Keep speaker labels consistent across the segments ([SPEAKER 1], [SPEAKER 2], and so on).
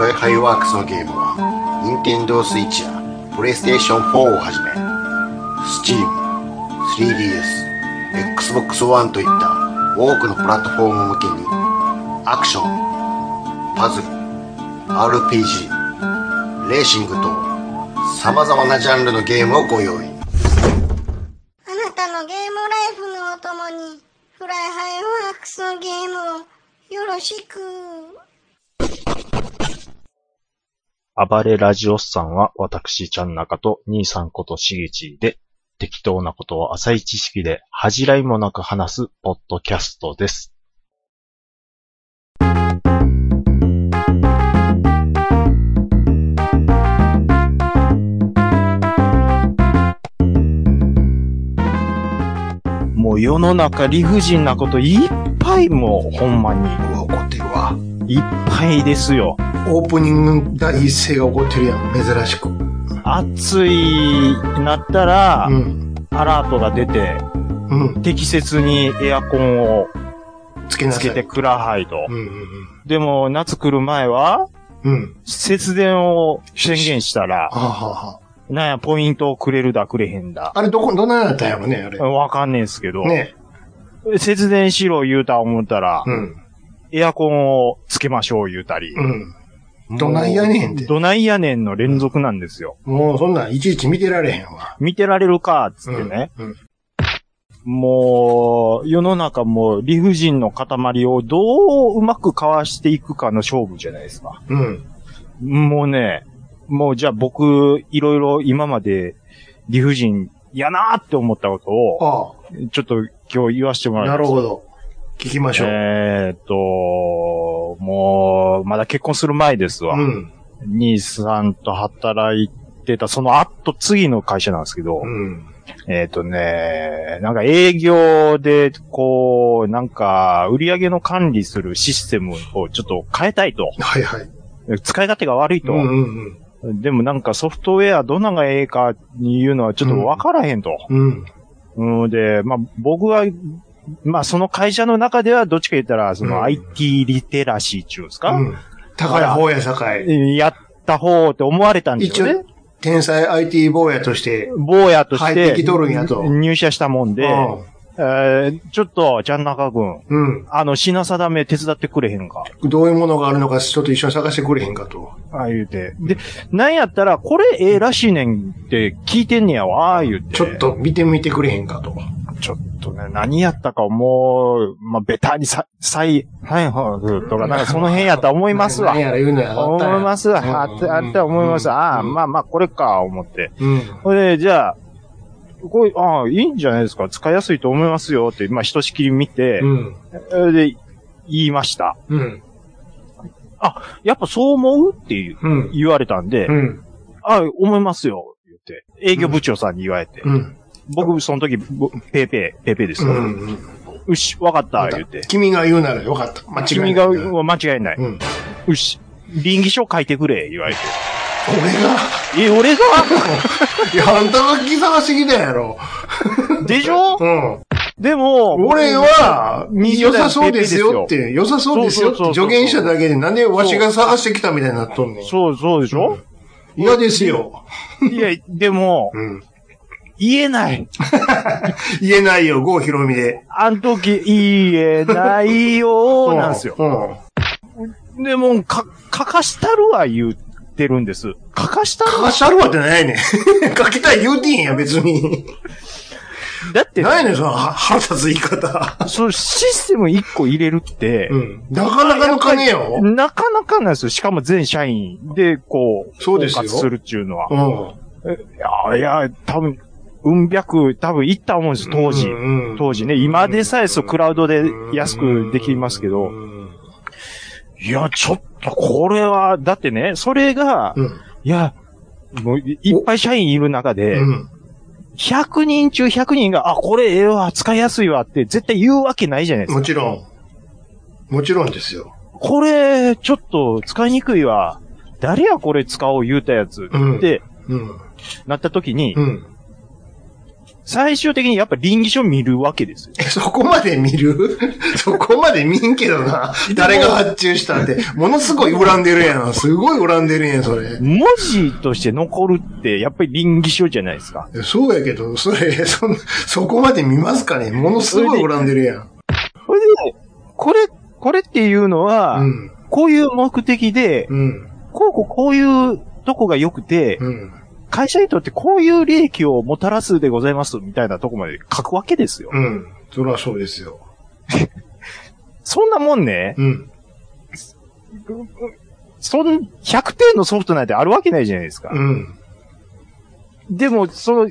[SPEAKER 1] ライハイワークスのゲームは、Nintendo Switch や PlayStation 4をはじめ、Steam、3DS、Xbox One といった多くのプラットフォーム向けに、アクション、パズル、RPG、レーシングと、様々なジャンルのゲームをご用意。
[SPEAKER 2] あなたのゲームライフのお供に、フライハイワークスのゲームをよろしく。
[SPEAKER 3] 暴れラジオスさんは、私、ちゃんなかと、兄さんことしげちで、適当なことを浅い知識で、恥じらいもなく話す、ポッドキャストです。もう世の中理不尽なこといっぱいもう、ほんまに。
[SPEAKER 1] うわ、怒ってるわ。
[SPEAKER 3] いっぱいですよ。
[SPEAKER 1] オープニング第一声が怒ってるやん、珍しく。う
[SPEAKER 3] 暑いなったら、
[SPEAKER 1] ん。
[SPEAKER 3] アラートが出て、
[SPEAKER 1] うん。
[SPEAKER 3] 適切にエアコンを
[SPEAKER 1] つけな
[SPEAKER 3] つ
[SPEAKER 1] さい。
[SPEAKER 3] けてくらはいと。
[SPEAKER 1] うんうん
[SPEAKER 3] でも、夏来る前は、
[SPEAKER 1] うん。うん。
[SPEAKER 3] 節電を宣言したら、
[SPEAKER 1] はあ、はあは
[SPEAKER 3] なんや、ポイントをくれるだ、くれへんだ。
[SPEAKER 1] あ、あれどこ、どんなやったんやろね、あれ。
[SPEAKER 3] わかんねえんすけど、
[SPEAKER 1] ね。
[SPEAKER 3] 節電しろ言うた思ったら、
[SPEAKER 1] うん。
[SPEAKER 3] エアコンをつけましょう言うたり。
[SPEAKER 1] うん。
[SPEAKER 3] もう
[SPEAKER 1] どないやねんって
[SPEAKER 3] どないやねんの連続なんですよ。
[SPEAKER 1] もうそんなんいちいち見てられへんわ。
[SPEAKER 3] 見てられるか、つ
[SPEAKER 1] う
[SPEAKER 3] っ
[SPEAKER 1] ん
[SPEAKER 3] てね。。
[SPEAKER 1] うん。
[SPEAKER 3] もう、世の中もう理不尽の塊をどううまくかわしていくかの勝負じゃないですか。
[SPEAKER 1] うん。
[SPEAKER 3] もうね、もうじゃあ僕、いろいろ今まで理不尽やなーって思ったことを、
[SPEAKER 1] あ
[SPEAKER 3] ちょっと今日言わせても
[SPEAKER 1] あ、
[SPEAKER 3] らい
[SPEAKER 1] な
[SPEAKER 3] ます。
[SPEAKER 1] るほど。聞きましょう。
[SPEAKER 3] えーっと、もう、まだ結婚する前ですわ。
[SPEAKER 1] うん。
[SPEAKER 3] 兄さんと働いてた、その後、次の会社なんですけど、
[SPEAKER 1] うん。
[SPEAKER 3] えっ、とね、なんか営業で、こう、なんか、売り上げの管理するシステムをちょっと変えたいと。
[SPEAKER 1] はいはい。
[SPEAKER 3] 使い勝手が悪いと。
[SPEAKER 1] うんうん
[SPEAKER 3] でもなんかソフトウェアどんなのがええかにいうのはちょっとわからへんと。
[SPEAKER 1] うん。うん。
[SPEAKER 3] うん、で、まあ僕は、まあその会社の中ではどっちか言ったら、そ
[SPEAKER 1] うん
[SPEAKER 3] の IT リテラシーっていうんですか、
[SPEAKER 1] うん高い方やさかい。
[SPEAKER 3] やった方って思われたんです
[SPEAKER 1] 一
[SPEAKER 3] よね
[SPEAKER 1] 応。、天才 IT 坊やとして。
[SPEAKER 3] 坊やとし
[SPEAKER 1] 入って
[SPEAKER 3] て
[SPEAKER 1] きとるんやと
[SPEAKER 3] 入社したもんで、えーちょっと、ジャンナカ君、
[SPEAKER 1] うん。
[SPEAKER 3] あの、品定め手伝ってくれへんか。
[SPEAKER 1] うん。どういうものがあるのか、ちょっと一緒に探してくれへんかと。
[SPEAKER 3] ああ言うて。で、なんやったら、これええらしいねんって聞いてんねやわ、ああ言うて。
[SPEAKER 1] ちょっ。と見てみてくれへんかと。
[SPEAKER 3] ちょっとね、何やったかもう、まあ、ベタにさ、さい、はい、はい、とか、なんかその辺やったら思いま すわ
[SPEAKER 1] 何。やら言うのやあったんや
[SPEAKER 3] 思いますわ。あって、あった思います。ああ、まあまあ、これか、思って。
[SPEAKER 1] うん。
[SPEAKER 3] ほいで、じゃあ、これ、ああ、いいんじゃないですか。使いやすいと思いますよ、って、まあ、ひとしきり見て
[SPEAKER 1] う、ん。
[SPEAKER 3] それで、言いました。
[SPEAKER 1] うん。
[SPEAKER 3] やっぱそう思うっていう
[SPEAKER 1] うん。
[SPEAKER 3] 言われたんで
[SPEAKER 1] う、ん。
[SPEAKER 3] あ、思いますよ、言って。営業部長さんに言われて。
[SPEAKER 1] うん。
[SPEAKER 3] 僕、その時、ぼペーペー、ペーペーです
[SPEAKER 1] う。
[SPEAKER 3] よ。うん
[SPEAKER 1] うん
[SPEAKER 3] し、わかった、言って。
[SPEAKER 1] 君が言うならよかった。間違い
[SPEAKER 3] 君
[SPEAKER 1] ない。
[SPEAKER 3] が、間違いない。
[SPEAKER 1] うん。
[SPEAKER 3] うし、臨議書書いてくれ、言われて。
[SPEAKER 1] 俺が、
[SPEAKER 3] え、俺が
[SPEAKER 1] いや、あんたが気探してきたやろ。
[SPEAKER 3] でしょ
[SPEAKER 1] うん。
[SPEAKER 3] でも、
[SPEAKER 1] 俺は、
[SPEAKER 3] 20
[SPEAKER 1] 良さそうですよっ
[SPEAKER 3] 代
[SPEAKER 1] て、良さそうですよって
[SPEAKER 3] そうそうそうそう
[SPEAKER 1] 助言しただけで、なんでわしが探してきたみたいになっとんね
[SPEAKER 3] ペーペーで
[SPEAKER 1] ん
[SPEAKER 3] すよ。そう、そうでしょ、
[SPEAKER 1] 嫌ですよ。
[SPEAKER 3] いや、でも、
[SPEAKER 1] うん。
[SPEAKER 3] 言えない。
[SPEAKER 1] 言えないよ、郷ひろみで。
[SPEAKER 3] あの時、言えないよー、なんですよ。
[SPEAKER 1] うん。
[SPEAKER 3] でも、か、書かしたるは言ってるんです。書かしたる
[SPEAKER 1] 書かしゃるわってないねん。 書きたい言うてへんやん、別に。
[SPEAKER 3] だって、
[SPEAKER 1] ないねん、そのは腹立つ言い方。
[SPEAKER 3] そのシステム一個入れるって、
[SPEAKER 1] うん。なかなかの金よ。
[SPEAKER 3] なかなかなんですよ。しかも全社員で、こう、
[SPEAKER 1] そうですよ
[SPEAKER 3] 包括するっていうのは。
[SPEAKER 1] うん。
[SPEAKER 3] いや、いや、多分、うん百、多分いった思うんですよ、当時。
[SPEAKER 1] うん
[SPEAKER 3] 当時ね、今でさえそう、クラウドで安くできますけ
[SPEAKER 1] う
[SPEAKER 3] ど、
[SPEAKER 1] ん。
[SPEAKER 3] いや、ちょっと、これは、だってね、それが、
[SPEAKER 1] うん。
[SPEAKER 3] いや、もう、いいっぱい社員いる中で、
[SPEAKER 1] うん
[SPEAKER 3] 100人中100人が、あ、これええわ、使いやすいわって絶対言うわけないじゃないですか。
[SPEAKER 1] もちろん。もちろんですよ。
[SPEAKER 3] これ、ちょっと使いにくいわ。誰やこれ使おう言うたやつ
[SPEAKER 1] うん
[SPEAKER 3] って
[SPEAKER 1] うん。
[SPEAKER 3] なった時に
[SPEAKER 1] う、ん。
[SPEAKER 3] 最終的にやっぱ臨議書見るわけですよ。
[SPEAKER 1] えそこまで見る そこまで見んけど な。誰が発注したって。ものすごい恨んでるやん。すごい恨んでるやん、それ。
[SPEAKER 3] 文字として残るって、やっぱり臨議書じゃないですか。
[SPEAKER 1] そうやけど、それ、 そんそこまで見ますかねものすごい恨んでるやん。
[SPEAKER 3] これで、これ、これっていうのは、
[SPEAKER 1] うん。
[SPEAKER 3] こういう目的で、
[SPEAKER 1] うん。
[SPEAKER 3] こうこうこういうとこが良くて、
[SPEAKER 1] うん。
[SPEAKER 3] 会社にとってこういう利益をもたらすでございます、みたいなとこまで書くわけですよ。
[SPEAKER 1] うん。そらそうですよ。
[SPEAKER 3] そんなもんね、
[SPEAKER 1] うん。
[SPEAKER 3] そん、100点のソフトなんてあるわけないじゃないですか。
[SPEAKER 1] うん。
[SPEAKER 3] でも、その、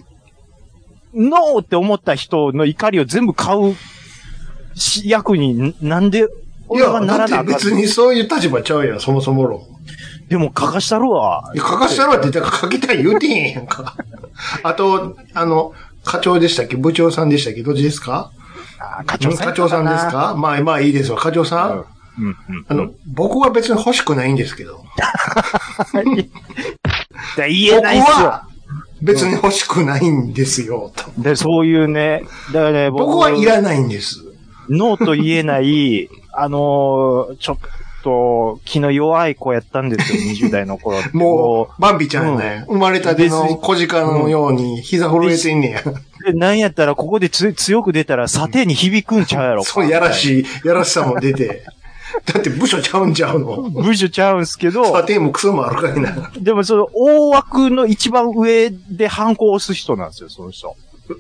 [SPEAKER 3] ノーって思った人の怒りを全部買うし役になんで
[SPEAKER 1] い
[SPEAKER 3] 俺
[SPEAKER 1] や、
[SPEAKER 3] は
[SPEAKER 1] だ
[SPEAKER 3] なら
[SPEAKER 1] っ
[SPEAKER 3] な
[SPEAKER 1] て
[SPEAKER 3] あかっ
[SPEAKER 1] 別にそういう立場ちゃうやん、そもそも論。
[SPEAKER 3] でも書かしたるわ
[SPEAKER 1] い。や書かしたらって言ったら書きたい言うてへんやん か。あと、あの、課長でしたっけ部長さんでしたっけどっちですか
[SPEAKER 3] あー課
[SPEAKER 1] 課長さんですかまあまあいいですわ。課長さん、
[SPEAKER 3] うんうん。
[SPEAKER 1] あの、僕は別に欲しくないんですけど。
[SPEAKER 3] だ言えないっ
[SPEAKER 1] 僕
[SPEAKER 3] すよ
[SPEAKER 1] は。別に欲しくないんですよ。と
[SPEAKER 3] で、そういうね、だからね、
[SPEAKER 1] 僕はいらないんです。
[SPEAKER 3] ノーと言えない、 あのーちょっと、気の弱い子やったんですよ、20代の頃って。
[SPEAKER 1] もう、バンビちゃんね、生まれたて
[SPEAKER 3] 別
[SPEAKER 1] の
[SPEAKER 3] に
[SPEAKER 1] 小鹿のように膝震えてんねや。
[SPEAKER 3] うでなんやったら、ここでつ強く出たら、査定に響くんちゃうやろ か。
[SPEAKER 1] そう、やらしい、やらしさも出て。だって部署ちゃうんちゃうの。
[SPEAKER 3] ブジュちゃうんすけど、
[SPEAKER 1] 査定もクソもあるかいな。
[SPEAKER 3] でもその大枠の一番上でハンコを押す人なんですよ、その人。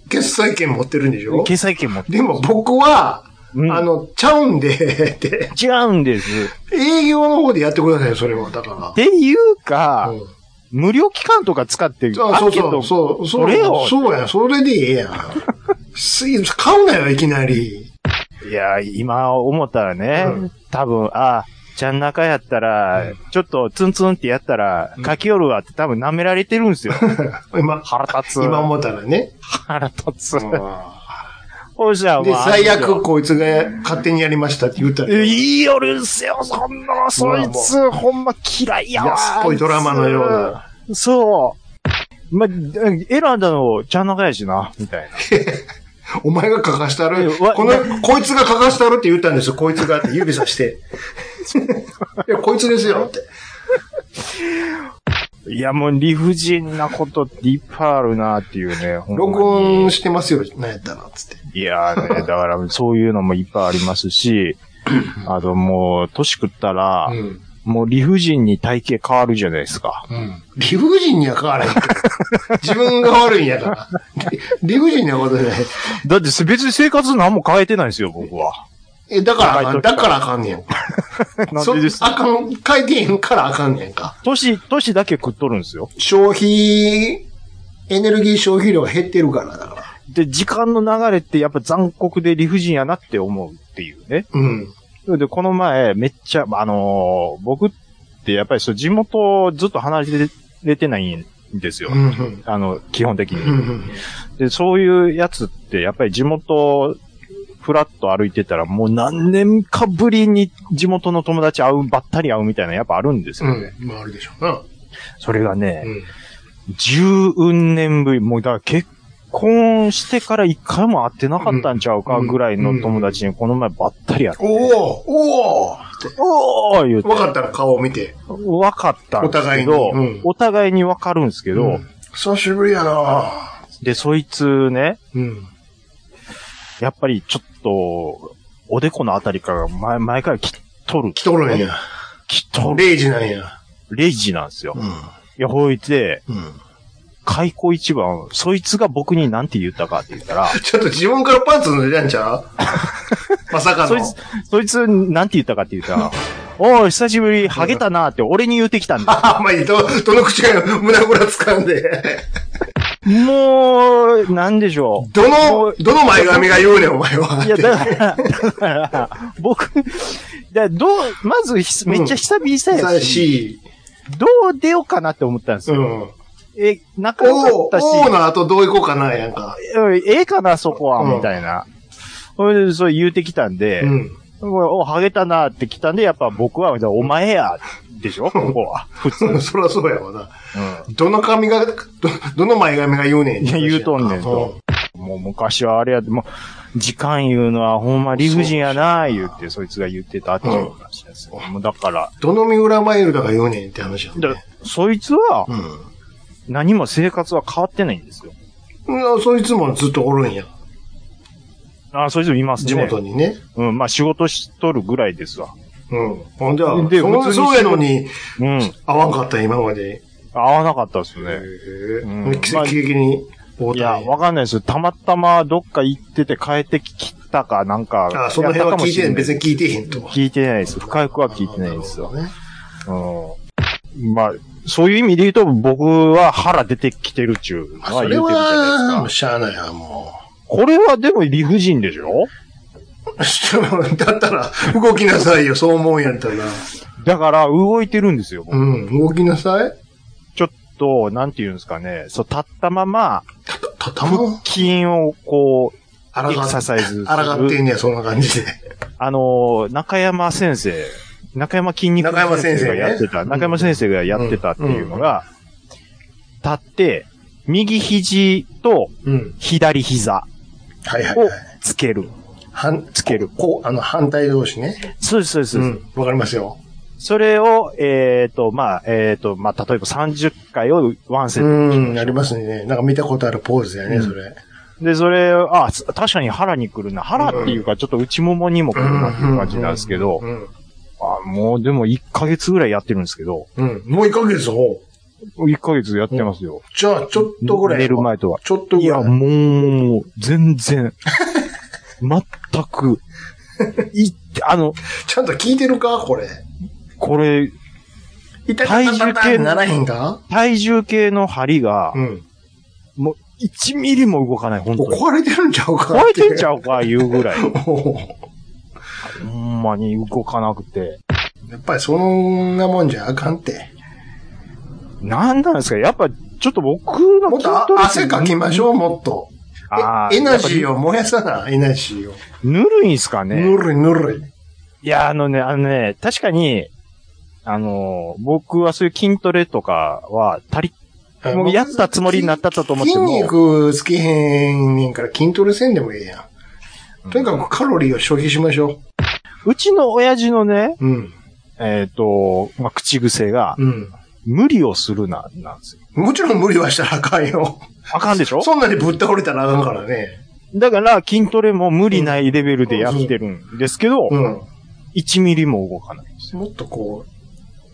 [SPEAKER 1] 決裁権持ってるんでしょ
[SPEAKER 3] 掲載権持って
[SPEAKER 1] でも僕は、
[SPEAKER 3] うん
[SPEAKER 1] あの、ちゃうんで、 って、
[SPEAKER 3] 違うんです。
[SPEAKER 1] 営業の方でやってくださいよ、それは。だか
[SPEAKER 3] っていう
[SPEAKER 1] ら。
[SPEAKER 3] か、
[SPEAKER 1] うん
[SPEAKER 3] 無料期間とか使ってる
[SPEAKER 1] そうそう
[SPEAKER 3] アンケー
[SPEAKER 1] そう、
[SPEAKER 3] ト
[SPEAKER 1] そう、
[SPEAKER 3] それよ
[SPEAKER 1] そうや、それでええやん。すい、買うなよ、いきなり。
[SPEAKER 3] いや、今思ったらね、
[SPEAKER 1] うん
[SPEAKER 3] 多分、あ、ちゃん中やったら、ちょっとツンツンってやったら、書き寄るわって多分舐められてるん ですよ。
[SPEAKER 1] 今、
[SPEAKER 3] 腹立つ。
[SPEAKER 1] 今思ったらね。
[SPEAKER 3] 腹立つ。
[SPEAKER 1] で、
[SPEAKER 3] ほいじゃあ、まあ
[SPEAKER 1] 最悪、こいつが勝手にやりましたって言ったら。
[SPEAKER 3] え いいよるんすよ、そんなの、そいつ、ほんま嫌いやわ。
[SPEAKER 1] 安っぽいドラマのような。
[SPEAKER 3] そう。ま、え選んだの、ちゃん中やしな、みたいな。
[SPEAKER 1] お前が書かしたる
[SPEAKER 3] いや。わ
[SPEAKER 1] この、こいつが書かしたるって言ったんですよ。こいつがって指さして。 いや、こいつですよって。
[SPEAKER 3] いや、もう理不尽なことっていっぱいあるな、っていうね。ほんまに
[SPEAKER 1] 録音してますよ、なんやったら、つって。
[SPEAKER 3] いやーね、だからそういうのもいっぱいありま すし、あともう、年食ったら、
[SPEAKER 1] うん。
[SPEAKER 3] もう理不尽に体型変わるじゃないですか。
[SPEAKER 1] うん。理不尽には変わらへん から。自分が悪いんやから。理理不尽なことじゃない。
[SPEAKER 3] だってせ別に生活何も変えてないんですよ、僕は。
[SPEAKER 1] え、だからあか
[SPEAKER 3] 若
[SPEAKER 1] ん、
[SPEAKER 3] い時から
[SPEAKER 1] だからあかんねん。
[SPEAKER 3] なんでです
[SPEAKER 1] そあかん、書いてへんからあかんねんか。
[SPEAKER 3] 年、年だけ食っとるんですよ。
[SPEAKER 1] 消費、エネルギー消費量が減ってるから、だから。
[SPEAKER 3] で、時間の流れってやっぱ残酷で理不尽やなって思うっていうね。
[SPEAKER 1] うん。
[SPEAKER 3] で、この前、めっちゃ、あのー僕ってやっぱりそう地元をずっと離れてれてないんですよ。
[SPEAKER 1] うんうん。
[SPEAKER 3] あの、基本的
[SPEAKER 1] う
[SPEAKER 3] に。
[SPEAKER 1] んうん。
[SPEAKER 3] で、そういうやつって、やっぱり地元、ふらっと歩いてたら、もう何年かぶりに地元の友達会う、ばったり会うみたいな、やっぱあるんです
[SPEAKER 1] う
[SPEAKER 3] よね。
[SPEAKER 1] ん。まあ、あるでしょうな。
[SPEAKER 3] それがね、
[SPEAKER 1] うん。
[SPEAKER 3] 十年ぶり、もうだから結婚してから一回も会ってなかったんちゃうかぐらいの友達にこの前ばったり会って、
[SPEAKER 1] おおおお
[SPEAKER 3] おー言うて、
[SPEAKER 1] 分かったら顔を見て。
[SPEAKER 3] わかったんです
[SPEAKER 1] お互
[SPEAKER 3] けど、
[SPEAKER 1] いにうん
[SPEAKER 3] お互いにわかるんですけど、
[SPEAKER 1] うん久しぶりやな
[SPEAKER 3] で、そいつね、
[SPEAKER 1] うん。
[SPEAKER 3] やっぱりちょっと、おでこのあたりから前、前から来とる。
[SPEAKER 1] 来とるんや。
[SPEAKER 3] きっと、
[SPEAKER 1] 0時なんや。
[SPEAKER 3] レイジなんですよ。
[SPEAKER 1] う
[SPEAKER 3] いや、ほいで、
[SPEAKER 1] ん。うん。
[SPEAKER 3] 開口一番、そいつが僕になんて言ったかって言ったら、
[SPEAKER 1] ちょっと自分からパンツ脱いだんちゃ うまさか
[SPEAKER 3] そい
[SPEAKER 1] の。
[SPEAKER 3] つ、そいつ、なんて言ったかって言ったら、 おい、久しぶり、ハゲたなって俺に言うてきた んだ。
[SPEAKER 1] あんまりど、どの口が胸ぐら掴ん で。
[SPEAKER 3] もう、なんでしょう。
[SPEAKER 1] どの、どの前髪が言うねん、お前は。
[SPEAKER 3] いや、だから、だから、僕、だからどう、まずひ、めっちゃ久々
[SPEAKER 1] さ
[SPEAKER 3] や
[SPEAKER 1] あ
[SPEAKER 3] し、
[SPEAKER 1] し、
[SPEAKER 3] どう出ようかなって思ったんです
[SPEAKER 1] う
[SPEAKER 3] よ。
[SPEAKER 1] ん。
[SPEAKER 3] え、仲良か
[SPEAKER 1] お
[SPEAKER 3] っ
[SPEAKER 1] お
[SPEAKER 3] たし、
[SPEAKER 1] ーの後どう行こうかな、やんか。
[SPEAKER 3] うんええかな、そこは、
[SPEAKER 1] うん
[SPEAKER 3] みたいな。それで、そう言うてきたんで、
[SPEAKER 1] うん。
[SPEAKER 3] お、ハゲたなって来たんで、やっぱ僕は、じゃあお前や、でしょここは。普通。
[SPEAKER 1] そ そらそうやわな。どの髪が、ど、どの前髪が言うねん。
[SPEAKER 3] いや言うとんねん
[SPEAKER 1] う
[SPEAKER 3] と。ももう昔はあれやで、もう、時間言うのはほんま理不尽やな、言って、そいつが言ってたっていう話ですよ。もうだから、
[SPEAKER 1] どの三浦マイルドが言うねんって話だ、
[SPEAKER 3] だ
[SPEAKER 1] ね。
[SPEAKER 3] そいつは
[SPEAKER 1] う
[SPEAKER 3] 何も生活は変わってないんですよ。
[SPEAKER 1] ん。うんそいつもずっとおるんや。
[SPEAKER 3] あ、そいつもいますね。
[SPEAKER 1] 地元にね。
[SPEAKER 3] うん、まあ仕事しとるぐらいですわ。
[SPEAKER 1] うん。ほんでは、
[SPEAKER 3] で
[SPEAKER 1] そ
[SPEAKER 3] 普通
[SPEAKER 1] う
[SPEAKER 3] に
[SPEAKER 1] そうやのに、
[SPEAKER 3] うん。
[SPEAKER 1] 合わんかったん今まで。
[SPEAKER 3] 合わなかったです
[SPEAKER 1] へ
[SPEAKER 3] ね。
[SPEAKER 1] え
[SPEAKER 3] うん
[SPEAKER 1] 奇跡的に応
[SPEAKER 3] い
[SPEAKER 1] 対
[SPEAKER 3] や、わかんないですたまたまどっか行ってて帰ってきたかなんか。
[SPEAKER 1] あ、その辺
[SPEAKER 3] やった
[SPEAKER 1] は
[SPEAKER 3] か
[SPEAKER 1] 聞
[SPEAKER 3] も
[SPEAKER 1] い
[SPEAKER 3] してれ
[SPEAKER 1] ん、
[SPEAKER 3] ない
[SPEAKER 1] 別に聞いてへんと。
[SPEAKER 3] 聞いてないです。深くは聞いてないですよ。
[SPEAKER 1] なる
[SPEAKER 3] うん。まあ、そういう意味で言うと僕は腹出てきてるっちゅうの
[SPEAKER 1] ほどね。そ
[SPEAKER 3] は
[SPEAKER 1] れ
[SPEAKER 3] 言うてるじゃ
[SPEAKER 1] は、もう
[SPEAKER 3] ないですか。
[SPEAKER 1] しゃあないわ、も
[SPEAKER 3] これはでも理不尽でしょ
[SPEAKER 1] う。 だったら、動きなさいよ、そう思うんやったら。
[SPEAKER 3] だから動いてるんですよ。僕
[SPEAKER 1] うん、動きなさい。
[SPEAKER 3] ちょっと、なんていうんですかね。そう、立ったまま、
[SPEAKER 1] た、た、た
[SPEAKER 3] 腹
[SPEAKER 1] も、
[SPEAKER 3] 筋をこう、
[SPEAKER 1] あら
[SPEAKER 3] エ
[SPEAKER 1] が
[SPEAKER 3] クサ
[SPEAKER 1] っ、
[SPEAKER 3] サイズ
[SPEAKER 1] あらがっ
[SPEAKER 3] す
[SPEAKER 1] て
[SPEAKER 3] る。
[SPEAKER 1] んねや、そんな感じで。
[SPEAKER 3] あの、中山先生、中山筋肉
[SPEAKER 1] 中山先生ね
[SPEAKER 3] がやってた、中山先生がやってたっていうのが、立って、右肘と
[SPEAKER 1] うん。
[SPEAKER 3] 左膝
[SPEAKER 1] はいはいは
[SPEAKER 3] を
[SPEAKER 1] い。
[SPEAKER 3] つける。
[SPEAKER 1] はん、
[SPEAKER 3] つける
[SPEAKER 1] こう、あの、反対同士ね。
[SPEAKER 3] そうです、そうです。そう
[SPEAKER 1] う
[SPEAKER 3] です
[SPEAKER 1] ん、わかりますよ。
[SPEAKER 3] それを、えっ、と、まあ、えっ、と、まあ、例えば30回をワンセ
[SPEAKER 1] う
[SPEAKER 3] ッ
[SPEAKER 1] ん、ありますね。なんか見たことあるポーズやね、
[SPEAKER 3] うん
[SPEAKER 1] それ。
[SPEAKER 3] ト。で、それ、あ、す確かに腹にくるな。腹っていうか、ちょっと内ももにもくるなっていう感じなんですけど
[SPEAKER 1] う、ん。
[SPEAKER 3] あもうでも1ヶ月ぐらいやってるんですけど、
[SPEAKER 1] うん。もう1ヶ月ほう。
[SPEAKER 3] 1ヶ月やってますよ。
[SPEAKER 1] じゃあ、ちょっとぐらい。
[SPEAKER 3] 寝る前とは。
[SPEAKER 1] ちょっと
[SPEAKER 3] い
[SPEAKER 1] ぐら
[SPEAKER 3] や、
[SPEAKER 1] い。
[SPEAKER 3] もう、全然。全く。いって、あの、
[SPEAKER 1] ちゃんと聞いてるかこれ。
[SPEAKER 3] これ、
[SPEAKER 1] 痛
[SPEAKER 3] 体重計
[SPEAKER 1] ならへんか
[SPEAKER 3] 体重計の針が、
[SPEAKER 1] うん。
[SPEAKER 3] もう1ミリも動かない、本
[SPEAKER 1] も
[SPEAKER 3] 当
[SPEAKER 1] う
[SPEAKER 3] に。
[SPEAKER 1] 壊れてるんちゃうか
[SPEAKER 3] 超えて んちゃ
[SPEAKER 1] う
[SPEAKER 3] うか、いうぐらい。
[SPEAKER 1] や
[SPEAKER 3] ほんまに動かなくて。
[SPEAKER 1] っぱりそんなもんじゃあかんって。
[SPEAKER 3] なんなんですかやっぱ、ちょっと僕の
[SPEAKER 1] もっとあ汗かきまし
[SPEAKER 3] う。
[SPEAKER 1] ょう、もっと。
[SPEAKER 3] あ
[SPEAKER 1] えエナジー
[SPEAKER 3] を。
[SPEAKER 1] を燃やさな、エナジーを。
[SPEAKER 3] ぬるいんすかね
[SPEAKER 1] ぬるいぬるい。
[SPEAKER 3] いや、あのね、あのね、確かに、あのー、僕はそういう筋トレとかは、足り、もうやったつもりになったと思っても
[SPEAKER 1] 筋肉つけへんねんから筋トレせんでもええやん。とにかくカロリーを消費しましょ
[SPEAKER 3] うちの親父のね、
[SPEAKER 1] う。うん。
[SPEAKER 3] えっ、と、まあ、口癖が、
[SPEAKER 1] うん。
[SPEAKER 3] 無理をするな、なんですよ。
[SPEAKER 1] もちろん無理はしたらあかんよ。
[SPEAKER 3] あかんでしょ
[SPEAKER 1] そんなにぶっ倒れたらあかんからね。
[SPEAKER 3] だから、筋トレも無理ないレベルでやってるんですけど、
[SPEAKER 1] うん。
[SPEAKER 3] 1ミリも動かないんですよ。
[SPEAKER 1] もっとこう、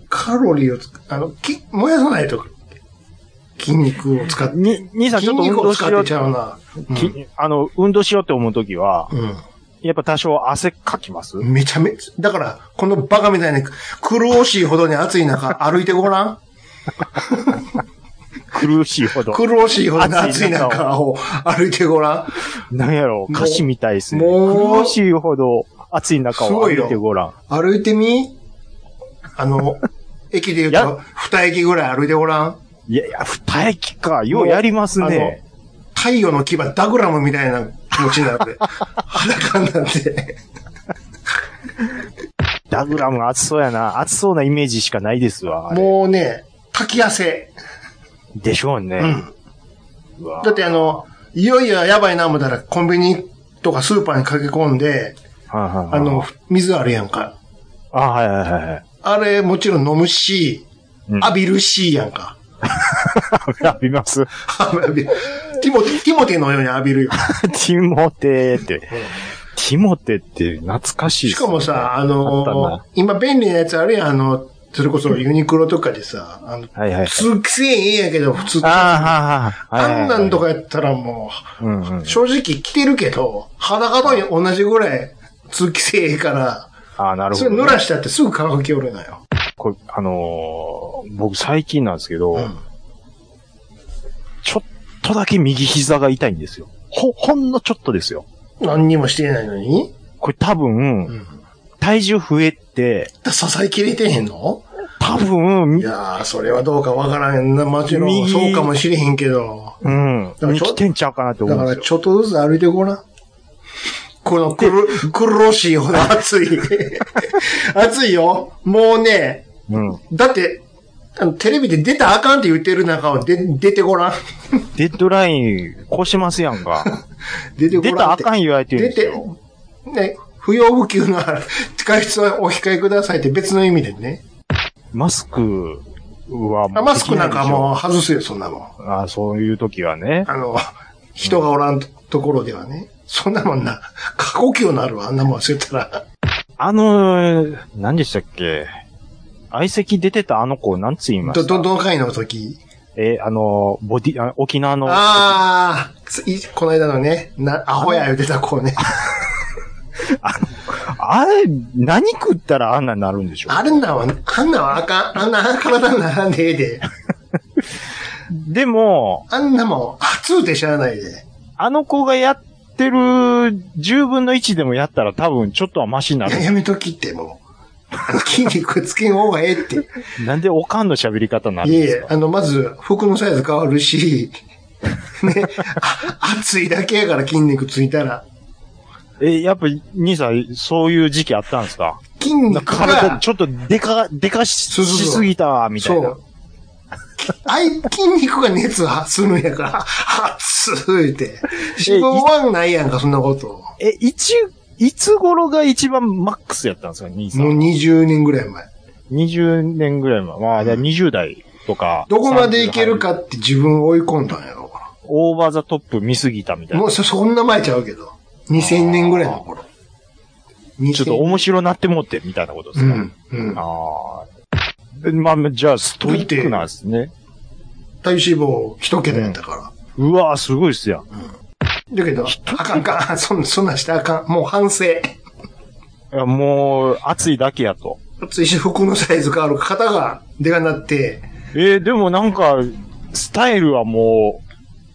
[SPEAKER 1] カロリーをつ、あの、き、燃やさないと、筋肉を使って、
[SPEAKER 3] に、兄さんち
[SPEAKER 1] 筋
[SPEAKER 3] ょっと運
[SPEAKER 1] 肉を
[SPEAKER 3] 動
[SPEAKER 1] 使
[SPEAKER 3] し
[SPEAKER 1] っ
[SPEAKER 3] よう
[SPEAKER 1] てちゃうな。
[SPEAKER 3] きあの、運動しようって思うときは、
[SPEAKER 1] う
[SPEAKER 3] やっぱ多少汗かきます
[SPEAKER 1] ん。めちゃめちゃ、だから、このバカみたいに苦しいほどに暑い中、 歩いてごらん。
[SPEAKER 3] 苦しいほど。
[SPEAKER 1] 苦しいほどに暑
[SPEAKER 3] 暑
[SPEAKER 1] い
[SPEAKER 3] い中
[SPEAKER 1] 中を歩いてごらん。
[SPEAKER 3] なんやろう、歌詞みたいですね。
[SPEAKER 1] もう
[SPEAKER 3] 苦しいほど暑い中を歩いてごらん。
[SPEAKER 1] 歩いてみあの、駅で言うと、二駅ぐらい歩いてごらん。
[SPEAKER 3] いやいや、二駅か。ようやりますね。
[SPEAKER 1] 太陽の牙、ダグラムみたいな気持ちにな って、裸になって。
[SPEAKER 3] ダグラム暑そうやな。暑そうなイメージしかないですわ。あれ
[SPEAKER 1] もうね、かき汗。
[SPEAKER 3] でしょう
[SPEAKER 1] う
[SPEAKER 3] ね。
[SPEAKER 1] ん。
[SPEAKER 3] うわ
[SPEAKER 1] だってあの、いよいよやばいな思ったらコンビニとかスーパーに駆け込んで、
[SPEAKER 3] はいはいはい
[SPEAKER 1] あの、水あるやんか。
[SPEAKER 3] あ、はいはいはいはい。
[SPEAKER 1] あれもちろん飲むし、
[SPEAKER 3] うん
[SPEAKER 1] 浴びるしやんか。
[SPEAKER 3] 浴びます。
[SPEAKER 1] 浴びるティモティ、ティモティのように浴び るよ。
[SPEAKER 3] ティモテーって。ティモテって懐かしいっ
[SPEAKER 1] し
[SPEAKER 3] す
[SPEAKER 1] か
[SPEAKER 3] ね
[SPEAKER 1] もさ、あ
[SPEAKER 3] あっ
[SPEAKER 1] の
[SPEAKER 3] たな、
[SPEAKER 1] 今便利なやつあるやん、あの、それこそユニクロとかでさ、あの、
[SPEAKER 3] はいはいはい。
[SPEAKER 1] 通気性ええんやけど、普通。
[SPEAKER 3] ああ、はいはいはい。
[SPEAKER 1] あんなんとかやったらも
[SPEAKER 3] うんうん
[SPEAKER 1] う、正直着てるけど、裸と同じぐらい通気性ええから、
[SPEAKER 3] ああ、なるほ
[SPEAKER 1] それ
[SPEAKER 3] どね、
[SPEAKER 1] 濡らしたってすぐ乾きおるのよ。
[SPEAKER 3] これあのー僕最近なんですけど、
[SPEAKER 1] うん
[SPEAKER 3] ちょっとだけ右膝が痛いんですよ。ほ、ほんのちょっとですよ。
[SPEAKER 1] 何にもしてないのに、
[SPEAKER 3] これ多分、
[SPEAKER 1] ん、
[SPEAKER 3] 体重増えて、
[SPEAKER 1] だ支えきれてへんの
[SPEAKER 3] 多分、
[SPEAKER 1] い
[SPEAKER 3] み
[SPEAKER 1] やー、それはどうかわからへんな。もちろん、
[SPEAKER 3] 右
[SPEAKER 1] そうかもしれへんけど。
[SPEAKER 3] うん、
[SPEAKER 1] ら
[SPEAKER 3] 生
[SPEAKER 1] ちょ
[SPEAKER 3] きてんちゃうかなって思
[SPEAKER 1] だか
[SPEAKER 3] うんで
[SPEAKER 1] ら、
[SPEAKER 3] すよ。
[SPEAKER 1] ちょっとずつ歩いてごらん。このくる、苦しいほ ど暑い。暑いよ。もうね、
[SPEAKER 3] うん。
[SPEAKER 1] だって、あの、テレビで出たらあかんって言ってる中は、で、出てごらん。
[SPEAKER 3] デッドライン、こうしますやんか。
[SPEAKER 1] 出てご
[SPEAKER 3] 出た
[SPEAKER 1] ら
[SPEAKER 3] ら
[SPEAKER 1] ん
[SPEAKER 3] あ
[SPEAKER 1] って。
[SPEAKER 3] かん言われてる
[SPEAKER 1] 出
[SPEAKER 3] んです
[SPEAKER 1] て
[SPEAKER 3] よ。、
[SPEAKER 1] ね、不要不急のある、 外出はお控えくださいって別の意味でね。
[SPEAKER 3] マスクはもう
[SPEAKER 1] あマスクなんか
[SPEAKER 3] う。
[SPEAKER 1] もう外すよ、そんなもん。
[SPEAKER 3] あそういう時はね。
[SPEAKER 1] あの、人がおらんところではね。そんなもんな、過呼吸になるわ、あんなもん忘れたら。
[SPEAKER 3] あのー、何でしたっけ相席出てたあの子、なんつ言いま
[SPEAKER 1] ど、
[SPEAKER 3] した
[SPEAKER 1] ど、どの回の時。
[SPEAKER 3] えーあのー、ボディ、あ沖縄の、あ
[SPEAKER 1] ああ、ついこの間のね、な、アホや言うてた子ね。
[SPEAKER 3] れ、何食ったらあんなになるんでしょ
[SPEAKER 1] あるんなは、あんなはあかん、あんな体にならんでええで。
[SPEAKER 3] でも、
[SPEAKER 1] あんなもん、熱うてしゃあないで。
[SPEAKER 3] あの子がやってる10分の1でもやったら多分ちょっとはマシにない
[SPEAKER 1] や、
[SPEAKER 3] る。
[SPEAKER 1] やめときってもう。筋肉つけん方がええって。
[SPEAKER 3] なんでおかんの喋り方にないるん
[SPEAKER 1] えい
[SPEAKER 3] です
[SPEAKER 1] え
[SPEAKER 3] か、
[SPEAKER 1] あの、まず、服のサイズ変わるし、ね、あ暑いだけやから筋肉ついたら。
[SPEAKER 3] え、やっぱ、兄さん、そういう時期あったんですか
[SPEAKER 1] 筋肉
[SPEAKER 3] 体、
[SPEAKER 1] が、
[SPEAKER 3] ちょっとでか、でかし
[SPEAKER 1] そうそうそう
[SPEAKER 3] しすぎたわ、みたい
[SPEAKER 1] そ
[SPEAKER 3] な
[SPEAKER 1] う。。あい、筋肉が熱発するんやから、熱いって。脂肪はないやんか、そんなこと。
[SPEAKER 3] え、いつ、いつ頃が一番マックスやったんですか、兄さん
[SPEAKER 1] も
[SPEAKER 3] は。
[SPEAKER 1] う20年ぐらい前。
[SPEAKER 3] 20年ぐらい前。まあ、じゃあ20代とか。
[SPEAKER 1] どこまでいける。かって自分を追い込んだんやろう
[SPEAKER 3] オーバーザトップ見すぎたみ
[SPEAKER 1] か
[SPEAKER 3] た
[SPEAKER 1] ら。
[SPEAKER 3] い
[SPEAKER 1] も
[SPEAKER 3] な。
[SPEAKER 1] うそ、そんな前ちゃうけど。2000年ぐらいの頃。
[SPEAKER 3] ちょっと面白なってもって、みたいなことで
[SPEAKER 1] う
[SPEAKER 3] すか。
[SPEAKER 1] ん。うん。
[SPEAKER 3] ああ。まあ、じゃあ、ストイックなんですね。
[SPEAKER 1] 体脂肪一桁やったから。
[SPEAKER 3] うわーすごいっすやん。
[SPEAKER 1] だけど、あかんあかん。そ んそんなんしてあかん。もう反省。
[SPEAKER 3] いやもう、暑いだけやと。
[SPEAKER 1] ついし服のサイズ変わる。肩がでかなって、
[SPEAKER 3] えーでもなんか、スタイルはもう、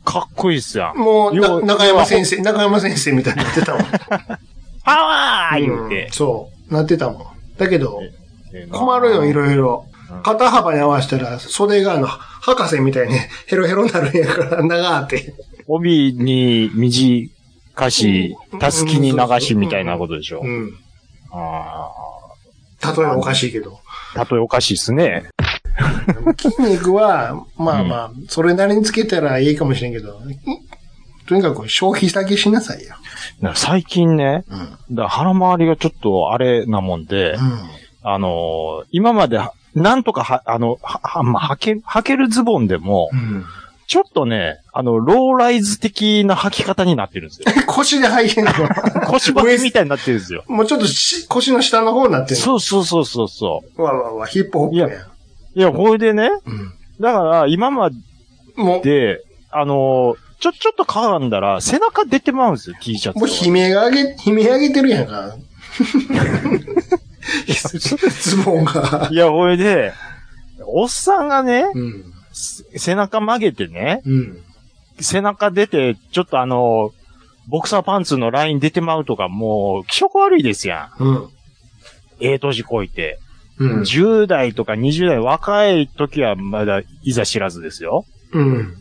[SPEAKER 3] かっこいいっすやん。
[SPEAKER 1] もう
[SPEAKER 3] 要
[SPEAKER 1] な、
[SPEAKER 3] は
[SPEAKER 1] 中山先生、中山先生みたいになって たもん。
[SPEAKER 3] パワー言うて
[SPEAKER 1] ん。そう。なってたもん。だけど、
[SPEAKER 3] えーな
[SPEAKER 1] 困るよ、いろいろ
[SPEAKER 3] うん。
[SPEAKER 1] 肩幅に合わせたら、袖があの、博士みたいに ヘロヘロになるんやから、長あって。
[SPEAKER 3] 帯に短し、たすきに流しみたいなことでしょ。
[SPEAKER 1] うん。例
[SPEAKER 3] あ
[SPEAKER 1] えばおかしいけど。
[SPEAKER 3] あ。例えおかしいっすね。
[SPEAKER 1] 筋肉は、まあまあ、それなりにつけたらいいかもしれんけど、んとにかく消費だけしなさいよ。
[SPEAKER 3] なんか最近ね、
[SPEAKER 1] うん。
[SPEAKER 3] だから腹回りがちょっとあれなもんで、あのー今までは、なんとかは、あの、は、は、まあ、はけ、はけるズボンでも、
[SPEAKER 1] うん。
[SPEAKER 3] ちょっとね、あの、ローライズ的な履き方になってるんです よ。
[SPEAKER 1] 腰で履いてんの
[SPEAKER 3] 腰ばきみたいになってるんですよ。
[SPEAKER 1] もうちょっとし腰の下の方になってる。
[SPEAKER 3] そうそうそうそうそう
[SPEAKER 1] わわわ、ヒップホップやん。
[SPEAKER 3] いう。いや、これでね、
[SPEAKER 1] うん。
[SPEAKER 3] だから、今ま
[SPEAKER 1] も
[SPEAKER 3] で、あのーちょ、ちょっとかがんだら、背中出てまうんですよ、T シャ
[SPEAKER 1] う、
[SPEAKER 3] ツ
[SPEAKER 1] も
[SPEAKER 3] と
[SPEAKER 1] う
[SPEAKER 3] か。
[SPEAKER 1] 悲鳴が上げ、悲鳴上げてるやんか。ズボンが。
[SPEAKER 3] いや、これで、おっさんがね、
[SPEAKER 1] うん。
[SPEAKER 3] す背中曲げてね、
[SPEAKER 1] うん。
[SPEAKER 3] 背中出て、ちょっとあの、ボクサーパンツのライン出てまうとか、もう、気色悪いですや
[SPEAKER 1] うん。
[SPEAKER 3] ん。ええ年こいて。
[SPEAKER 1] うん。
[SPEAKER 3] 10代とか20代、若い時はまだ、いざ知らずですよ。
[SPEAKER 1] うん。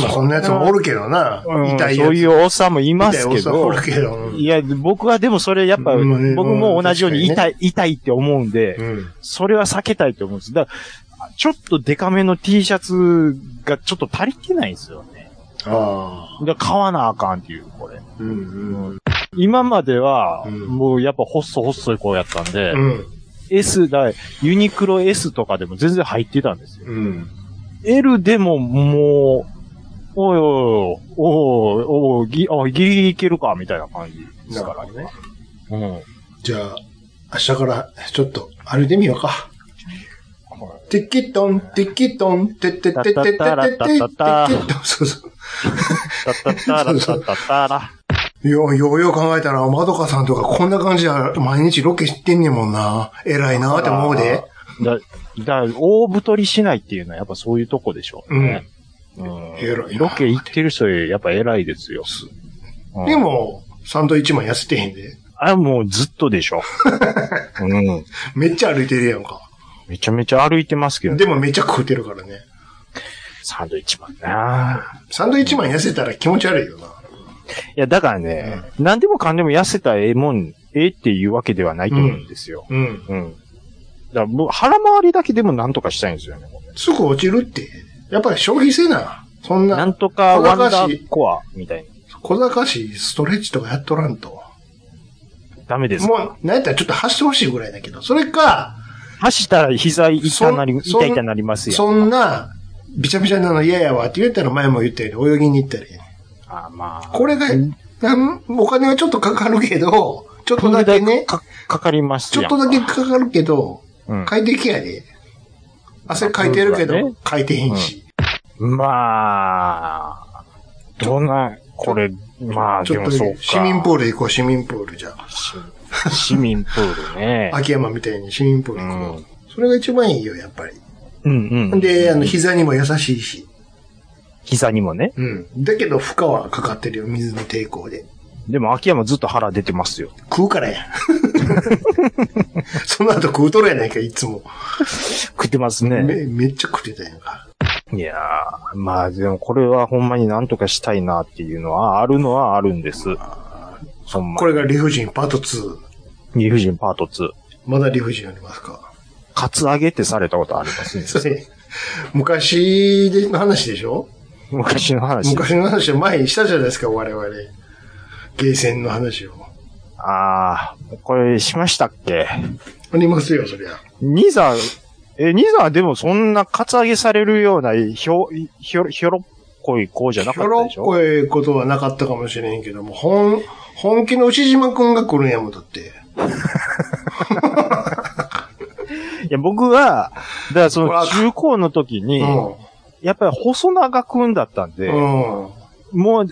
[SPEAKER 1] まあ、そんなやつもおるけどな。
[SPEAKER 3] うん
[SPEAKER 1] 痛いやつ。
[SPEAKER 3] そういうおっさんもいます
[SPEAKER 1] 痛
[SPEAKER 3] け
[SPEAKER 1] いおっさんお
[SPEAKER 3] ど
[SPEAKER 1] る。けど。うん
[SPEAKER 3] いや、僕はでもそれやっぱ、
[SPEAKER 1] うんまあね
[SPEAKER 3] 僕も同じように
[SPEAKER 1] うん確
[SPEAKER 3] 痛い、痛いって思うんで、
[SPEAKER 1] うん。
[SPEAKER 3] それは避けたいと思うんです。だから、ちょっとデカめの T シャツがちょっと足りてないんですよね。
[SPEAKER 1] ああ。
[SPEAKER 3] だから買わなあかんっていう、これ。
[SPEAKER 1] うんうん。
[SPEAKER 3] 今までは、
[SPEAKER 1] うん
[SPEAKER 3] もうやっぱ細細い子やったんで、
[SPEAKER 1] うん。
[SPEAKER 3] S だ、ユニクロ S とかでも全然入ってたんですよ。
[SPEAKER 1] うん。
[SPEAKER 3] L でももう、おいおいおいおいおいおいぎあギリギリいけるか、みたいな感じです
[SPEAKER 1] だ
[SPEAKER 3] か。
[SPEAKER 1] かららね。
[SPEAKER 3] うん。
[SPEAKER 1] じゃあ、明日からちょっと歩いてみようか。テキトン、テキトン、テテテテテテテテテキトン。そうそう。
[SPEAKER 3] たったったらたったったら。
[SPEAKER 1] よう、ようよう考えたら、まどかさんとかこんな感じで毎日ロケしてんねんもんな。偉いなって思うで。
[SPEAKER 3] だ、だ、大太りしないっていうのはやっぱそういうとこでしょうね。うん。
[SPEAKER 1] 偉いな
[SPEAKER 3] ロケ行ってる人よりやっぱ偉いですよ。うん
[SPEAKER 1] で、も、サンドイッチマン痩せてへんで。
[SPEAKER 3] あ、もうずっとでしょ。うん。
[SPEAKER 1] めっちゃ歩いてるやんか。
[SPEAKER 3] めちゃめちゃ歩いてますけどね。
[SPEAKER 1] でもめっちゃ食うてるからね。
[SPEAKER 3] サンドイッチマンな
[SPEAKER 1] サンドイッチマン痩せたら気持ち悪いよな。
[SPEAKER 3] いや、だからね、何でもかんでも痩せたらええもん、ええっていうわけではないと思うんですよ。
[SPEAKER 1] うん。
[SPEAKER 3] うん。だからもう腹回りだけでもなんとかしたいんですよね。これ
[SPEAKER 1] すぐ落ちるって。やっぱり消費せな。そん
[SPEAKER 3] なん
[SPEAKER 1] な、
[SPEAKER 3] とかワンダ
[SPEAKER 1] 小賢し
[SPEAKER 3] ーコアみたい
[SPEAKER 1] 小賢しいストレッチとかやっとらんと。
[SPEAKER 3] な。ダメです
[SPEAKER 1] も
[SPEAKER 3] か。
[SPEAKER 1] う、なんやったらちょっと走ってほしいぐらいだけど、それか、
[SPEAKER 3] 走ったら膝痛なり、
[SPEAKER 1] そん
[SPEAKER 3] 痛痛なりますやん。
[SPEAKER 1] そんな、びちゃびちゃなの嫌やわって言ったら前も言ったように泳ぎに行ったらいいね
[SPEAKER 3] あまあ。
[SPEAKER 1] これが、なんお金はちょっとかかるけど、ちょっと
[SPEAKER 3] これ
[SPEAKER 1] だ
[SPEAKER 3] だ
[SPEAKER 1] け
[SPEAKER 3] けね。
[SPEAKER 1] ね、
[SPEAKER 3] か、かかります
[SPEAKER 1] ちょっ
[SPEAKER 3] やん。
[SPEAKER 1] とだけかかるけど、
[SPEAKER 3] うん
[SPEAKER 1] 快適やで。汗かいてるけ
[SPEAKER 3] まあそうだ
[SPEAKER 1] ど
[SPEAKER 3] ね、
[SPEAKER 1] かいてへんし。
[SPEAKER 3] まあ、どんな、これ、まあ、
[SPEAKER 1] ち
[SPEAKER 3] で
[SPEAKER 1] ょっ
[SPEAKER 3] も
[SPEAKER 1] と
[SPEAKER 3] そうか。
[SPEAKER 1] 市民プール行こう、市民プールじゃ。
[SPEAKER 3] 市市民プールね。
[SPEAKER 1] 秋山みたいに市民プール行こう。それが一番いいよ、やっぱり。
[SPEAKER 3] うんうん。
[SPEAKER 1] で、あの、膝にも優しいし。
[SPEAKER 3] 膝にもね。
[SPEAKER 1] うん。だけど、負荷はかかってるよ、水の抵抗で。
[SPEAKER 3] でも秋山ずっと腹出てますよ。
[SPEAKER 1] 食うから や。その後食うとるやないか、いつも。
[SPEAKER 3] 食ってますね。
[SPEAKER 1] めめっちゃ食ってたやんか。
[SPEAKER 3] いやー、まあでもこれはほんまになんとかしたいなっていうのは、あるのはあるんです。ほんま。
[SPEAKER 1] これが理不尽パート2。
[SPEAKER 3] 理不尽パート2。
[SPEAKER 1] まだ理不尽ありますか
[SPEAKER 3] カツアゲってされたことありますね。
[SPEAKER 1] それ、昔での話でしょ
[SPEAKER 3] 昔の話。
[SPEAKER 1] 昔の話を前にしたじゃないですか、我々。ゲーセンの話を。
[SPEAKER 3] あー、これしましたっけ
[SPEAKER 1] ありますよ、そりゃ。
[SPEAKER 3] 兄さん、え、兄さんはでもそんなカツアゲされるような、ひょ、ひょ、ひょろっこい子じゃな
[SPEAKER 1] ひ
[SPEAKER 3] か
[SPEAKER 1] ょ
[SPEAKER 3] った
[SPEAKER 1] ろ
[SPEAKER 3] で
[SPEAKER 1] っ
[SPEAKER 3] しょ
[SPEAKER 1] こいことはなかったかもしれへんけども、本、本気の牛島くんが来るんやもん、だって。
[SPEAKER 3] いや、僕は、だからその中高の時
[SPEAKER 1] う
[SPEAKER 3] に、
[SPEAKER 1] ん。
[SPEAKER 3] やっぱり細長くんだったんで、
[SPEAKER 1] うん。は
[SPEAKER 3] もう、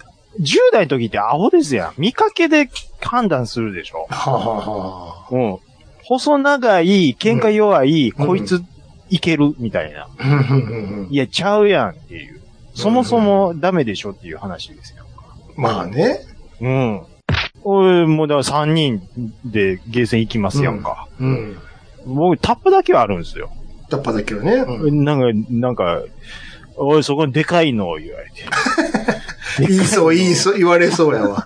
[SPEAKER 3] 10代の時ってアホですやん。見かけで判断するでしょ。
[SPEAKER 1] はは
[SPEAKER 3] うん。細長い、喧嘩弱い、
[SPEAKER 1] うん
[SPEAKER 3] こいついける、みたいな。
[SPEAKER 1] は。うんうんうんうん
[SPEAKER 3] いや、ちゃうやんっていう。そもそもダメでしょっていう話ですよ。
[SPEAKER 1] まあね。
[SPEAKER 3] うん。俺、もうだから3人でゲーセン行きますやんか。
[SPEAKER 1] うん。
[SPEAKER 3] 僕、タップだけはあるんですよ。
[SPEAKER 1] タッパだけどね。うん
[SPEAKER 3] なんか、なんか、おい、そこにでかいのを言われて。
[SPEAKER 1] 言いそう、言いそう、言われそうやわ。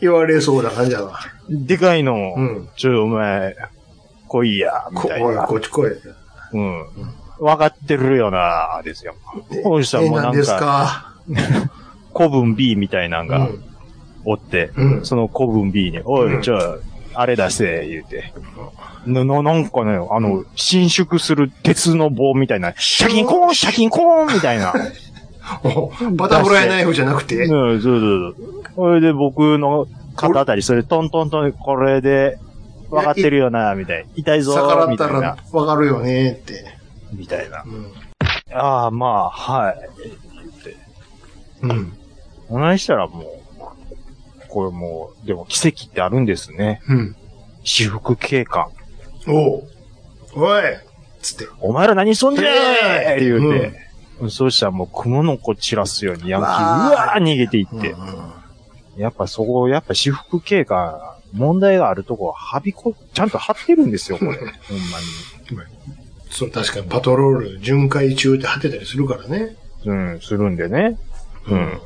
[SPEAKER 1] 言われそうな感じやわ。
[SPEAKER 3] でかいのを、
[SPEAKER 1] うん。
[SPEAKER 3] ちょ、お前、来いや、み
[SPEAKER 1] こ、
[SPEAKER 3] たい
[SPEAKER 1] ほら、
[SPEAKER 3] な。
[SPEAKER 1] こっち来い。
[SPEAKER 3] うん。わかってるよな、ですよ。こうしたらもうな
[SPEAKER 1] 何
[SPEAKER 3] ん
[SPEAKER 1] です
[SPEAKER 3] か、
[SPEAKER 1] か
[SPEAKER 3] 古文 B みたいなん
[SPEAKER 1] う
[SPEAKER 3] が
[SPEAKER 1] ん。
[SPEAKER 3] おって、
[SPEAKER 1] うん
[SPEAKER 3] その古文 B に、お
[SPEAKER 1] う
[SPEAKER 3] い、
[SPEAKER 1] ん
[SPEAKER 3] じゃあ、あれ出せ、言うて。な、な、なんかね、あの、伸縮する鉄の棒みたいな、シャキンコーン、シャキンコーンみた いな。
[SPEAKER 1] おバタフライナイフじゃなくて、
[SPEAKER 3] うん、そうそうそう。それで僕の肩あたり、それトントントン、これで、分かってるよな、みたいな。痛いぞ
[SPEAKER 1] 逆ら、っ
[SPEAKER 3] み
[SPEAKER 1] た
[SPEAKER 3] たいな
[SPEAKER 1] ら。わかるよねって。
[SPEAKER 3] みたいな。
[SPEAKER 1] うん。
[SPEAKER 3] ああ、まあ、はい。
[SPEAKER 1] うん。
[SPEAKER 3] お話したらもう、これもう、でも奇跡ってあるんですね。
[SPEAKER 1] うん。
[SPEAKER 3] 私服警官。
[SPEAKER 1] おう。おいつって。
[SPEAKER 3] お前ら何しとんねえ
[SPEAKER 1] えー
[SPEAKER 3] 言うて。そうしたらもう、雲の子散らすようにヤンキー、う
[SPEAKER 1] わー
[SPEAKER 3] わー逃げていって。
[SPEAKER 1] うんうん
[SPEAKER 3] やっぱそこ、やっぱ私服警官、問題があるとこは、はびこ、ちゃんと張ってるんですよ、これ。ほんまに。
[SPEAKER 1] そう、確かにパトロール巡回中って果てたりするからね。
[SPEAKER 3] うん、するんでね。うん。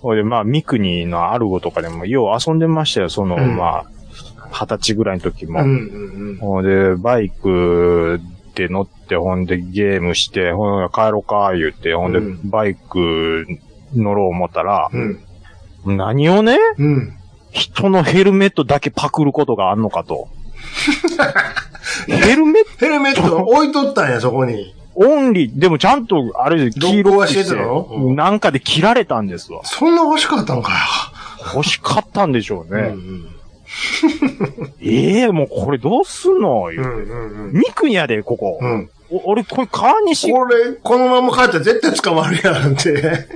[SPEAKER 3] ほいで、まあ、ミクニのアルゴとかでも、よう遊んでましたよ、その、
[SPEAKER 1] うん
[SPEAKER 3] まあ、二十歳ぐらいの時
[SPEAKER 1] うん
[SPEAKER 3] も。
[SPEAKER 1] うん
[SPEAKER 3] ほんで、バイクで乗って、ほんでゲームして、ほんで帰ろうか、言って、ほんで
[SPEAKER 1] うん
[SPEAKER 3] バイク乗ろう思ったら、
[SPEAKER 1] うん。うん。
[SPEAKER 3] 何をね、
[SPEAKER 1] うん。
[SPEAKER 3] 人のヘルメットだけパクることがあんの かと。ヘルメット
[SPEAKER 1] ヘルメット置いとったんや、そこに。
[SPEAKER 3] オンリー、でもちゃんと、あれ、黄
[SPEAKER 1] 録
[SPEAKER 3] 色
[SPEAKER 1] 画
[SPEAKER 3] く
[SPEAKER 1] してたのうん
[SPEAKER 3] なんかで切られたんですわ。
[SPEAKER 1] そんな欲しかったんか
[SPEAKER 3] 欲しかったんでしょう
[SPEAKER 1] よ。
[SPEAKER 3] ね。
[SPEAKER 1] ん
[SPEAKER 3] ええもうこれどうすんの、
[SPEAKER 1] うん。うんうんうん。
[SPEAKER 3] ミクニやで、ここ。
[SPEAKER 1] うん。
[SPEAKER 3] お俺、これ川西
[SPEAKER 1] これ、このまま帰ったら絶対捕まるやん って。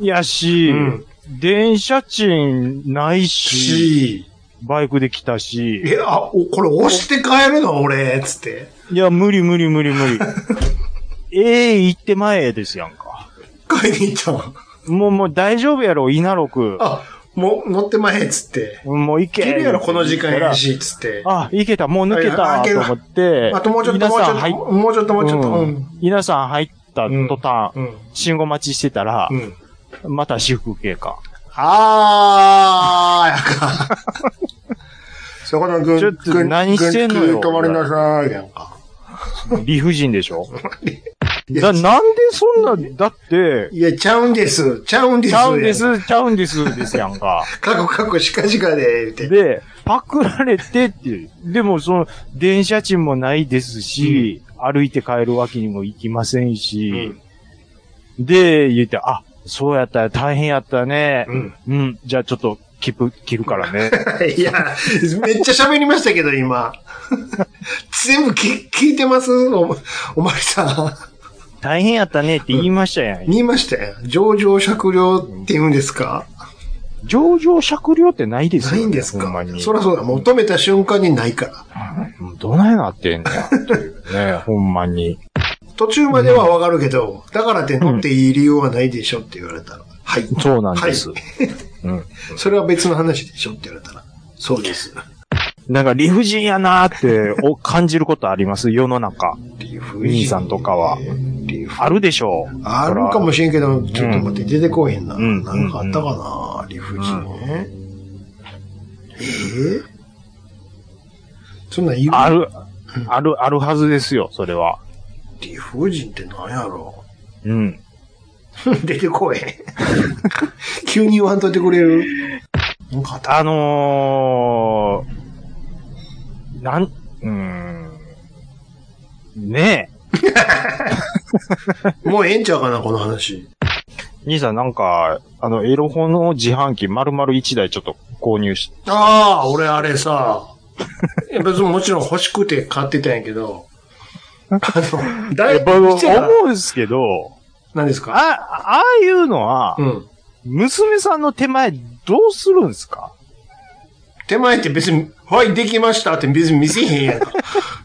[SPEAKER 3] やし、
[SPEAKER 1] うん
[SPEAKER 3] 電車賃ないし、
[SPEAKER 1] し、
[SPEAKER 3] バイクで来たし、
[SPEAKER 1] え、あ、おこれ押して帰るの俺、つって。
[SPEAKER 3] いや、無理無理無理無 理。ええ行って前ですやんか。
[SPEAKER 1] 買いに行ったの。
[SPEAKER 3] もうもう大丈夫やろ、稲六く。
[SPEAKER 1] あ、もう乗ってまへん、つって。
[SPEAKER 3] もう行け。
[SPEAKER 1] 切るやろ、この時間
[SPEAKER 3] 言った
[SPEAKER 1] や
[SPEAKER 3] ら
[SPEAKER 1] し、つって。
[SPEAKER 3] あ、行けた、もう抜け
[SPEAKER 1] あ
[SPEAKER 3] た、
[SPEAKER 1] いや
[SPEAKER 3] と
[SPEAKER 1] あ
[SPEAKER 3] 思って。
[SPEAKER 1] あともうちょっと、
[SPEAKER 3] 稲
[SPEAKER 1] もうち
[SPEAKER 3] さ
[SPEAKER 1] ょ
[SPEAKER 3] ん
[SPEAKER 1] っ
[SPEAKER 3] 入っ
[SPEAKER 1] と、もうちょっと、もうちょっと。うん。
[SPEAKER 3] 稲さん入った途端、
[SPEAKER 1] うん。
[SPEAKER 3] 信号待ちしてたら
[SPEAKER 1] う、ん。
[SPEAKER 3] また私服警官。
[SPEAKER 1] あー、やか。そこの軍、
[SPEAKER 3] ちょっと
[SPEAKER 1] 軍
[SPEAKER 3] 何してんの
[SPEAKER 1] 軍
[SPEAKER 3] よ
[SPEAKER 1] 空止まりなさい、やんか。
[SPEAKER 3] 理不尽でしょ だなんでそんな、だって、
[SPEAKER 1] いや、ちゃうんです。ちゃうんです。
[SPEAKER 3] ちゃうんで。す、ちゃうんですですやん か。
[SPEAKER 1] 過去過去しかしかで、言うて。
[SPEAKER 3] で、パクられてって、でもその、電車賃もないですし、歩いて帰るわけにもいきません
[SPEAKER 1] う
[SPEAKER 3] し、
[SPEAKER 1] ん。
[SPEAKER 3] で、言って、あ、そうやったら大変やったね。
[SPEAKER 1] うん。
[SPEAKER 3] うん、じゃあちょっと、切符、切るからね。
[SPEAKER 1] いや、めっちゃ喋りましたけど、今。全部き聞いてますお、おまりさ
[SPEAKER 3] 大変やったねって言いましたやん。
[SPEAKER 1] ん。見ましたよ。上場酌量って言うんですか
[SPEAKER 3] 上場酌量ってないですよ、
[SPEAKER 1] な
[SPEAKER 3] ね。
[SPEAKER 1] いんです
[SPEAKER 3] ほんま
[SPEAKER 1] か
[SPEAKER 3] に。
[SPEAKER 1] そらそうだ。求めた瞬間にないから。
[SPEAKER 3] もうどないなってんねや、っていうね、 ほんまに。
[SPEAKER 1] 途中まではわかるけど、だからって乗っていい理由はないでしょって言われたら。はい。
[SPEAKER 3] そうなんです。
[SPEAKER 1] はい
[SPEAKER 3] うん。
[SPEAKER 1] それは別の話でしょって言われたら。そうです。
[SPEAKER 3] なんか理不尽やなーってお感じることあります世の中。
[SPEAKER 1] 理不
[SPEAKER 3] 兄さんとかは。
[SPEAKER 1] 理不
[SPEAKER 3] あるでしょう。
[SPEAKER 1] あるかもしれんけど、ちょっと待って、出てこへんな。
[SPEAKER 3] うん
[SPEAKER 1] なんかあったかな、理不尽ね。ええそんなん言う
[SPEAKER 3] ある、ある、あるはずですよ、それは。
[SPEAKER 1] 理不尽ってなんやろ
[SPEAKER 3] うん。
[SPEAKER 1] 出てこへん。 急に言わんといてくれる。なんかあった。
[SPEAKER 3] あのー、なん、うーん。ね
[SPEAKER 1] もうええんちゃうかな、この話。
[SPEAKER 3] え。兄さんなんか、あの、エロ本の自販機丸々1台ちょっと購入し、
[SPEAKER 1] ああ、俺あれ さ、いや別にもちろん欲しくて買ってたんやけど、 あの、だいぶ、
[SPEAKER 3] 僕
[SPEAKER 1] ちっちゃいな
[SPEAKER 3] 思うんですけど、
[SPEAKER 1] 何です
[SPEAKER 3] あ、
[SPEAKER 1] か
[SPEAKER 3] ああいうのは、
[SPEAKER 1] うん。
[SPEAKER 3] 娘さんの手前どうするんですか
[SPEAKER 1] 手前って別に、はい、できましたって別に見せへんや んか。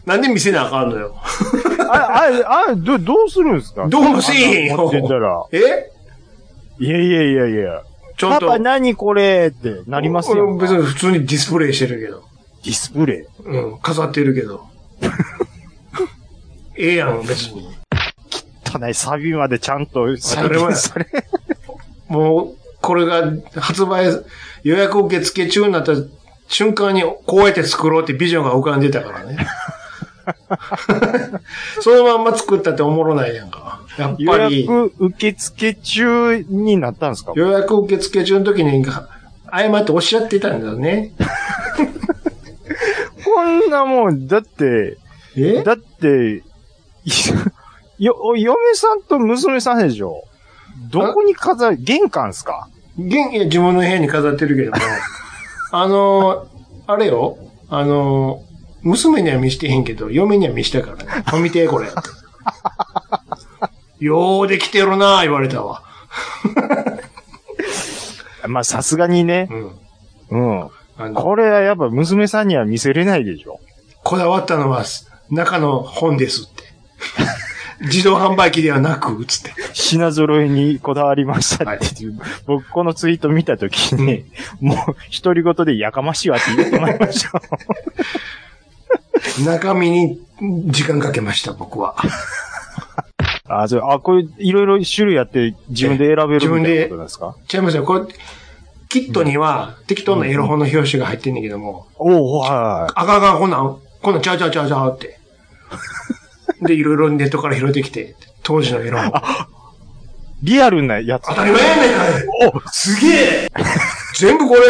[SPEAKER 1] なんで見せなあかんのよ。
[SPEAKER 3] あ、あ、あ、ど、どうするんですか
[SPEAKER 1] どうもせえへんよ
[SPEAKER 3] 持ってたら。
[SPEAKER 1] え
[SPEAKER 3] いやいやいやいや。
[SPEAKER 1] ちょ
[SPEAKER 3] パ
[SPEAKER 1] っと。
[SPEAKER 3] パ何これってなりますよ。
[SPEAKER 1] 俺別に普通にディスプレイしてるけど。
[SPEAKER 3] ディスプレイ。
[SPEAKER 1] うん、飾ってるけ ど。ええやん、別に。
[SPEAKER 3] ただいサビまでちゃんと再
[SPEAKER 1] 当たり前
[SPEAKER 3] 現され。
[SPEAKER 1] もう、これが発売、予約受付中になった瞬間にこうやって作ろうってビジョンが浮かんでたから ね。 そのまんま作ったっておもろないやんか。やっ
[SPEAKER 3] 予
[SPEAKER 1] ぱり。
[SPEAKER 3] 約受付中になったんですか
[SPEAKER 1] 予約受付中の時にが、誤っておっしゃってたんだよね。
[SPEAKER 3] こんなもん、だって、
[SPEAKER 1] え
[SPEAKER 3] だって、いよ、お嫁さんと娘さんでしょどこに飾る、玄関ですか
[SPEAKER 1] 元気は自分の部屋に飾ってるけど も、あのー、あれよ、あのー、娘には見してへんけど、嫁には見したからね。これ見て、 これ。ようできてるなぁ、言われたわ。
[SPEAKER 3] まあ、さすがにね
[SPEAKER 1] う。ん。
[SPEAKER 3] うん。
[SPEAKER 1] あの、
[SPEAKER 3] これはやっぱ娘さんには見せれないでしょ。
[SPEAKER 1] こだわったのは、中の本です って。自動販売機ではなく、つって。
[SPEAKER 3] 品揃えにこだわりましたっていう。僕このツイート見たときに、もう独り言でやかましいわって言ってまいりま した。
[SPEAKER 1] 中身に時間かけました、僕は。
[SPEAKER 3] あ、そう、あ、これいろいろ種類あって自分で選べるみたいなことなんですか
[SPEAKER 1] ちゃいますよ。これ、キットには適当なエロ本の表紙が入ってんだけども、
[SPEAKER 3] おおは
[SPEAKER 1] あかんあかん、こんなん、こんなんちゃうちゃうちゃうちゃうって。で、いろいろネットから拾ってきて、当時のエロ本。
[SPEAKER 3] い。リアルなやつ
[SPEAKER 1] 当。たり前やねん
[SPEAKER 3] おすげえ
[SPEAKER 1] 全部これ、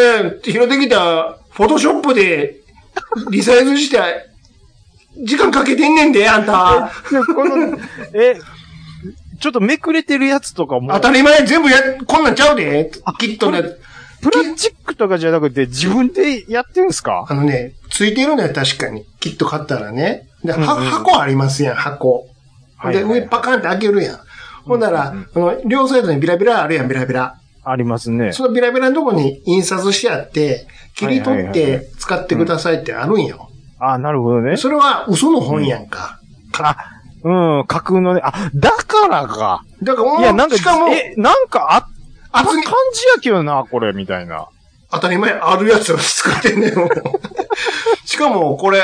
[SPEAKER 1] 拾ってきた、フォトショップで、リサイズして、時間かけてんねんで、あんた。
[SPEAKER 3] こ の、え、ちょっとめくれてるやつとかも、
[SPEAKER 1] 当たり前、全部や、こんなんちゃうで、キットのやつ。
[SPEAKER 3] プラスチックとかじゃなくて自分でやってるんですか
[SPEAKER 1] あのね、ついてるのは確かに。キット買ったらね。で、は
[SPEAKER 3] うんうん
[SPEAKER 1] 箱ありますやん、箱。
[SPEAKER 3] はい
[SPEAKER 1] で、
[SPEAKER 3] はいはい
[SPEAKER 1] 上パカンって開けるやん。ほんなら、
[SPEAKER 3] うん
[SPEAKER 1] あの、両サイドにビラビラあるやん、ビラビラ。
[SPEAKER 3] ありますね。
[SPEAKER 1] そのビラビラのとこに印刷してあって、切り取っ
[SPEAKER 3] はいはいはいは
[SPEAKER 1] て使ってくださいってあるんよ。
[SPEAKER 3] あ、なるほどね。
[SPEAKER 1] それは嘘の本やんか。
[SPEAKER 3] あ、うん、架空のね、あ、だからか。
[SPEAKER 1] だから、
[SPEAKER 3] いや、なんか、
[SPEAKER 1] しかも、
[SPEAKER 3] え、なんかあった
[SPEAKER 1] 厚
[SPEAKER 3] 感
[SPEAKER 1] み
[SPEAKER 3] じやけどな、これ、みたいな。
[SPEAKER 1] 当たり前あるやつを使ってんねん。もうしかも、これ、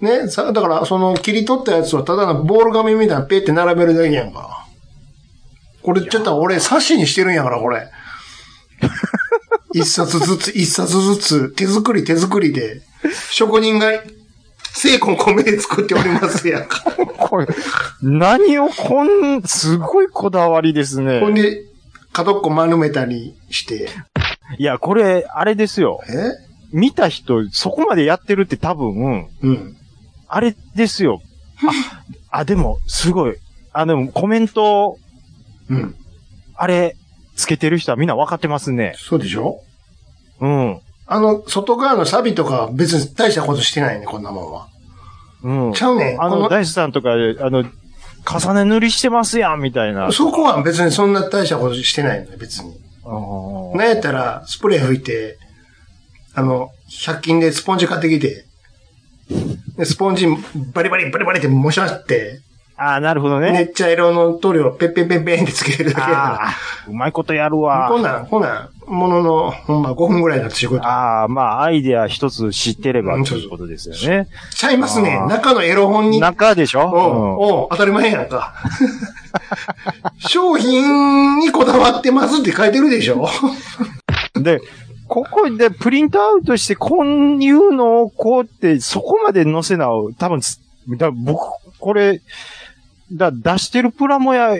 [SPEAKER 1] ね、さ、だから、その切り取ったやつはただのボール紙みたいなペって並べるだけやんか。これちょっと俺、冊子にしてるんやから、これ。一冊ずつ、一冊ずつ、手作り手作りで、職人が、精魂込めて作っておりますやんか。
[SPEAKER 3] これ何をこん、すごいこだわりですね
[SPEAKER 1] ほ。んで、角っこ丸めたりして、
[SPEAKER 3] いや、これ、あれですよ。
[SPEAKER 1] え
[SPEAKER 3] 見た人、そこまでやってるって多分、
[SPEAKER 1] うん。
[SPEAKER 3] あれで すよ。あ、あ、でも、すごい。あ、でも、コメント、
[SPEAKER 1] うん。
[SPEAKER 3] あれ、つけてる人はみんな分かってますね。
[SPEAKER 1] そうでしょ
[SPEAKER 3] うん。
[SPEAKER 1] あの、外側のサビとか別に大したことしてないね、こんなもんは。
[SPEAKER 3] うん。
[SPEAKER 1] ちゃうねん。
[SPEAKER 3] あ
[SPEAKER 1] こ
[SPEAKER 3] の、ダイスさんとか、あの、重ね塗りしてますやん、みたいな。
[SPEAKER 1] そこは別にそんな大したことしてないのよ、別に。
[SPEAKER 3] うん
[SPEAKER 1] なんやったら、スプレー吹いて、あの、100均でスポンジ買ってきて、でスポンジバリバリバリバリって模写って、
[SPEAKER 3] ああ、なるほどね。
[SPEAKER 1] ね、茶色の塗料をペッペッペッペンってつけるだけや
[SPEAKER 3] ああ、うまいことやる
[SPEAKER 1] から。
[SPEAKER 3] わ
[SPEAKER 1] こ。んなん、こんなん、ものの、ほんま5分ぐらいの仕事。
[SPEAKER 3] ああ、まあ、アイデア一つ知ってれば
[SPEAKER 1] うん
[SPEAKER 3] ということですよね。
[SPEAKER 1] ちゃいますね
[SPEAKER 3] あ。ー
[SPEAKER 1] 中のエロ本に。
[SPEAKER 3] 中でしょ
[SPEAKER 1] おうおう当たり前やんか。 商品にこだわってますって書いてるでしょ
[SPEAKER 3] うんで、ここでプリントアウトして、こういうのをこうって、そこまで載せなお、多分つだ僕、これ、だ出してるプラモや、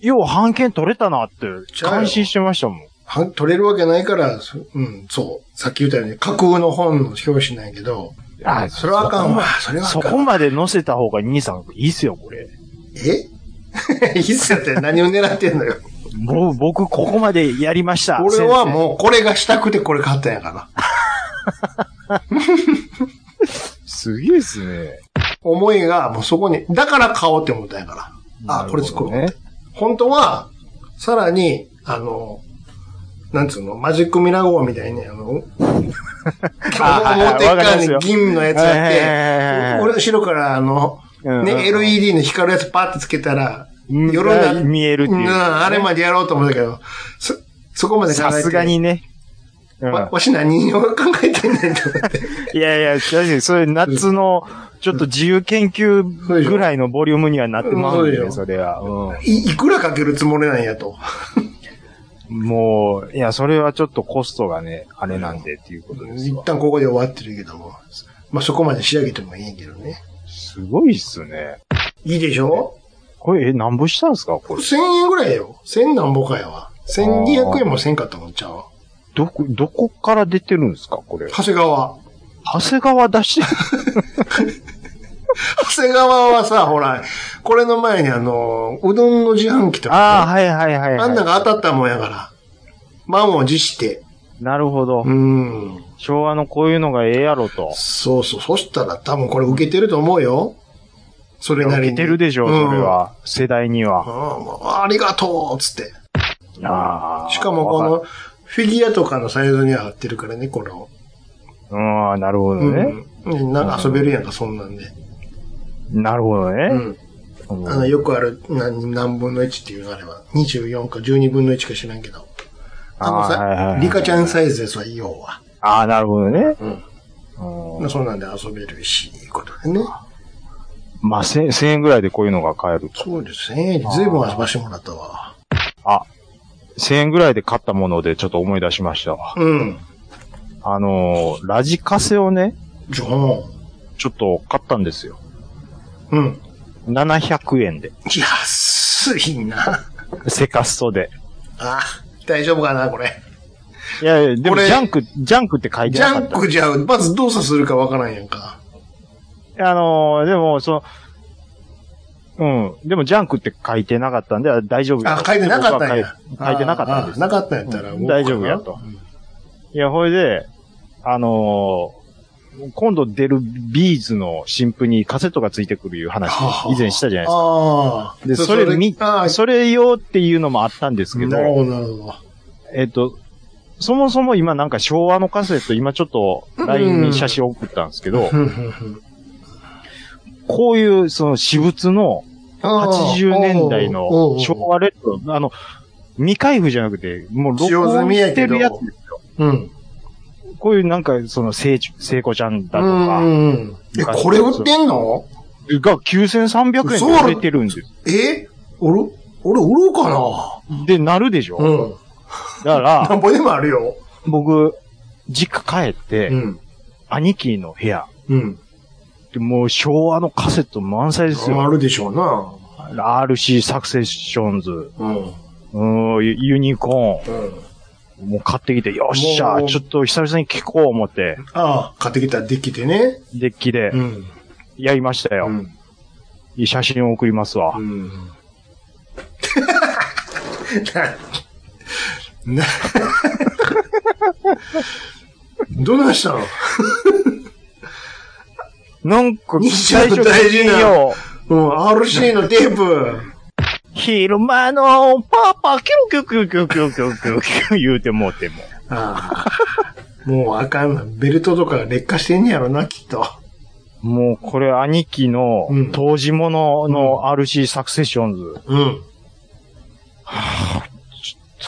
[SPEAKER 3] よう半券取れたなって、感心してましたもん。
[SPEAKER 1] は取れるわけないから、そうん、そう。さっき言ったように、架空の本の表紙なんやけど、
[SPEAKER 3] あ
[SPEAKER 1] それはあかんわ。それはあ
[SPEAKER 3] そ
[SPEAKER 1] か
[SPEAKER 3] こ
[SPEAKER 1] ん。
[SPEAKER 3] まで載せた方が兄さんいいっすよ、これ。
[SPEAKER 1] え いつやって何を狙ってんのよ。
[SPEAKER 3] もう僕、ここまでやりました。
[SPEAKER 1] 俺は
[SPEAKER 3] う。
[SPEAKER 1] もうこれがしたくてこれ買ったんやから。
[SPEAKER 3] すげえっすね。
[SPEAKER 1] 思いがもうそこに、だから買おうって思ったんやから。あ、これ作ろう。
[SPEAKER 3] ね。
[SPEAKER 1] 本当は、さらに、あの、なんつうの、マジックミラー号みたいに、あの、 表
[SPEAKER 3] はいはいわかります
[SPEAKER 1] 側
[SPEAKER 3] よ
[SPEAKER 1] に銀のやつ
[SPEAKER 3] はいはいはいはい
[SPEAKER 1] あ
[SPEAKER 3] は
[SPEAKER 1] っ
[SPEAKER 3] い
[SPEAKER 1] て、俺後ろからあの、
[SPEAKER 3] うんうんうん
[SPEAKER 1] ね、LED の光るやつパーってつけたら、
[SPEAKER 3] うん
[SPEAKER 1] 夜な
[SPEAKER 3] が見えるっていう
[SPEAKER 1] うんあれまでやろうと思ったけど、そ、そこまで考え
[SPEAKER 3] さ
[SPEAKER 1] て。
[SPEAKER 3] すがにね。うん
[SPEAKER 1] わ。わし何を考えてんねんと思って。
[SPEAKER 3] いやいや、確かに、それ夏の、ちょっと自由研究ぐらいのボリュームにはなってまうんで
[SPEAKER 1] う
[SPEAKER 3] ね、
[SPEAKER 1] ん
[SPEAKER 3] それは。う
[SPEAKER 1] い、いくらかけるつもりなんやと。
[SPEAKER 3] ん。もう、いや、それはちょっとコストがね、あれなんでっていうことです
[SPEAKER 1] 一
[SPEAKER 3] わ。
[SPEAKER 1] 旦ここで終わってるけども。まあ、そこまで仕上げてもいいけどね。
[SPEAKER 3] すごいっすね。
[SPEAKER 1] いいでしょ
[SPEAKER 3] これ、え、なんぼしたんすかこれ。
[SPEAKER 1] 1000円ぐらいよ。1000何ぼかやわ。1200円もせんかったもんちゃう
[SPEAKER 3] どこ、どこから出てるんですかこれ。
[SPEAKER 1] 長谷川。
[SPEAKER 3] 長谷川出してる。
[SPEAKER 1] 長谷川はさ、ほら、これの前にあの、うどんの自販機と
[SPEAKER 3] ああ、
[SPEAKER 1] か、
[SPEAKER 3] はいはいはい、
[SPEAKER 1] あんなが
[SPEAKER 3] は
[SPEAKER 1] 当たったもんやから、満を持して。
[SPEAKER 3] い。なるほど
[SPEAKER 1] う。ん。
[SPEAKER 3] 昭和のこういうのがええやろと。
[SPEAKER 1] そうそう。そしたら多分これ受けてると思うよ。それなりに。
[SPEAKER 3] 受けてるでしょう、
[SPEAKER 1] うん
[SPEAKER 3] それ。は。世代に
[SPEAKER 1] うん
[SPEAKER 3] は。
[SPEAKER 1] もうありがとうっつって。
[SPEAKER 3] あー
[SPEAKER 1] しかもこ、の、フィギュアとかのサイズには合ってるからね、これを。
[SPEAKER 3] うん、なるほど
[SPEAKER 1] う
[SPEAKER 3] ね。
[SPEAKER 1] ん。うんなんか遊べるやんか、そんなんで。
[SPEAKER 3] なるほど
[SPEAKER 1] う
[SPEAKER 3] ね。
[SPEAKER 1] ん。
[SPEAKER 3] うん
[SPEAKER 1] あの、よくある何、何分の1っていうのあれば、24か12分の1か知らんけど。あの
[SPEAKER 3] あーはいはいは
[SPEAKER 1] さ、
[SPEAKER 3] い
[SPEAKER 1] リカちゃんサイズですわ、要は。
[SPEAKER 3] ああ、なるほどね。
[SPEAKER 1] うん。
[SPEAKER 3] うん
[SPEAKER 1] そんなんで遊べるし、いうことでね。
[SPEAKER 3] まあ、1000 1000円ぐらいでこういうのが買えると。
[SPEAKER 1] そうですね。ずいぶん遊ばしてもらったわ。
[SPEAKER 3] あ、1000円ぐらいで買ったものでちょっと思い出しましたわ。
[SPEAKER 1] うん。
[SPEAKER 3] あのー、ラジカセをね、
[SPEAKER 1] ジョン。
[SPEAKER 3] ちょっと買ったんですよ。
[SPEAKER 1] うん。
[SPEAKER 3] 700円で。
[SPEAKER 1] 安いな。
[SPEAKER 3] セカストで。
[SPEAKER 1] あ、大丈夫かな、これ。
[SPEAKER 3] いやいや、で
[SPEAKER 1] こ
[SPEAKER 3] も
[SPEAKER 1] れ
[SPEAKER 3] ジャンク、ジャンクって書いて
[SPEAKER 1] ジ
[SPEAKER 3] なか
[SPEAKER 1] ャ
[SPEAKER 3] っ
[SPEAKER 1] ン
[SPEAKER 3] た。
[SPEAKER 1] クじゃ、まず動作するかわからんやんか。
[SPEAKER 3] あのー、でも、その、うん。でも、ジャンクって書いてなかったんで、あ大丈夫や
[SPEAKER 1] あ、書いてなかったんや。
[SPEAKER 3] 僕は書い書いてなかったんで
[SPEAKER 1] あ
[SPEAKER 3] す。
[SPEAKER 1] なかったんやったら、
[SPEAKER 3] うん大丈夫やといや、ほいで、あのー今度出るビーズの新譜にカセットがついてくるいう話
[SPEAKER 1] はあは、あ
[SPEAKER 3] 以前したじゃないですか。
[SPEAKER 1] ああ。
[SPEAKER 3] で、それ見、
[SPEAKER 1] ああ、
[SPEAKER 3] それ用っていうのもあったんですけど
[SPEAKER 1] な、るほど、なるほど。
[SPEAKER 3] えっと、そもそも今なんか昭和のカセット、今ちょっと LINE に写真送ったんですけど、
[SPEAKER 1] ふんふんふん
[SPEAKER 3] こういうその私物の
[SPEAKER 1] あー
[SPEAKER 3] 80年代
[SPEAKER 1] おうおうお
[SPEAKER 3] の
[SPEAKER 1] う
[SPEAKER 3] 昭和レトロ、あの、未開封じゃなくて、もう録
[SPEAKER 1] 使用済
[SPEAKER 3] 音
[SPEAKER 1] みや
[SPEAKER 3] し
[SPEAKER 1] け
[SPEAKER 3] て
[SPEAKER 1] ど
[SPEAKER 3] るやつですよ。
[SPEAKER 1] うん。
[SPEAKER 3] こういうなんかその聖子聖子ちゃんだと
[SPEAKER 1] う
[SPEAKER 3] か、
[SPEAKER 1] んうんうん。え、これ売ってんの
[SPEAKER 3] が9300円で売れてるんですよ
[SPEAKER 1] え俺、俺売ろうかな
[SPEAKER 3] で、なるでしょ、
[SPEAKER 1] うん。
[SPEAKER 3] だから、
[SPEAKER 1] 何ぼでもあるよ。
[SPEAKER 3] 僕、実家帰って、
[SPEAKER 1] うん。
[SPEAKER 3] 兄貴の部屋、
[SPEAKER 1] うん。
[SPEAKER 3] ってもう昭和のカセット満載です
[SPEAKER 1] あ
[SPEAKER 3] よ。
[SPEAKER 1] るでしょうな。
[SPEAKER 3] RC サクセッションズ、
[SPEAKER 1] うん。うん。
[SPEAKER 3] うん、ユユニコーン、もう買ってきて、よっしゃ
[SPEAKER 1] も、う
[SPEAKER 3] ちょっと久々に聞こう思って、
[SPEAKER 1] ああ、買ってきたデッキでね。
[SPEAKER 3] デッキで
[SPEAKER 1] うん。
[SPEAKER 3] やりましたよ。
[SPEAKER 1] うん。
[SPEAKER 3] いい写真を送りますわ
[SPEAKER 1] う。ん。 な、な、どないしたの
[SPEAKER 3] なんか、
[SPEAKER 1] 西野の大事な
[SPEAKER 3] 最初によ
[SPEAKER 1] うん、RC のテープ。
[SPEAKER 3] 昼間のパパ、キュンキュンキュンキュンキュンキュンキュンキュン言うてもうても。
[SPEAKER 1] ああ。もうあかんな。ベルトとかが劣化してんねやろな、きっと。
[SPEAKER 3] もうこれ兄貴の
[SPEAKER 1] うん
[SPEAKER 3] 当時ものの RC サクセッションズ。
[SPEAKER 1] うん。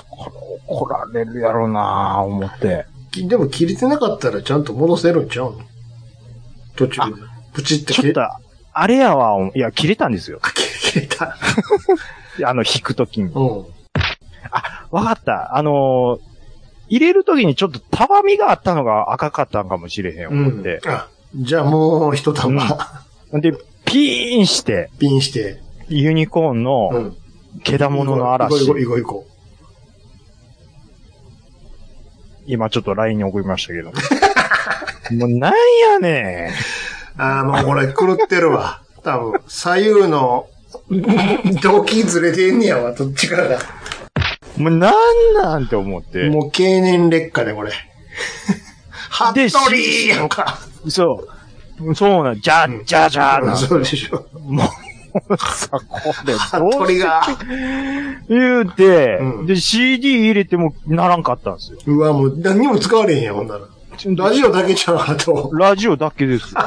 [SPEAKER 3] これ怒られるやろなぁ、思って。
[SPEAKER 1] きでも切れてなかったらちゃんと戻せるんちゃうの途中で。プチって
[SPEAKER 3] ちょっ
[SPEAKER 1] 切
[SPEAKER 3] と
[SPEAKER 1] れ、
[SPEAKER 3] あれやわ、いや、切れたんで すよ。
[SPEAKER 1] 切れた。
[SPEAKER 3] あの、引くときに。
[SPEAKER 1] うん。
[SPEAKER 3] わかった。あのー入れるときにちょっとたわみがあったのが赤かったんかもしれへん、思って。
[SPEAKER 1] あ、じゃあもう一玉、
[SPEAKER 3] で、ピーンして、
[SPEAKER 1] ピンして。
[SPEAKER 3] ユニコーン
[SPEAKER 1] う
[SPEAKER 3] の、
[SPEAKER 1] ん。
[SPEAKER 3] けだものの嵐
[SPEAKER 1] い。こういこういこういこ
[SPEAKER 3] 今ちょっと LINE に送りましたけど。 もうなんやね
[SPEAKER 1] う。ああ、もうこれ狂ってるわ。多分、左右の、動機ずれてんねやわ、どっちかが。
[SPEAKER 3] ん。もうなんなんて思って。
[SPEAKER 1] もう経年劣化で、これ。ハッ
[SPEAKER 3] で
[SPEAKER 1] トリーやんか。
[SPEAKER 3] そう。そうなん、じゃ、じゃじゃ ーな。
[SPEAKER 1] そうでしょ。
[SPEAKER 3] もう、さ、これ、どう
[SPEAKER 1] 鳥が。
[SPEAKER 3] 言うて、
[SPEAKER 1] うん
[SPEAKER 3] で、CD 入れてもならんかったんですよ。
[SPEAKER 1] うわ、もう何にも使われへんやん、ほんなら。ラジオだけちゃうあと。
[SPEAKER 3] ラジオだ けですよ。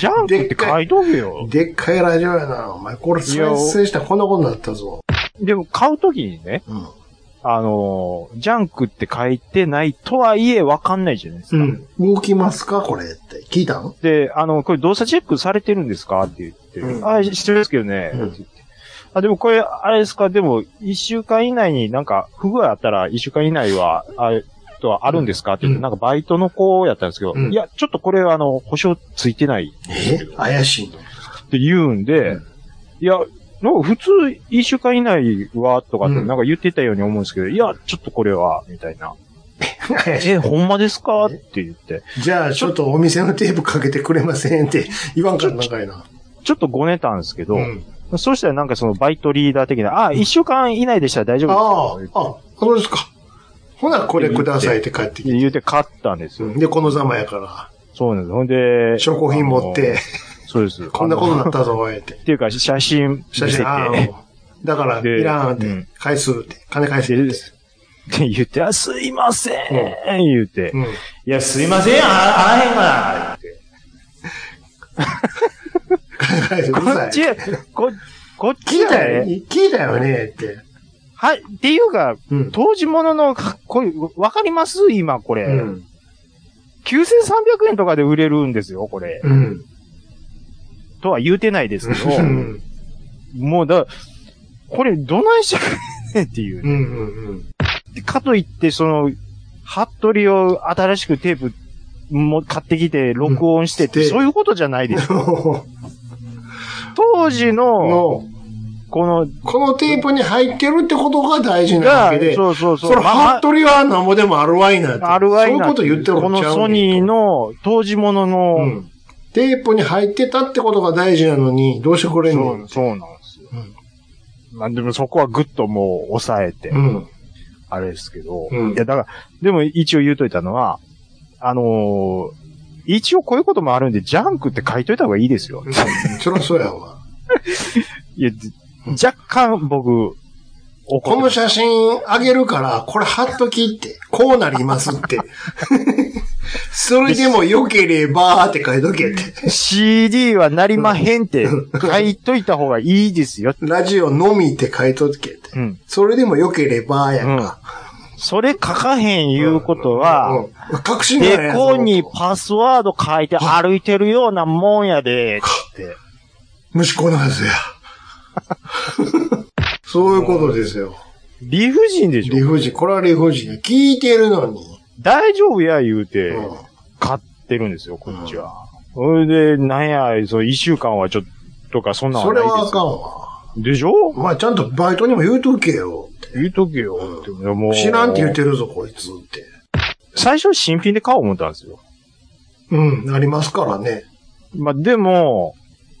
[SPEAKER 3] ジャンクって買いとけよ。
[SPEAKER 1] でっかいラジオやな。お前、これ再生したらこんなことになったぞ。
[SPEAKER 3] でも買うときにね、
[SPEAKER 1] うん。
[SPEAKER 3] あのージャンクって書いてないとはいえわかんないじゃないですか。
[SPEAKER 1] うん。動きますかこれって。聞いたん
[SPEAKER 3] で、あの、これ動作チェックされてるんですかって言って、
[SPEAKER 1] うん
[SPEAKER 3] あ、してるんですけどね。
[SPEAKER 1] うん
[SPEAKER 3] って言ってあ、でもこれ、あれですか、でも、一週間以内になんか、不具合あったら、一週間以内は、あ、とはあるんですかって言って、
[SPEAKER 1] うん
[SPEAKER 3] なんかバイトの子やったんですけど、
[SPEAKER 1] うん
[SPEAKER 3] いや、ちょっとこれ、あの、保証ついてない
[SPEAKER 1] え怪しいの
[SPEAKER 3] って言うんで、
[SPEAKER 1] うん
[SPEAKER 3] いや、なんか普通、一週間以内は、とかって
[SPEAKER 1] うん
[SPEAKER 3] なんか言ってたように思うんですけど、いや、ちょっとこれは、みたいな。え、ほんまですかって言って、
[SPEAKER 1] じゃあ、ちょっとお店のテープかけてくれませんって言わんから長いな。
[SPEAKER 3] ちょっとごねたんですけど、
[SPEAKER 1] うん。
[SPEAKER 3] そうしたらなんかそのバイトリーダー的な、あ、一週間以内でしたら大丈
[SPEAKER 1] あ
[SPEAKER 3] 夫です
[SPEAKER 1] あ、
[SPEAKER 3] よ
[SPEAKER 1] あ、そうですか。ほな、これくださいって帰ってき
[SPEAKER 3] 言うて買ったんです
[SPEAKER 1] て。
[SPEAKER 3] よ。
[SPEAKER 1] うんで、このざまやか
[SPEAKER 3] そうなんです。ほんで、
[SPEAKER 1] ら、証拠品持って、
[SPEAKER 3] あの。そうです。
[SPEAKER 1] こんなことに
[SPEAKER 3] あ
[SPEAKER 1] な
[SPEAKER 3] の
[SPEAKER 1] ったぞ、おいって。
[SPEAKER 3] っていうか、写真見せ
[SPEAKER 1] 写
[SPEAKER 3] て、
[SPEAKER 1] 真、ああうんだから、
[SPEAKER 3] で
[SPEAKER 1] いらんっ
[SPEAKER 3] うん
[SPEAKER 1] て、返すって、金返せって。
[SPEAKER 3] って言って、あ、すいません、言うて。
[SPEAKER 1] うん。
[SPEAKER 3] いや、すいません、あ、あらへんわって。
[SPEAKER 1] 金返せ、う
[SPEAKER 3] こ
[SPEAKER 1] るさ
[SPEAKER 3] っ
[SPEAKER 1] い。
[SPEAKER 3] ち
[SPEAKER 1] 聞い、
[SPEAKER 3] こ、こっち
[SPEAKER 1] た
[SPEAKER 3] だ
[SPEAKER 1] よ、
[SPEAKER 3] ね。
[SPEAKER 1] 聞いたよねって。
[SPEAKER 3] はい、っていうか、
[SPEAKER 1] うん。
[SPEAKER 3] 当時ものの、かこういうわかります今、これ、
[SPEAKER 1] うん。
[SPEAKER 3] 9300円とかで売れるんですよ、これ。
[SPEAKER 1] うん。
[SPEAKER 3] とは言うてないですけど。
[SPEAKER 1] うん。
[SPEAKER 3] もうだ、これどないしてくれんねんっていう
[SPEAKER 1] う
[SPEAKER 3] ね、
[SPEAKER 1] ん。うん。
[SPEAKER 3] かといって、その、服部を新しくテープも買ってきて録音してって、
[SPEAKER 1] うんして
[SPEAKER 3] そういうことじゃないでしょ。
[SPEAKER 1] の、
[SPEAKER 3] 当時の、
[SPEAKER 1] こ
[SPEAKER 3] この、
[SPEAKER 1] のテープに入ってるってことが大事なわ
[SPEAKER 3] が
[SPEAKER 1] け、で、
[SPEAKER 3] そうそう
[SPEAKER 1] そ
[SPEAKER 3] そう。
[SPEAKER 1] れ、ハットリはなんぼでもあるわいなって。
[SPEAKER 3] あるわい
[SPEAKER 1] そうい
[SPEAKER 3] な
[SPEAKER 1] うこと言ってる
[SPEAKER 3] こ
[SPEAKER 1] んちゃ
[SPEAKER 3] の
[SPEAKER 1] う
[SPEAKER 3] ソニーの当時ものの、
[SPEAKER 1] うん。テープに入ってたってことが大事なのに、どうしてくれん
[SPEAKER 3] そ
[SPEAKER 1] の
[SPEAKER 3] う、そうなんですよ。
[SPEAKER 1] うん
[SPEAKER 3] まあでもそこはぐっともう抑えて、
[SPEAKER 1] うん。
[SPEAKER 3] あれですけど、
[SPEAKER 1] うん
[SPEAKER 3] いやだから、でも一応言うといたのは、あのー一応こういうこともあるんで、ジャンクって書いといた方がいいですよ。
[SPEAKER 1] そりゃそうやわ。
[SPEAKER 3] いや、じ若干僕、怒
[SPEAKER 1] こ
[SPEAKER 3] ってま
[SPEAKER 1] の
[SPEAKER 3] す
[SPEAKER 1] 写真あげるから、これ貼っときって、こうなりますって。 それでも良ければって書いとけって。
[SPEAKER 3] CD はなりまへんって書いといた方がいいですよ。
[SPEAKER 1] ラジオのみって書いとけって。
[SPEAKER 3] うん。
[SPEAKER 1] それでも良ければや
[SPEAKER 3] うんん
[SPEAKER 1] か。。
[SPEAKER 3] それ書かへんいうこと
[SPEAKER 1] う
[SPEAKER 3] は
[SPEAKER 1] ん、確信ない
[SPEAKER 3] で
[SPEAKER 1] やつ
[SPEAKER 3] こにパスワード書いて歩いてるようなもんやで、って。
[SPEAKER 1] 虫子なんですよ。 そういうことですよ。
[SPEAKER 3] 理不尽でし
[SPEAKER 1] 理
[SPEAKER 3] ょ
[SPEAKER 1] 不尽。これは理不尽。聞いてるのに。
[SPEAKER 3] 大丈夫や言うて、
[SPEAKER 1] うん
[SPEAKER 3] 買ってるんですよ、こっちは。それで、なんや、そう、一週間はちょっとか、そんなん
[SPEAKER 1] それ
[SPEAKER 3] ないですよ
[SPEAKER 1] はあかんわ。
[SPEAKER 3] でしょ
[SPEAKER 1] お前ちゃんとバイトにも言うとけよ。
[SPEAKER 3] 言うとけよ。ってもう
[SPEAKER 1] 知らんって言ってるぞ、こいつって。
[SPEAKER 3] 最初新品で買おう思ったんですよ。
[SPEAKER 1] うん、ありますからね。
[SPEAKER 3] まあ、でも、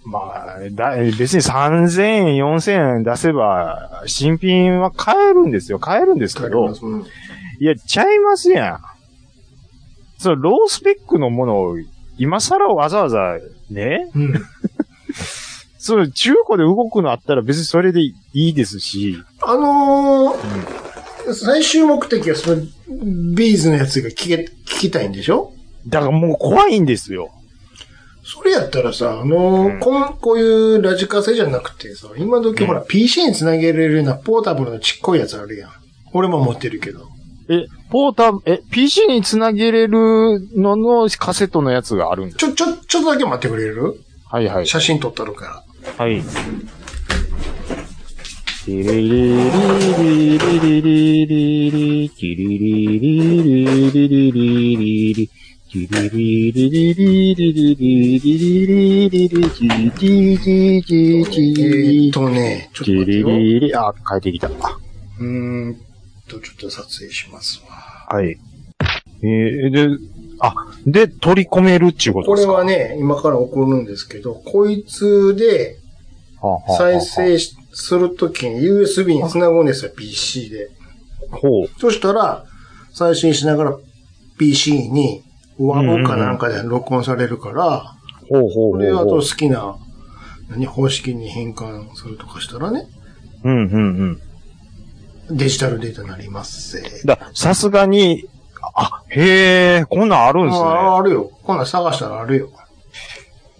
[SPEAKER 3] まあ、だ別に3000円、4000円出せば、新品は買えるんですよ。買えるんですけど、
[SPEAKER 1] うん
[SPEAKER 3] いや、ちゃいますやん。そのロースペックのものを、今更わざわざ、ね、
[SPEAKER 1] うん。
[SPEAKER 3] その中古で動くのあったら別にそれでいいですし、
[SPEAKER 1] あのー最終目的はその、ビーズのやつが聞け、聞きたいんでしょ
[SPEAKER 3] だからもう怖いんですよ。
[SPEAKER 1] それやったらさ、あのー
[SPEAKER 3] うん
[SPEAKER 1] こん、こういうラジカセじゃなくてさ、今時ほら、PC につなげれるようなポータブルのちっこいやつあるやん。俺も持ってるけど。
[SPEAKER 3] え、ポータブ、え、PC につなげれるののカセットのやつがあるんです
[SPEAKER 1] ちょ、ちょ、ちょっとだけ待ってくれる
[SPEAKER 3] はいはい。
[SPEAKER 1] 写真撮ったるから。
[SPEAKER 3] はい。リリリリリリリリリキリリリリリリリリリキリリリリリリリリリリリリキリリリ
[SPEAKER 1] えー
[SPEAKER 3] リ
[SPEAKER 1] っとね、ちょっと
[SPEAKER 3] キ
[SPEAKER 1] 待って
[SPEAKER 3] リ
[SPEAKER 1] よ。
[SPEAKER 3] リリあ、帰ってきた。
[SPEAKER 1] うーんと、ちょっと撮影しますわ。
[SPEAKER 3] はい。えー、で、あ、で、取り込めるっちゅうこと
[SPEAKER 1] こ
[SPEAKER 3] で
[SPEAKER 1] れ
[SPEAKER 3] すか
[SPEAKER 1] はね、今から送るんですけど、こいつで、
[SPEAKER 3] はあはあはあ
[SPEAKER 1] 再。生しするときに USB に繋ぐんですよ、PC で。
[SPEAKER 3] ほう。
[SPEAKER 1] そしたら、再生しながら PC に和語かなんかで録音されるから、
[SPEAKER 3] ほうほうほうほう。
[SPEAKER 1] これあと好きな、何、方式に変換するとかしたらね、
[SPEAKER 3] うんうんうん。
[SPEAKER 1] デジタルデータになりますぜ。
[SPEAKER 3] だ、さすがに、あ、へえ、こんなんあるんですね。
[SPEAKER 1] ああるよ。こんなん探したらあるよ。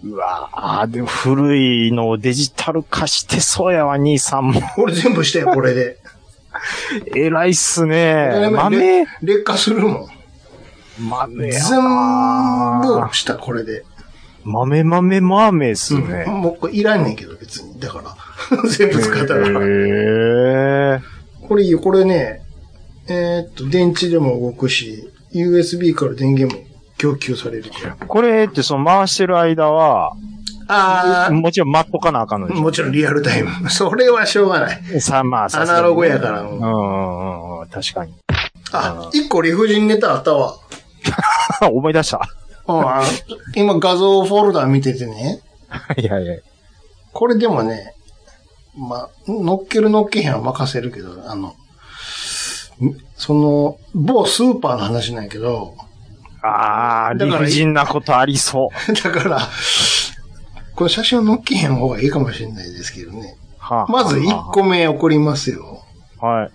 [SPEAKER 3] うわあでも古いのをデジタル化してそうやわ、兄さんも。
[SPEAKER 1] 俺全部したよ、これで。
[SPEAKER 3] 偉いっす
[SPEAKER 1] これ
[SPEAKER 3] ね。
[SPEAKER 1] も
[SPEAKER 3] 豆
[SPEAKER 1] 劣、劣化するもん。
[SPEAKER 3] 豆や
[SPEAKER 1] 全
[SPEAKER 3] な
[SPEAKER 1] 部した、これで。
[SPEAKER 3] 豆豆豆っす
[SPEAKER 1] うん
[SPEAKER 3] ね。
[SPEAKER 1] もうこれいらんねんけど、別に。だから。 全部使ったら。
[SPEAKER 3] へえ。
[SPEAKER 1] これいいよ、これね、えーっと、電池でも動くし、USB から電源も供給されるから。
[SPEAKER 3] これってその回してる間は、
[SPEAKER 1] あ
[SPEAKER 3] もちろん待っとかなあかんのでし
[SPEAKER 1] もちろんリアルタイム。 それはしょうがない。
[SPEAKER 3] ょ。さまあ、さ
[SPEAKER 1] ア
[SPEAKER 3] すが
[SPEAKER 1] ナ
[SPEAKER 3] に
[SPEAKER 1] ログやから。
[SPEAKER 3] うんうんうん、確かに。
[SPEAKER 1] あ、一個理不尽ネタあったわ。
[SPEAKER 3] 思い 出した。
[SPEAKER 1] うんあ今画像フォルダ見ててね。
[SPEAKER 3] はいはいはい。
[SPEAKER 1] これでもね、まあ、乗っける乗っけへんは任せるけど、あの、その、某スーパーの話なんやけど、
[SPEAKER 3] ああ、
[SPEAKER 1] だ
[SPEAKER 3] 理
[SPEAKER 1] から
[SPEAKER 3] 不尽なことありそ う。
[SPEAKER 1] だから、この写真を乗っけへん方がいいかもしれないですけどね。
[SPEAKER 3] はあ
[SPEAKER 1] まず1。個目送りますよ。
[SPEAKER 3] はい。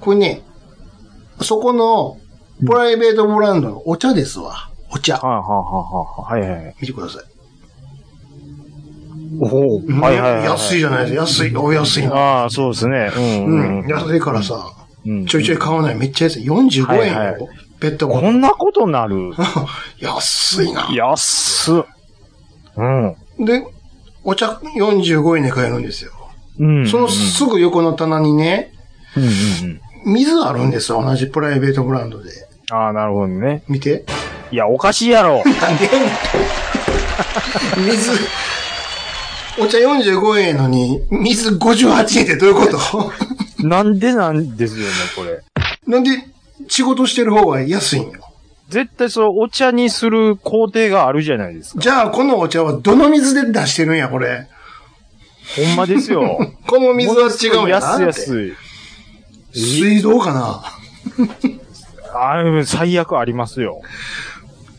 [SPEAKER 1] これね、そこのプライベートブランドのお茶ですわ。お茶。
[SPEAKER 3] はいはいはいはい。はいはい。
[SPEAKER 1] 見てください。
[SPEAKER 3] おお、はいはいはい。
[SPEAKER 1] 安いじゃないですか。安い。お安いな。
[SPEAKER 3] ああ、そうですね。うん
[SPEAKER 1] う
[SPEAKER 3] う
[SPEAKER 1] ん。
[SPEAKER 3] ん
[SPEAKER 1] 安いからさ、
[SPEAKER 3] うん。
[SPEAKER 1] ちょいちょい買わない。めっちゃ安い。45円よ。
[SPEAKER 3] はいはい
[SPEAKER 1] ペットボト
[SPEAKER 3] こ
[SPEAKER 1] ル。
[SPEAKER 3] んなことなる
[SPEAKER 1] 安いな。
[SPEAKER 3] 安っ。うん。
[SPEAKER 1] で、お茶45円で買えるんですよ。
[SPEAKER 3] うん。
[SPEAKER 1] そのすぐ横の棚にね、
[SPEAKER 3] うんうんうん。
[SPEAKER 1] 水あるんですよ。同じプライベートブランドで。
[SPEAKER 3] ああ、なるほどね。
[SPEAKER 1] 見て。
[SPEAKER 3] いや、おかしいやろ。
[SPEAKER 1] なんで水、お茶45円のに、水58円ってどういうこと
[SPEAKER 3] なんでなんですよね、これ。
[SPEAKER 1] なんで仕事してる方が安いんよ。
[SPEAKER 3] 絶対そのお茶にする工程があるじゃないです か。
[SPEAKER 1] じゃあ、このお茶はどの水で出してるんや、これ。
[SPEAKER 3] ほんまですよ。
[SPEAKER 1] この 水は違うんやなっ
[SPEAKER 3] 安
[SPEAKER 1] て。
[SPEAKER 3] い安い。
[SPEAKER 1] 水道かな
[SPEAKER 3] ああ、最悪ありますよ。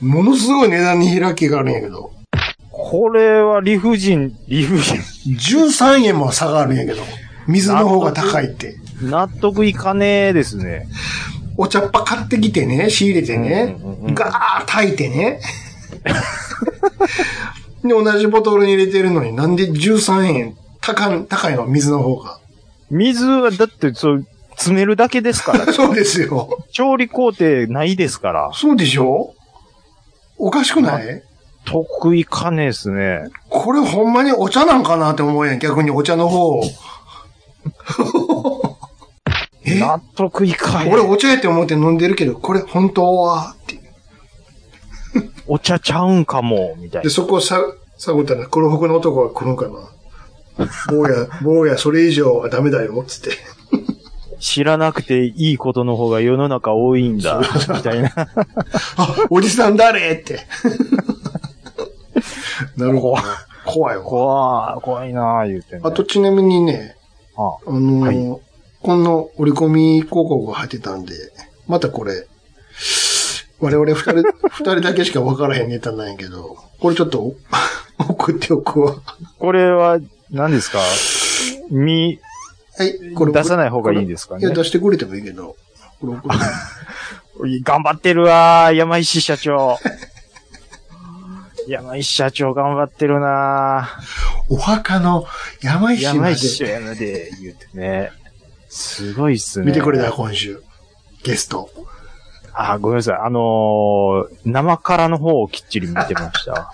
[SPEAKER 1] ものすごい値段に開きがあるんやけど。
[SPEAKER 3] これは理不尽、理不尽。
[SPEAKER 1] 13円も差があるんやけど。水の方が高いって。
[SPEAKER 3] 納得いかねえですね。
[SPEAKER 1] お茶っ葉買ってきてね、仕入れてね
[SPEAKER 3] うんうんうんう、ん
[SPEAKER 1] ガー炊いてね。 で、同じボトルに入れてるのになんで13円高い高いの水の方が。
[SPEAKER 3] 水は、だって、そう、詰めるだけで すから。
[SPEAKER 1] そうですよ。
[SPEAKER 3] 調理工程ないですから。
[SPEAKER 1] そうでしょおかしくない
[SPEAKER 3] 得意かねですね。
[SPEAKER 1] これほんまにお茶なんかなって思うやん。逆にお茶の方を。 え
[SPEAKER 3] 納得いかへん。
[SPEAKER 1] 俺お茶やって思って飲んでるけど、これ本当はっていう。
[SPEAKER 3] お茶ちゃうんかも、みたい
[SPEAKER 1] で、
[SPEAKER 3] な。
[SPEAKER 1] そこをさ、探ったら黒服の男が来るんかな。坊や、 坊や、それ以上はダメだよ、つって。
[SPEAKER 3] 知らなくていいことの方が世の中多いんだ、みたいな。
[SPEAKER 1] あ、おじさん誰って。 なるほどね。怖いわ。
[SPEAKER 3] 怖い、怖いなぁ、言うてね。
[SPEAKER 1] あと、ちなみにね、
[SPEAKER 3] あ
[SPEAKER 1] あのー
[SPEAKER 3] は
[SPEAKER 1] この折り込み広告が入ってたんで、またこれ、我々二人、二人だけしか分からへんネタなんやけど、これちょっと 送っておくわ。
[SPEAKER 3] これは、何ですかみ、
[SPEAKER 1] はい、これ
[SPEAKER 3] 出さない方がいいんですかね
[SPEAKER 1] いや、出してくれてもいいけど。これ送る
[SPEAKER 3] 頑張ってるわー、山石社長。 山石社長頑張ってるな
[SPEAKER 1] お墓の山
[SPEAKER 3] ー。
[SPEAKER 1] 石ま
[SPEAKER 3] 山
[SPEAKER 1] で
[SPEAKER 3] 石社やで、言うてね。すごいっすね。
[SPEAKER 1] 見てくれた、今週。ゲスト。
[SPEAKER 3] あ、ごめんなさい。あのー、生からの方をきっちり見てました。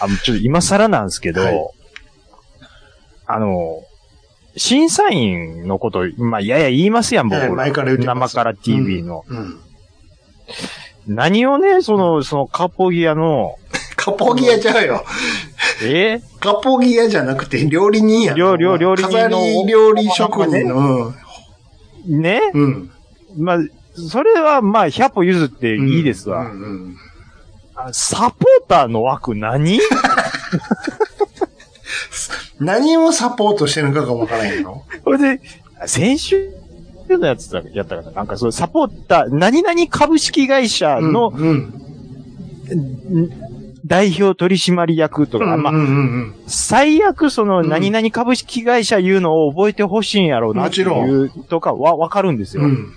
[SPEAKER 3] あの、ちょっと今更なんですけど、
[SPEAKER 1] はい
[SPEAKER 3] あのー、審査員のこと、まあ、やや言いますやん、僕。
[SPEAKER 1] ええ前から言ってま
[SPEAKER 3] 生
[SPEAKER 1] す
[SPEAKER 3] から TV の。
[SPEAKER 1] うん。
[SPEAKER 3] 何をね、その、その、カポギアの、
[SPEAKER 1] カポギアちゃうよ。
[SPEAKER 3] え
[SPEAKER 1] カポギアじゃなくて、料理人やん。
[SPEAKER 3] 料料料理人の
[SPEAKER 1] 飾り料理職人の。
[SPEAKER 3] ね
[SPEAKER 1] うん。うん
[SPEAKER 3] まあ、それは、まあ、100歩譲っていいですわ。
[SPEAKER 1] うんうん
[SPEAKER 3] あサポーターの 枠何
[SPEAKER 1] 何をサポートしてるのかがわからへんの。
[SPEAKER 3] これで、先週のやつだやったかななんか、そう、サポーター、何々株式会社の、
[SPEAKER 1] うんうん。
[SPEAKER 3] ん代表取締役とか、
[SPEAKER 1] うん
[SPEAKER 3] ま
[SPEAKER 1] うん
[SPEAKER 3] あ、
[SPEAKER 1] うん
[SPEAKER 3] 最悪その、
[SPEAKER 1] うん
[SPEAKER 3] 何々株式会社いうのを覚えてほしいんやろうな、
[SPEAKER 1] も
[SPEAKER 3] って
[SPEAKER 1] ち
[SPEAKER 3] い
[SPEAKER 1] ろん
[SPEAKER 3] うとかはわかるんですよ。
[SPEAKER 1] うん。うん。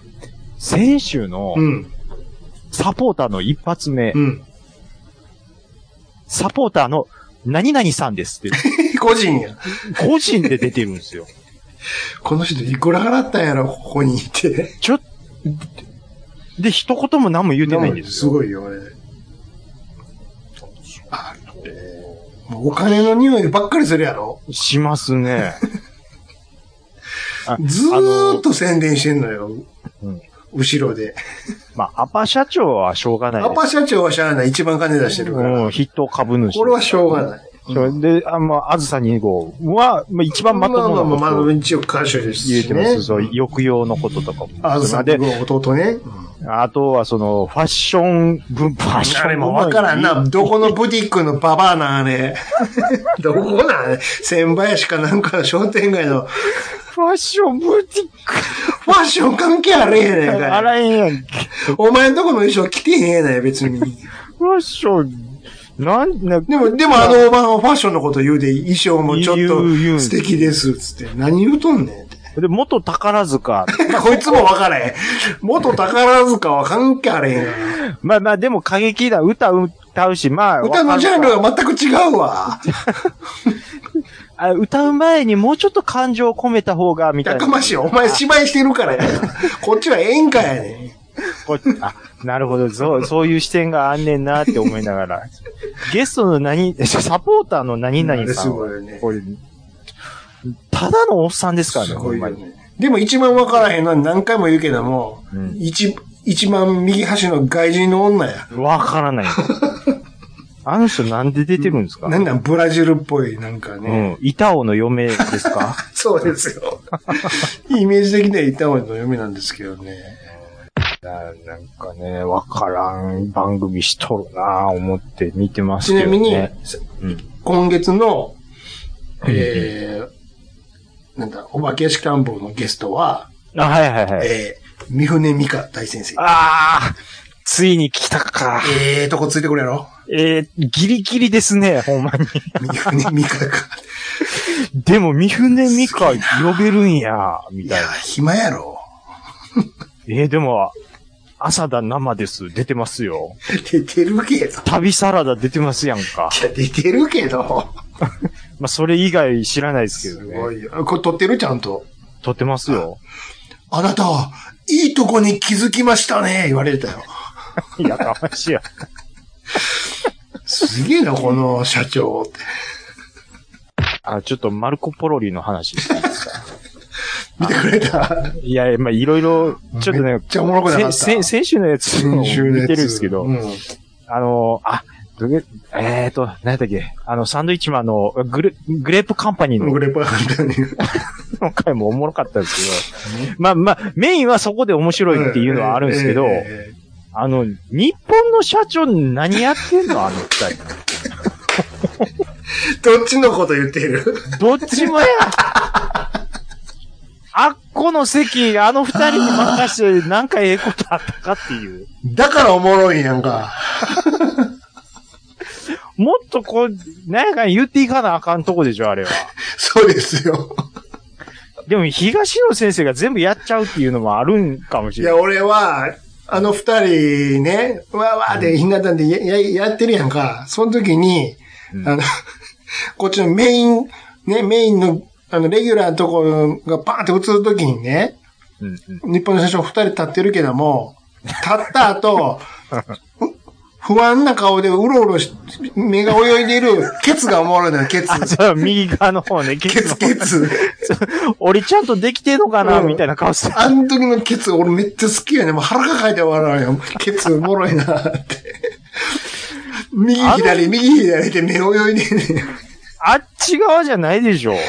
[SPEAKER 3] 先週の
[SPEAKER 1] うん。
[SPEAKER 3] サポーターの一発目、
[SPEAKER 1] うん。
[SPEAKER 3] サポーターの何々さんですって、
[SPEAKER 1] 個人や。
[SPEAKER 3] 個人で出てるんで すよ。
[SPEAKER 1] この人いくら払ったんやろ、ここにいて。
[SPEAKER 3] ちょ、で、一言も何も言うてないんです
[SPEAKER 1] す
[SPEAKER 3] よ。
[SPEAKER 1] ごいよ、俺。あれ。もうお金の匂いばっかりするやろ。
[SPEAKER 3] しますね。あ
[SPEAKER 1] ずーっと宣伝してんのよ。
[SPEAKER 3] うん
[SPEAKER 1] 後ろで。
[SPEAKER 3] まあ、アパ社長はしょうがないです。
[SPEAKER 1] アパ社長はしゃあない。一番金出してるから。
[SPEAKER 3] うん、筆頭株主。
[SPEAKER 1] これはしょうがない。
[SPEAKER 3] そうで、あまあ、あずさ2号は、まあ、一番
[SPEAKER 1] ま
[SPEAKER 3] ま
[SPEAKER 1] あ
[SPEAKER 3] と
[SPEAKER 1] まあまあ
[SPEAKER 3] もなこと
[SPEAKER 1] まあ、
[SPEAKER 3] を
[SPEAKER 1] 一応歌手ですし、
[SPEAKER 3] 言
[SPEAKER 1] ね。
[SPEAKER 3] えてます。そう、抑揚のこととかも。
[SPEAKER 1] あずさん
[SPEAKER 3] で、
[SPEAKER 1] の弟ね。
[SPEAKER 3] あとはその、ファッション分、ファッション
[SPEAKER 1] あれもわからんな。どこのブティックのババアなんあ れ。どこなんあれ。千林かなんかの商店街の
[SPEAKER 3] ファッションブティッ
[SPEAKER 1] ファッション関係あれへんねん
[SPEAKER 3] ク。あ
[SPEAKER 1] から。
[SPEAKER 3] らえんやんけ。
[SPEAKER 1] お前んとこの衣装着てへんやない、別に。
[SPEAKER 3] ファッション、なん、な、
[SPEAKER 1] でも、でもあのおばはファッションのこと言うで、衣装もちょっ
[SPEAKER 3] 言う言う
[SPEAKER 1] と素敵です、つって。何言うとんねん って。
[SPEAKER 3] で、元宝塚。
[SPEAKER 1] こいつも分からへん。元宝塚は関係あれへんが
[SPEAKER 3] まあまあ、でも過激だ。歌う、歌うし、ま
[SPEAKER 1] な。
[SPEAKER 3] あ。
[SPEAKER 1] 歌のジャンルが全く違うわ。
[SPEAKER 3] あ歌う前にもうちょっと感情を込めた方が、みた い
[SPEAKER 1] た
[SPEAKER 3] な
[SPEAKER 1] く。ましい。お前芝居してるからや。 こっちは演歌やね
[SPEAKER 3] こあ、なるほど。そう、そういう視点があんねんなって思いながら。ゲストの何、サポーターの何
[SPEAKER 1] ん。
[SPEAKER 3] 々さ
[SPEAKER 1] す
[SPEAKER 3] ん
[SPEAKER 1] ご
[SPEAKER 3] は。
[SPEAKER 1] いよね。
[SPEAKER 3] これ、ただのおっさんですからね、
[SPEAKER 1] すごい
[SPEAKER 3] ほ
[SPEAKER 1] よ
[SPEAKER 3] んまに
[SPEAKER 1] ね。でも一番分からへんのは何回も言うけども、
[SPEAKER 3] うん
[SPEAKER 1] 一、一番右端の外人の女や。
[SPEAKER 3] わから ない。あの人なんで出てるんですか
[SPEAKER 1] なんなん、ブラジルっぽい、なんか
[SPEAKER 3] う
[SPEAKER 1] ね。
[SPEAKER 3] ん。板尾の嫁です か
[SPEAKER 1] そうですよ。イメージ的には板尾の嫁なんですけどね。
[SPEAKER 3] ななんかね、わからん番組しとるなぁ思って見てます
[SPEAKER 1] ち
[SPEAKER 3] け
[SPEAKER 1] な
[SPEAKER 3] ど
[SPEAKER 1] みに、
[SPEAKER 3] ね。うん
[SPEAKER 1] 今月の、えー、なんだ、お化け屋敷探訪のゲストは、
[SPEAKER 3] あ、はいはいはい。
[SPEAKER 1] えー、三船美香大先生。
[SPEAKER 3] ああついに来たか。
[SPEAKER 1] ええとこついてくれやろ
[SPEAKER 3] えー、ギリギリですね、ほんまに。
[SPEAKER 1] 三船美香 が。
[SPEAKER 3] でも、三船美香呼べるんや、み
[SPEAKER 1] い
[SPEAKER 3] たい
[SPEAKER 1] や
[SPEAKER 3] な。、
[SPEAKER 1] 暇やろ。
[SPEAKER 3] えーでも、朝だ生です。出てますよ。
[SPEAKER 1] 出てるけど。
[SPEAKER 3] 旅サラダ出てますやんか。
[SPEAKER 1] いや、出てるけど。
[SPEAKER 3] まあ、それ以外知らないですけど
[SPEAKER 1] すご
[SPEAKER 3] ね。
[SPEAKER 1] いよ。これ撮ってるちゃんと。
[SPEAKER 3] 撮ってますよ。
[SPEAKER 1] あなたは、いいとこに気づきましたね、言われたよ。
[SPEAKER 3] いやかましいや。
[SPEAKER 1] すげえな、この社長って。
[SPEAKER 3] あ、ちょっとマルコポロリの話していいですか。
[SPEAKER 1] 見てくれた。
[SPEAKER 3] いや、まあ、いろいろ、ちょっと
[SPEAKER 1] め
[SPEAKER 3] ね
[SPEAKER 1] っ、ちゃおもろくなかった
[SPEAKER 3] せせ先週のやつを見てるんですけど、
[SPEAKER 1] うん。
[SPEAKER 3] あの、あ、どげえーと、何やったっけあの、サンドイッチマンのグレグレープカンパニーの
[SPEAKER 1] グレープハンターに。
[SPEAKER 3] 今回もおもろかったんですけど、まあまあ、メインはそこで面白いっていうのはあるんですけど、
[SPEAKER 1] ええええ
[SPEAKER 3] あの、日本の社長何やってんのあの二人。
[SPEAKER 1] ええどっちのこと言っている
[SPEAKER 3] どっちもや。あっこの席、あの二人に任して、なんかええことあったかっていう。
[SPEAKER 1] だからおもろいやんか。
[SPEAKER 3] もっとこう、なんやかん言っていかなあかんとこでしょ、あれは。
[SPEAKER 1] そうですよ。
[SPEAKER 3] でも、東野先生が全部やっちゃうっていうのもあるんかもし
[SPEAKER 1] い
[SPEAKER 3] れ
[SPEAKER 1] や、
[SPEAKER 3] ない。
[SPEAKER 1] 俺は、あの二人ね、わーわーで、ひな壇でやややってるやんか。その時に、
[SPEAKER 3] うん
[SPEAKER 1] あの、こっちのメイン、ね、メインの、あの、レギュラーのところがパーンって映る時にね、
[SPEAKER 3] うんうん
[SPEAKER 1] 日本の社長二人立ってるけども、立った後、ふ不安な顔でうろうろし、目が泳いでいる、ケツがおもろいのよ、ケツ。
[SPEAKER 3] あ、じゃあ、右側の方ね、
[SPEAKER 1] ケツ、 ケツ。
[SPEAKER 3] 俺ちゃんとできてんのかな、
[SPEAKER 1] うん
[SPEAKER 3] みたいな顔して。
[SPEAKER 1] あの時のケツ、俺めっちゃ好きやね。もう腹抱えて笑うよ。ケツおもろいなって。右左、右左で目泳いでんねん
[SPEAKER 3] あっち側じゃないでしょ。
[SPEAKER 1] 違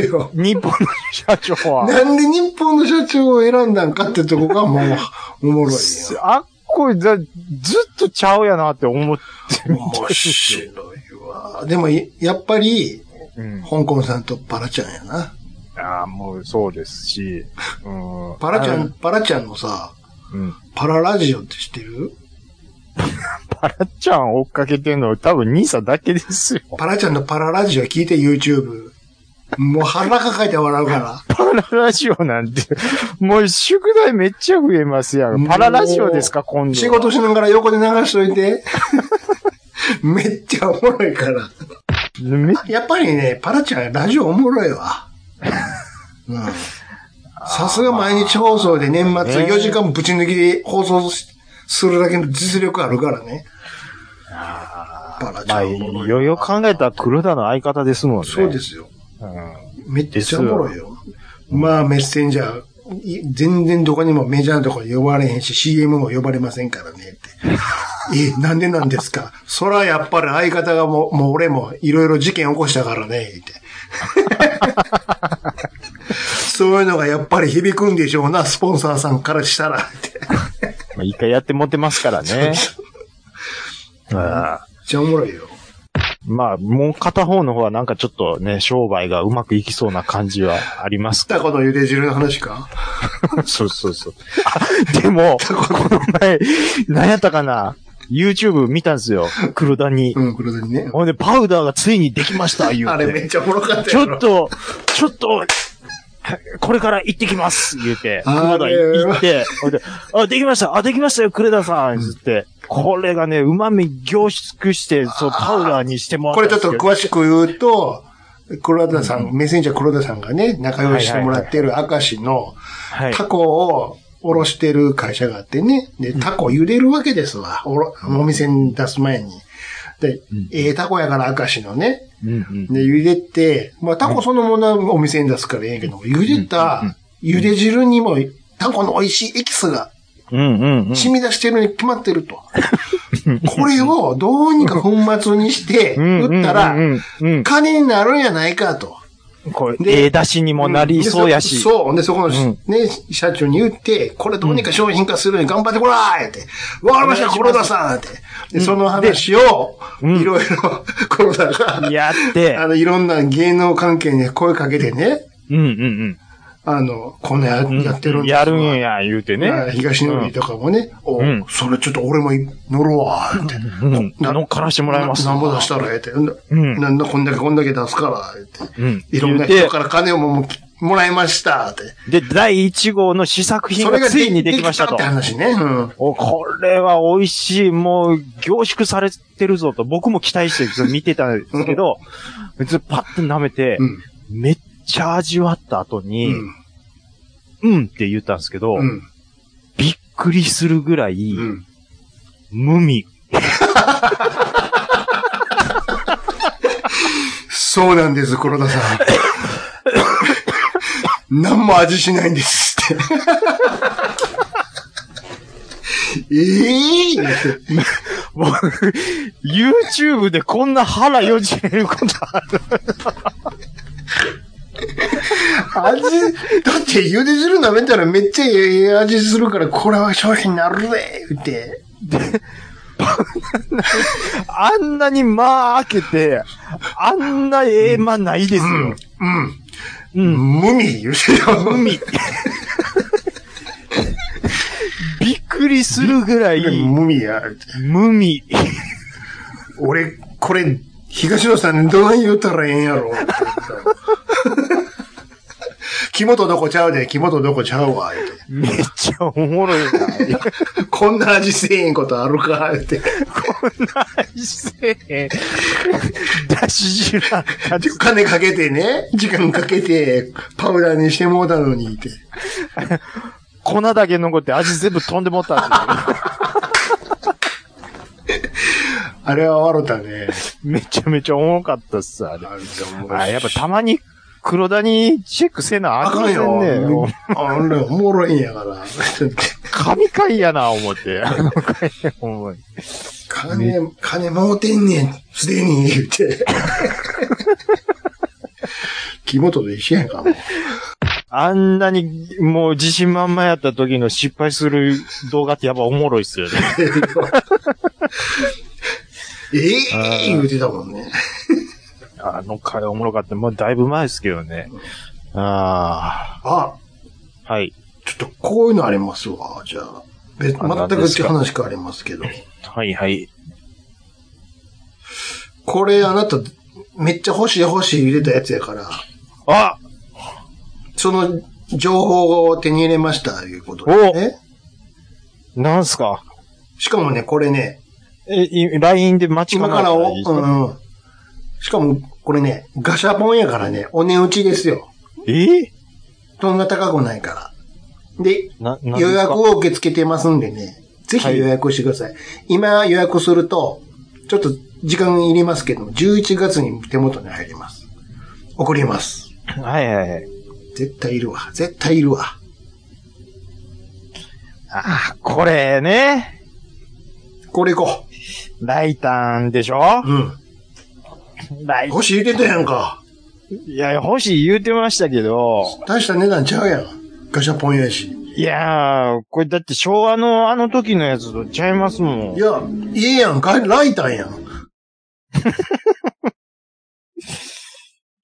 [SPEAKER 1] うよ。
[SPEAKER 3] 日本の社長は。
[SPEAKER 1] なんで日本の社長を選んだんかってとこがもう、おもろいよ。
[SPEAKER 3] あっこ、だずっとちゃうやなって思って見てるん
[SPEAKER 1] 面
[SPEAKER 3] ですよ。
[SPEAKER 1] 白いわ。でも、やっぱり、
[SPEAKER 3] うん
[SPEAKER 1] 香港さんとパラちゃんやな。
[SPEAKER 3] ああ、もうそうですし。うん、
[SPEAKER 1] パラちゃ
[SPEAKER 3] あの
[SPEAKER 1] ん、パラちゃんのさ、
[SPEAKER 3] うん。
[SPEAKER 1] パララジオって知ってる
[SPEAKER 3] パラちゃん追っかけてんの多分兄さんだけですよ。
[SPEAKER 1] パラちゃんのパララジオ聞いて YouTube。もう腹抱えて笑うから。
[SPEAKER 3] パララジオなんて、もう宿題めっちゃ増えますやん。パララジオですか、今度は。
[SPEAKER 1] 仕事しながら横で流しといて。めっちゃおもろいから。
[SPEAKER 3] め
[SPEAKER 1] やっぱりね、パラちゃんラジオおもろいわ。うんさすが毎日放送で年末
[SPEAKER 3] ね
[SPEAKER 1] 4時間ぶち抜きで放送しするだけの実力あるからね。パラち
[SPEAKER 3] ま
[SPEAKER 1] ゃ
[SPEAKER 3] あ、
[SPEAKER 1] ん
[SPEAKER 3] い
[SPEAKER 1] おもろいわ。
[SPEAKER 3] よいよ考えたら黒田の相方ですもんね。
[SPEAKER 1] そうで。すよ。
[SPEAKER 3] うん、
[SPEAKER 1] めっちゃおもろいよ。まあメッセンジャー、い全然どこにもメジャーなところ呼ばれへんし、CM も呼ばれませんからねって。え、なんでなんですかそらやっぱり相方がもう、もう俺もいろいろ事件起こしたからね、って。 そういうのがやっぱり響くんでしょうな、スポンサーさんからしたらって。めっ
[SPEAKER 3] まあ、一回やってもってますか らね。ああ
[SPEAKER 1] ちゃおもろいよ。
[SPEAKER 3] まあ、もう片方の方はなんかちょっとね、商売がうまくいきそうな感じはあります
[SPEAKER 1] 来たことゆで汁の話か
[SPEAKER 3] そうそうそう。あ、でも、この前、何やったかな ?YouTube 見たんですよ。黒田に。
[SPEAKER 1] うん、黒田にね。
[SPEAKER 3] ほんで、パウダーがついにできました、言
[SPEAKER 1] あ
[SPEAKER 3] う。
[SPEAKER 1] れめってちゃおもろかった
[SPEAKER 3] ち
[SPEAKER 1] や
[SPEAKER 3] ょっ
[SPEAKER 1] ろ。
[SPEAKER 3] と、ちょっと、これから行ってきます、言うて。
[SPEAKER 1] あ
[SPEAKER 3] 黒
[SPEAKER 1] れ
[SPEAKER 3] 田行って、ほんで、あ、できました、あ、できましたよ、黒田さん、つって。これがね、旨味凝縮して、そう、パウダーにしてもら
[SPEAKER 1] これちょっと
[SPEAKER 3] っ
[SPEAKER 1] 詳しく言うと、黒田さん、メッセンジャー黒田さんがね、仲良いしてもらってる明石の
[SPEAKER 3] はい。
[SPEAKER 1] タコをおろしてる会社があってね、で、タコ茹でるわけですわ。おろお店に出す前に。で、
[SPEAKER 3] ん
[SPEAKER 1] ええタコやから明石のね。
[SPEAKER 3] うんうん。
[SPEAKER 1] で、茹でて、まあタコそのものはお店に出すからええけど、茹でた茹で汁にもタコの美味しいエキスが
[SPEAKER 3] うんうんうん。
[SPEAKER 1] 染み出してるに決まってると。これをどうにか粉末にして、
[SPEAKER 3] うん
[SPEAKER 1] 売ったら
[SPEAKER 3] う、んうんうん
[SPEAKER 1] 金になるんやないかと。
[SPEAKER 3] うん。これ、
[SPEAKER 1] で
[SPEAKER 3] ええ出しにもなりそうやし。
[SPEAKER 1] でそそう。で、そこの、
[SPEAKER 3] ん
[SPEAKER 1] ね、社長に言って、これどうにか商品化するように頑張ってこらーって。わかりました、黒田さんって。で、その話を、
[SPEAKER 3] ん
[SPEAKER 1] いろいろ、 黒田が、
[SPEAKER 3] やって
[SPEAKER 1] あ、の、いろんな芸能関係に声かけてね、
[SPEAKER 3] うんうん
[SPEAKER 1] あの、こんな
[SPEAKER 3] うん。
[SPEAKER 1] ややってるんですわ
[SPEAKER 3] やるんや、言うて
[SPEAKER 1] まあ
[SPEAKER 3] ね。
[SPEAKER 1] 東のりとかもね、お
[SPEAKER 3] うん
[SPEAKER 1] それちょっと俺も乗ろうわーって。
[SPEAKER 3] うん
[SPEAKER 1] な
[SPEAKER 3] 乗っからしてもらいます
[SPEAKER 1] ななんぼ出したらええって。
[SPEAKER 3] ん
[SPEAKER 1] なんだ、こんだけこんだけ出すから、って。
[SPEAKER 3] うん
[SPEAKER 1] いろんな
[SPEAKER 3] 言う
[SPEAKER 1] 人
[SPEAKER 3] て
[SPEAKER 1] から金をもうもらいました、って。
[SPEAKER 3] で、第1号の試作品
[SPEAKER 1] そ
[SPEAKER 3] が
[SPEAKER 1] れが
[SPEAKER 3] ついにできましたと
[SPEAKER 1] って。話ね。うん。
[SPEAKER 3] お、これは美味しい。もう、凝縮されてるぞと、僕も期待してずっと見てたんですけど、ずっとパッと舐めて、
[SPEAKER 1] うん。
[SPEAKER 3] めっちゃ味わった後
[SPEAKER 1] う
[SPEAKER 3] に、
[SPEAKER 1] ん。
[SPEAKER 3] うん、って言ったんですけど、
[SPEAKER 1] うん。
[SPEAKER 3] びっくりするぐらい、
[SPEAKER 1] うん。
[SPEAKER 3] 無味。
[SPEAKER 1] そうなんです、黒田さ ん。何も味しないんです って。ええ
[SPEAKER 3] 僕 YouTube でこんな腹よじれることある。
[SPEAKER 1] 味、だって茹で汁舐めたらめっちゃええ味するから、これは商品になるぜ言って。
[SPEAKER 3] あんなに間開けて、あんなええ間ないです
[SPEAKER 1] う
[SPEAKER 3] よ。
[SPEAKER 1] ん。うん。無味言うてた。無 味。
[SPEAKER 3] びっくりするぐらい、
[SPEAKER 1] 無味や。
[SPEAKER 3] 無味。
[SPEAKER 1] 俺、これ、東野さんにどない言うたらええんやろって言ったの。肝とどこちゃうで、肝とどこちゃうわ。言うて
[SPEAKER 3] めっちゃおもろい な。
[SPEAKER 1] こんな味せえへんことあるか言うて。
[SPEAKER 3] 大せえへん。だし汁なんか
[SPEAKER 1] で金かけてね、時間かけて、パウダーにしてもうたのにって。
[SPEAKER 3] 粉だけ残って味全部飛んでもったんですよ。
[SPEAKER 1] あれは笑ったね。
[SPEAKER 3] めちゃめちゃ重かったっす、あれ。
[SPEAKER 1] あれでも
[SPEAKER 3] あやっぱたまに黒谷チェックせなあ
[SPEAKER 1] あ
[SPEAKER 3] か
[SPEAKER 1] か
[SPEAKER 3] ん
[SPEAKER 1] ん
[SPEAKER 3] せんね。も
[SPEAKER 1] よ
[SPEAKER 3] う。
[SPEAKER 1] あれ、おもろいんやから。
[SPEAKER 3] 神回やな、思って。あの回、思い。
[SPEAKER 1] 金、金もうてんねん、すでに、言う て。肝とで一緒やんか、も う。
[SPEAKER 3] あんなに、もう自信満々やった時の失敗する動画ってやっぱおもろいっすよね。
[SPEAKER 1] ええ言うてたもんね。
[SPEAKER 3] あの回おもろかった。もうだいぶ前ですけどね。あ
[SPEAKER 1] あ、
[SPEAKER 3] あ。はい。
[SPEAKER 1] ちょっとこういうのありますわ、じゃあ。別
[SPEAKER 3] あ
[SPEAKER 1] 全
[SPEAKER 3] 何
[SPEAKER 1] く
[SPEAKER 3] で
[SPEAKER 1] 違
[SPEAKER 3] す
[SPEAKER 1] う
[SPEAKER 3] か
[SPEAKER 1] 話がありますけど。
[SPEAKER 3] はいはい。
[SPEAKER 1] これあなた、めっちゃ欲しい欲しい言うてたやつやから、
[SPEAKER 3] あ
[SPEAKER 1] その情報を手に入れました、いうことで、ね。
[SPEAKER 3] なんすか
[SPEAKER 1] しかもね、これね、
[SPEAKER 3] え、い LINE で待ち
[SPEAKER 1] 今
[SPEAKER 3] 構
[SPEAKER 1] か
[SPEAKER 3] えた
[SPEAKER 1] ら
[SPEAKER 3] ら
[SPEAKER 1] お、
[SPEAKER 3] いいですか
[SPEAKER 1] うんうん。しかも、これね、ガシャポンやからね、お値打ちですよ。
[SPEAKER 3] え
[SPEAKER 1] そんな高くないから。で、
[SPEAKER 3] な、なんです
[SPEAKER 1] 予
[SPEAKER 3] か
[SPEAKER 1] 約を受け付けてますんでね、ぜひ予約してください。今予約すると、ちょっと時間いりますけども、11月に手元に入ります。送ります。
[SPEAKER 3] はいはいはい。
[SPEAKER 1] 絶対いるわ。絶対いるわ。
[SPEAKER 3] ああ、これね。
[SPEAKER 1] これ行こ
[SPEAKER 3] ライタンでしょ
[SPEAKER 1] う。うん。
[SPEAKER 3] ライ
[SPEAKER 1] 欲しい言うてたやんか。
[SPEAKER 3] いや、欲しい言うてましたけど。
[SPEAKER 1] 大した値段ちゃうやん。ガシャポンやし。
[SPEAKER 3] いやー、これだって昭和のあの時のやつとちゃいますもん。
[SPEAKER 1] いや、いいやん。かライターやん。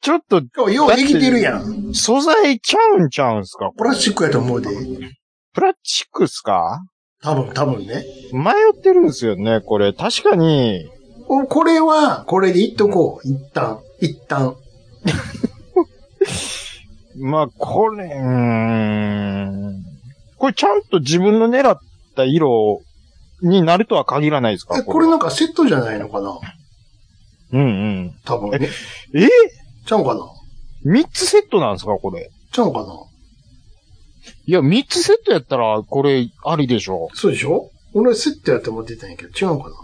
[SPEAKER 3] ちょっと
[SPEAKER 1] 今日ようできてるやん。
[SPEAKER 3] 素材ちゃうんちゃうんすか
[SPEAKER 1] プラスチックやと思うで。
[SPEAKER 3] プラスチックっすか
[SPEAKER 1] 多分、多分ね。
[SPEAKER 3] 迷ってるんですよね、これ。確かに、
[SPEAKER 1] おこれは、これで言っとこう。一旦。一旦。
[SPEAKER 3] まあ、これ、うーん。これちゃんと自分の狙った色になるとは限らないです
[SPEAKER 1] え、
[SPEAKER 3] か
[SPEAKER 1] これなんかセットじゃないのかな
[SPEAKER 3] れうんうん。
[SPEAKER 1] 多分ね。
[SPEAKER 3] え
[SPEAKER 1] ちゃうかな
[SPEAKER 3] 三つセットなんですかこれ。
[SPEAKER 1] ちゃうかない
[SPEAKER 3] や、三つセットやったら、これ、ありでしょ
[SPEAKER 1] そうでしょ俺セットやと思ってたんやけど、違うかな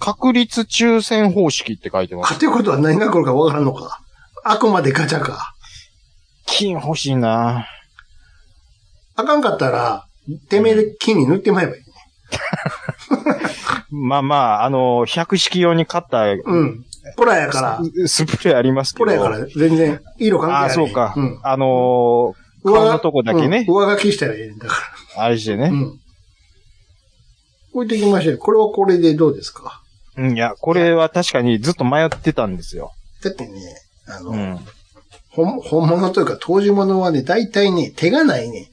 [SPEAKER 3] 確率抽選方式って書いてます。
[SPEAKER 1] 勝てることは何が来るかわからんのか。あくまでガチャか。
[SPEAKER 3] 金欲しいな
[SPEAKER 1] あかんかったら、てめえで金に塗ってまえばいい。
[SPEAKER 3] まあまあ、あの、百式用に買った
[SPEAKER 1] うん。プラやから、
[SPEAKER 3] スプレーありますけ
[SPEAKER 1] プ
[SPEAKER 3] ど。
[SPEAKER 1] ラやから全然色関係ない。
[SPEAKER 3] ああ、そうか。
[SPEAKER 1] うん。
[SPEAKER 3] あのー、
[SPEAKER 1] 上
[SPEAKER 3] 顔
[SPEAKER 1] 書
[SPEAKER 3] のとこだけね、
[SPEAKER 1] うん上書きしたらいいんだか
[SPEAKER 3] あれして
[SPEAKER 1] ら。う
[SPEAKER 3] ね。
[SPEAKER 1] ん。置いてきましょうよ。これはこれでどうですか
[SPEAKER 3] うん、いや、これは確かにずっと迷ってたんですよ。
[SPEAKER 1] だってね、あの、
[SPEAKER 3] うん。
[SPEAKER 1] 本本物というか当時物はね、大体ね、手がないね。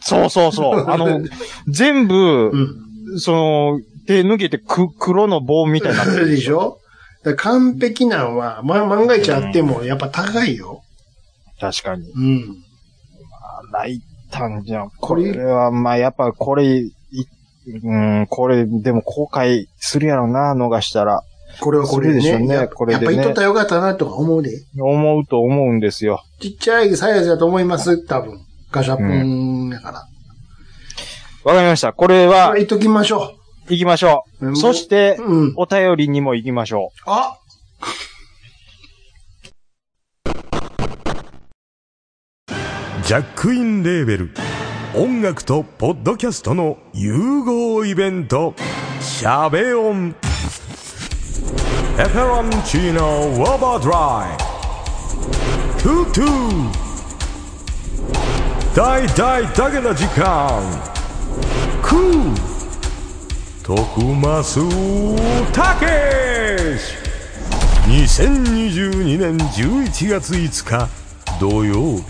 [SPEAKER 3] そうそうそう。 あの、全部
[SPEAKER 1] う、ん。
[SPEAKER 3] その、手抜けてく、黒の棒みたいになっ
[SPEAKER 1] そ
[SPEAKER 3] て
[SPEAKER 1] れ
[SPEAKER 3] る
[SPEAKER 1] でしょだから完璧なんは、ま、万が一あってもやっぱ高いよ。
[SPEAKER 3] 確かに。
[SPEAKER 1] うん。
[SPEAKER 3] あライタンじゃん。
[SPEAKER 1] こ
[SPEAKER 3] こ
[SPEAKER 1] れ
[SPEAKER 3] れは、まあやっぱこれ、いうん、これ、でも後悔するやろな、逃したら。
[SPEAKER 1] これはこれで
[SPEAKER 3] そうでしょう
[SPEAKER 1] ね。
[SPEAKER 3] ね
[SPEAKER 1] やっぱ
[SPEAKER 3] これでね
[SPEAKER 1] やっぱ言っとったらよかったなとか思うで。
[SPEAKER 3] 思うと思うんですよ。
[SPEAKER 1] ちっちゃいサイズだと思います、多分。ガシャポンだから。
[SPEAKER 3] わかりました。これは
[SPEAKER 1] あ、、言っときましょ
[SPEAKER 3] 行きましょ
[SPEAKER 1] うん
[SPEAKER 3] う。そして
[SPEAKER 1] う。、うん。
[SPEAKER 3] お便りにも行きましょ
[SPEAKER 1] あ
[SPEAKER 4] ジャックインレーベル音楽とポッドキャストの融合イベントシャベオンエフェロンチーノウォーバードライトゥトゥ大大だけの時間クー徳マスたけし2022年11月5日土曜日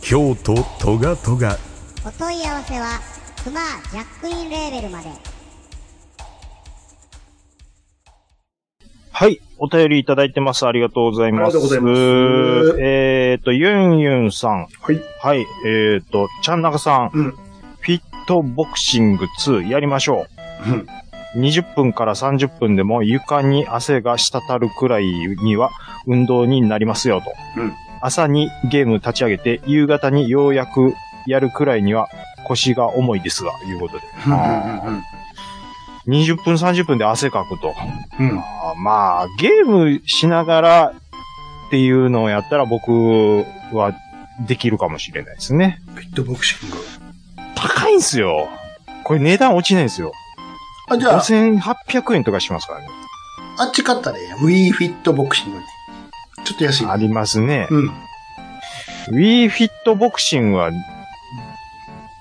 [SPEAKER 4] 京都トガトガ
[SPEAKER 2] お問い合わせは、クマジャックインレーベルまで。
[SPEAKER 3] はい。お便りいただいてます。ありがとうございま
[SPEAKER 1] あり
[SPEAKER 3] す。
[SPEAKER 1] がとうございます
[SPEAKER 3] えっ、と、ユンユンさん。
[SPEAKER 1] はい。
[SPEAKER 3] はい。えっ、と、ちゃんなかさん。
[SPEAKER 1] うん
[SPEAKER 3] フィットボクシング2やりましょ
[SPEAKER 1] うん。
[SPEAKER 3] う。20分から30分でも床に汗が滴るくらいには運動になりますよと。
[SPEAKER 1] うん
[SPEAKER 3] 朝にゲーム立ち上げて、夕方にようやくやるくらいには腰が重いですが、いうことで。20分30分で汗かくと。
[SPEAKER 1] うん。うん。
[SPEAKER 3] あまあ、ゲームしながらっていうのをやったら僕はできるかもしれないですね。
[SPEAKER 1] フィットボクシング。
[SPEAKER 3] 高いんすよ。これ値段落ちないんですよ。
[SPEAKER 1] あ、じゃあ、
[SPEAKER 3] 5800円とかしますからね。
[SPEAKER 1] あっち買ったらええやん。Wii フィットボクシングに。ちょっと安い。
[SPEAKER 3] ありますね。
[SPEAKER 1] うん。
[SPEAKER 3] Wii Fit ボクシングは、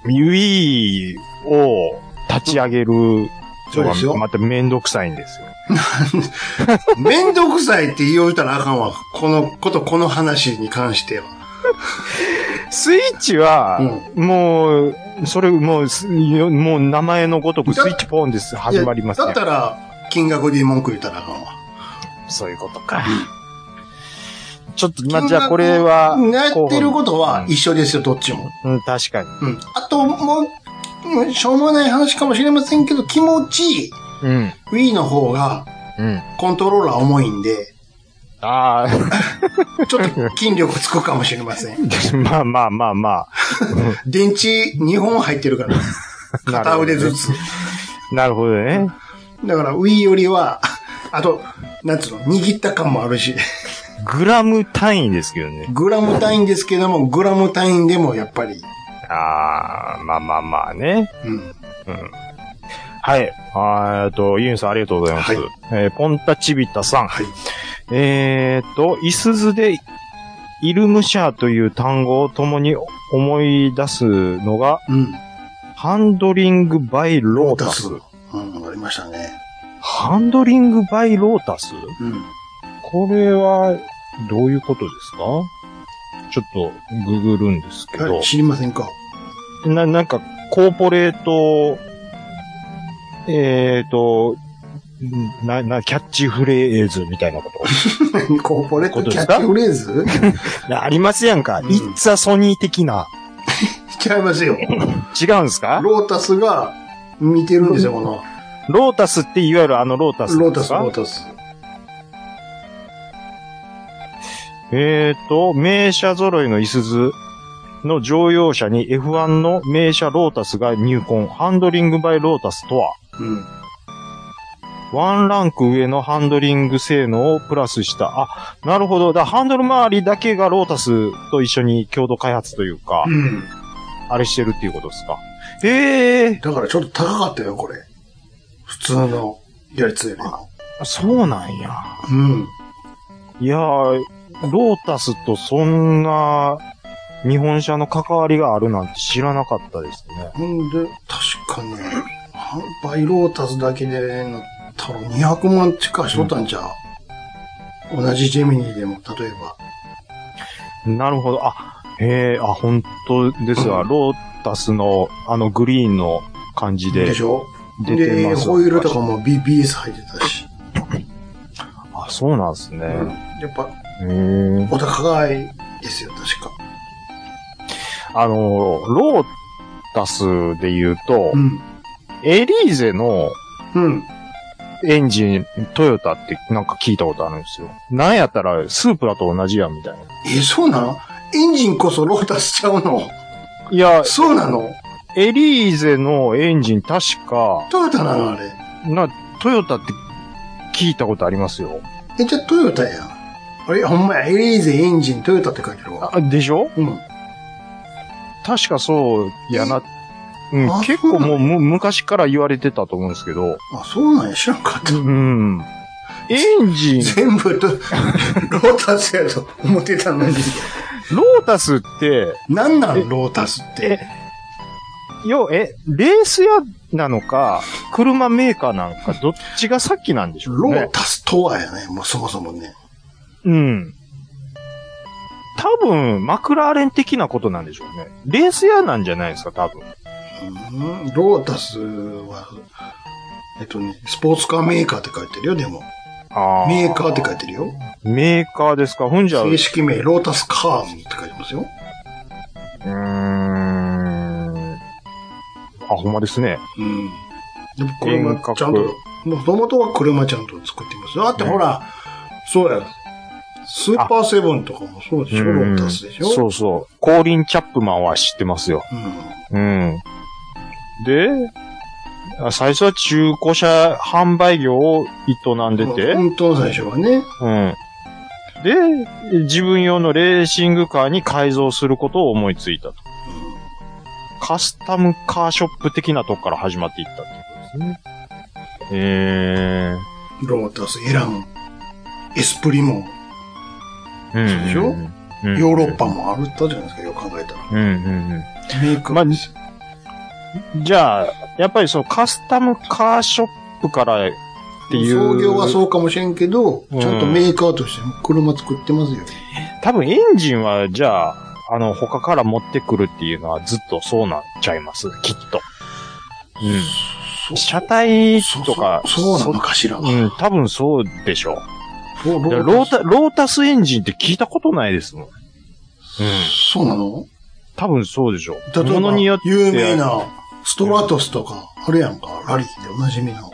[SPEAKER 3] Wii を立ち上げる
[SPEAKER 1] そうです
[SPEAKER 3] の
[SPEAKER 1] よ
[SPEAKER 3] がまためんどくさいんですよ。
[SPEAKER 1] めんどくさいって言おうたらあかんわ。このこと、この話に関しては。
[SPEAKER 3] スイッチは、もう、それ、もうす、よもう名前のごとくスイッチポンです。始まりま
[SPEAKER 1] い
[SPEAKER 3] すね
[SPEAKER 1] やだったら、金額で文句言うたらあかんわ。
[SPEAKER 3] そういうことか。ちょっと、まあ、じゃあこれは、
[SPEAKER 1] やってること
[SPEAKER 3] う
[SPEAKER 1] は
[SPEAKER 3] ん
[SPEAKER 1] 一緒ですよ、どっちも。
[SPEAKER 3] うん、確かに。
[SPEAKER 1] うん。あと、もううん、しょうもない話かもしれませんけど、気持ちいい
[SPEAKER 3] うん、
[SPEAKER 1] Wii の方が
[SPEAKER 3] うん。
[SPEAKER 1] コントローラー重いんで、
[SPEAKER 3] あ
[SPEAKER 1] ちょっと筋力つくかもしれません。
[SPEAKER 3] あ、 まあまあまあまあ。
[SPEAKER 1] 電池2本入ってるから、片腕ずつ。
[SPEAKER 3] なるほどね。
[SPEAKER 1] だから Wii よりは、 あと、なんつうの、握った感もあるし、
[SPEAKER 3] グラム単位ですけどね。
[SPEAKER 1] グラム単位ですけども、グラム単位でもやっぱり、
[SPEAKER 3] ああ、まあまあまあね。
[SPEAKER 1] うん。
[SPEAKER 3] はい。あーえっと、ユンさんありがとうございます。
[SPEAKER 1] は
[SPEAKER 3] えーポンタチビタさん。
[SPEAKER 1] はい。
[SPEAKER 3] えーっと、イスズで、イルムシャーという単語を共に思い出すのが、
[SPEAKER 1] うん。
[SPEAKER 3] ハンドリングバイロータス。
[SPEAKER 1] うん、ありましたね。
[SPEAKER 3] ハンドリングバイロータス
[SPEAKER 1] うん。
[SPEAKER 3] これは、どういうことですかちょっと、ググるんですけど
[SPEAKER 1] はい、。知りませんか
[SPEAKER 3] な、なんか、コーポレート、えーと、んな、な、キャッチフレーズみたいなこと。
[SPEAKER 1] コーポレートキャッチフレーズ
[SPEAKER 3] い やありますやんか。
[SPEAKER 1] うん
[SPEAKER 3] イッツァソニー的な。
[SPEAKER 1] 違いますよ。
[SPEAKER 3] 違うんすか
[SPEAKER 1] ロータスが見てるんですよ、この。
[SPEAKER 3] ロータスっていわゆるあのロータス
[SPEAKER 1] ロー
[SPEAKER 3] で
[SPEAKER 1] タ
[SPEAKER 3] す
[SPEAKER 1] ス、ロー
[SPEAKER 3] か
[SPEAKER 1] タス。
[SPEAKER 3] えーと、名車揃いのイスズの乗用車に F1 の名車ロータスが入魂。ハンドリングバイロータスとは
[SPEAKER 1] うん。
[SPEAKER 3] ワンランク上のハンドリング性能をプラスした。あ、なるほど。だハンドル周りだけがロータスと一緒に共同開発というか、
[SPEAKER 1] うん。
[SPEAKER 3] あれしてるっていうことですか。ええ
[SPEAKER 1] だからちょっと高かったよ、これ。普通のやつよりも。
[SPEAKER 3] ー、そうなんや。
[SPEAKER 1] うん。
[SPEAKER 3] いやー、ロータスとそんな日本車の関わりがあるなんて知らなかったですね。
[SPEAKER 1] ほんで、確かね、バイロータスだけで、なったら200万近いしとったんちゃう、同じジェミニーでも、例えば。
[SPEAKER 3] なるほど。あ、へえ、あ、本当ですわ。ロータスのあのグリーンの感じで
[SPEAKER 1] でしょ
[SPEAKER 3] 出て
[SPEAKER 1] で、
[SPEAKER 3] ますわ
[SPEAKER 1] ホイールとかも BBS 入ってたし。
[SPEAKER 3] あ、そうなんですね。
[SPEAKER 1] うんやっぱ、
[SPEAKER 3] へえ。
[SPEAKER 1] お高いですよ、確か。
[SPEAKER 3] あの、ロータスで言うと、
[SPEAKER 1] うん。
[SPEAKER 3] エリーゼの
[SPEAKER 1] うん。
[SPEAKER 3] エンジン、トヨタってなんか聞いたことあるんですよ。なんやったらスープラと同じやんみたいな。
[SPEAKER 1] え、そうなのエンジンこそロータスちゃうの
[SPEAKER 3] いや、
[SPEAKER 1] そうなの
[SPEAKER 3] エリーゼのエンジン確か、
[SPEAKER 1] トヨタなのあれ。
[SPEAKER 3] な、トヨタって聞いたことありますよ。
[SPEAKER 1] え、じゃあトヨタやん。あれほんまや、エリーゼエンジントヨタって書いてるわ。
[SPEAKER 3] あ、でしょ
[SPEAKER 1] うん。
[SPEAKER 3] 確かそうやな。うん
[SPEAKER 1] あ、
[SPEAKER 3] 結構もうむ昔から言われてたと思うんですけど、
[SPEAKER 1] あ、そうなんや、知らんかった。
[SPEAKER 3] うん。エ ンジン、
[SPEAKER 1] 全部と、ロータスやと思ってたのに。
[SPEAKER 3] ロータスって、
[SPEAKER 1] なんなん、ロータスって。
[SPEAKER 3] 要は、え、レース屋なのか、車メーカーなのか、どっちが先なんでしょう
[SPEAKER 1] ロー
[SPEAKER 3] ね。
[SPEAKER 1] タスとはやね、もうそもそもね。
[SPEAKER 3] うん。多分、マクラーレン的なことなんでしょうね。レース屋なんじゃないですか、多
[SPEAKER 1] う
[SPEAKER 3] 分。
[SPEAKER 1] んロータスは、えっとね、スポーツカーメーカーって書いてるよ、でも。
[SPEAKER 3] あ
[SPEAKER 1] メーカーって書
[SPEAKER 3] い
[SPEAKER 1] いてるよ。
[SPEAKER 3] て。メーカーですか。ほんじゃ、う
[SPEAKER 1] 正式名、ロータスカーズって書いてますよ。
[SPEAKER 3] ーん。あ、ほんまですね。
[SPEAKER 1] うん。でも車
[SPEAKER 3] 遠隔
[SPEAKER 1] ちゃんと、もともとは車ちゃんと作ってますよ。だってほら、そうや。スーパーセブンとかもそうでしょ、ロータスでしょ。
[SPEAKER 3] うんそうそう。コーリン・チャップマンは知ってますよ。
[SPEAKER 1] うん。
[SPEAKER 3] うん。で、あ最初は中古車販売業を営んでて、
[SPEAKER 1] 本当の最初はね。
[SPEAKER 3] うん。で、自分用のレーシングカーに改造することを思いついたと。カスタムカーショップ的なとこから始まっていったってことですね。
[SPEAKER 1] う
[SPEAKER 3] え
[SPEAKER 1] んロータス、エラン、エスプリも、
[SPEAKER 3] ー。うん
[SPEAKER 1] そうでしょ
[SPEAKER 3] うん
[SPEAKER 1] ヨーロッパもあるったじゃないですか、よく考えた
[SPEAKER 3] うんうんうん。
[SPEAKER 1] ら。メーカ
[SPEAKER 3] まあ
[SPEAKER 1] ーですよ。
[SPEAKER 3] じゃあ、やっぱりそのカスタムカーショップからっていう。
[SPEAKER 1] 創業はそうかもしれんけど、
[SPEAKER 3] うん
[SPEAKER 1] ちゃんとメーカーとして車作ってますよ。
[SPEAKER 3] 多分エンジンは、じゃあ、あの、他から持ってくるっていうのはずっとそうなっちゃいます。きっと。うん。車体とか。
[SPEAKER 1] そそうそうなのかしら。
[SPEAKER 3] そうん、多分そうでしょう。
[SPEAKER 1] そう
[SPEAKER 3] だからロータ、ロータスエンジンって聞いたことないですもん。うん。
[SPEAKER 1] そうなの
[SPEAKER 3] 多分そうでしょう。
[SPEAKER 1] 例
[SPEAKER 3] ものに
[SPEAKER 1] え
[SPEAKER 3] よ
[SPEAKER 1] ば
[SPEAKER 3] っ、て。
[SPEAKER 1] 有名。な、ストラトスとか、あるやんか、ラリーでおなじみの。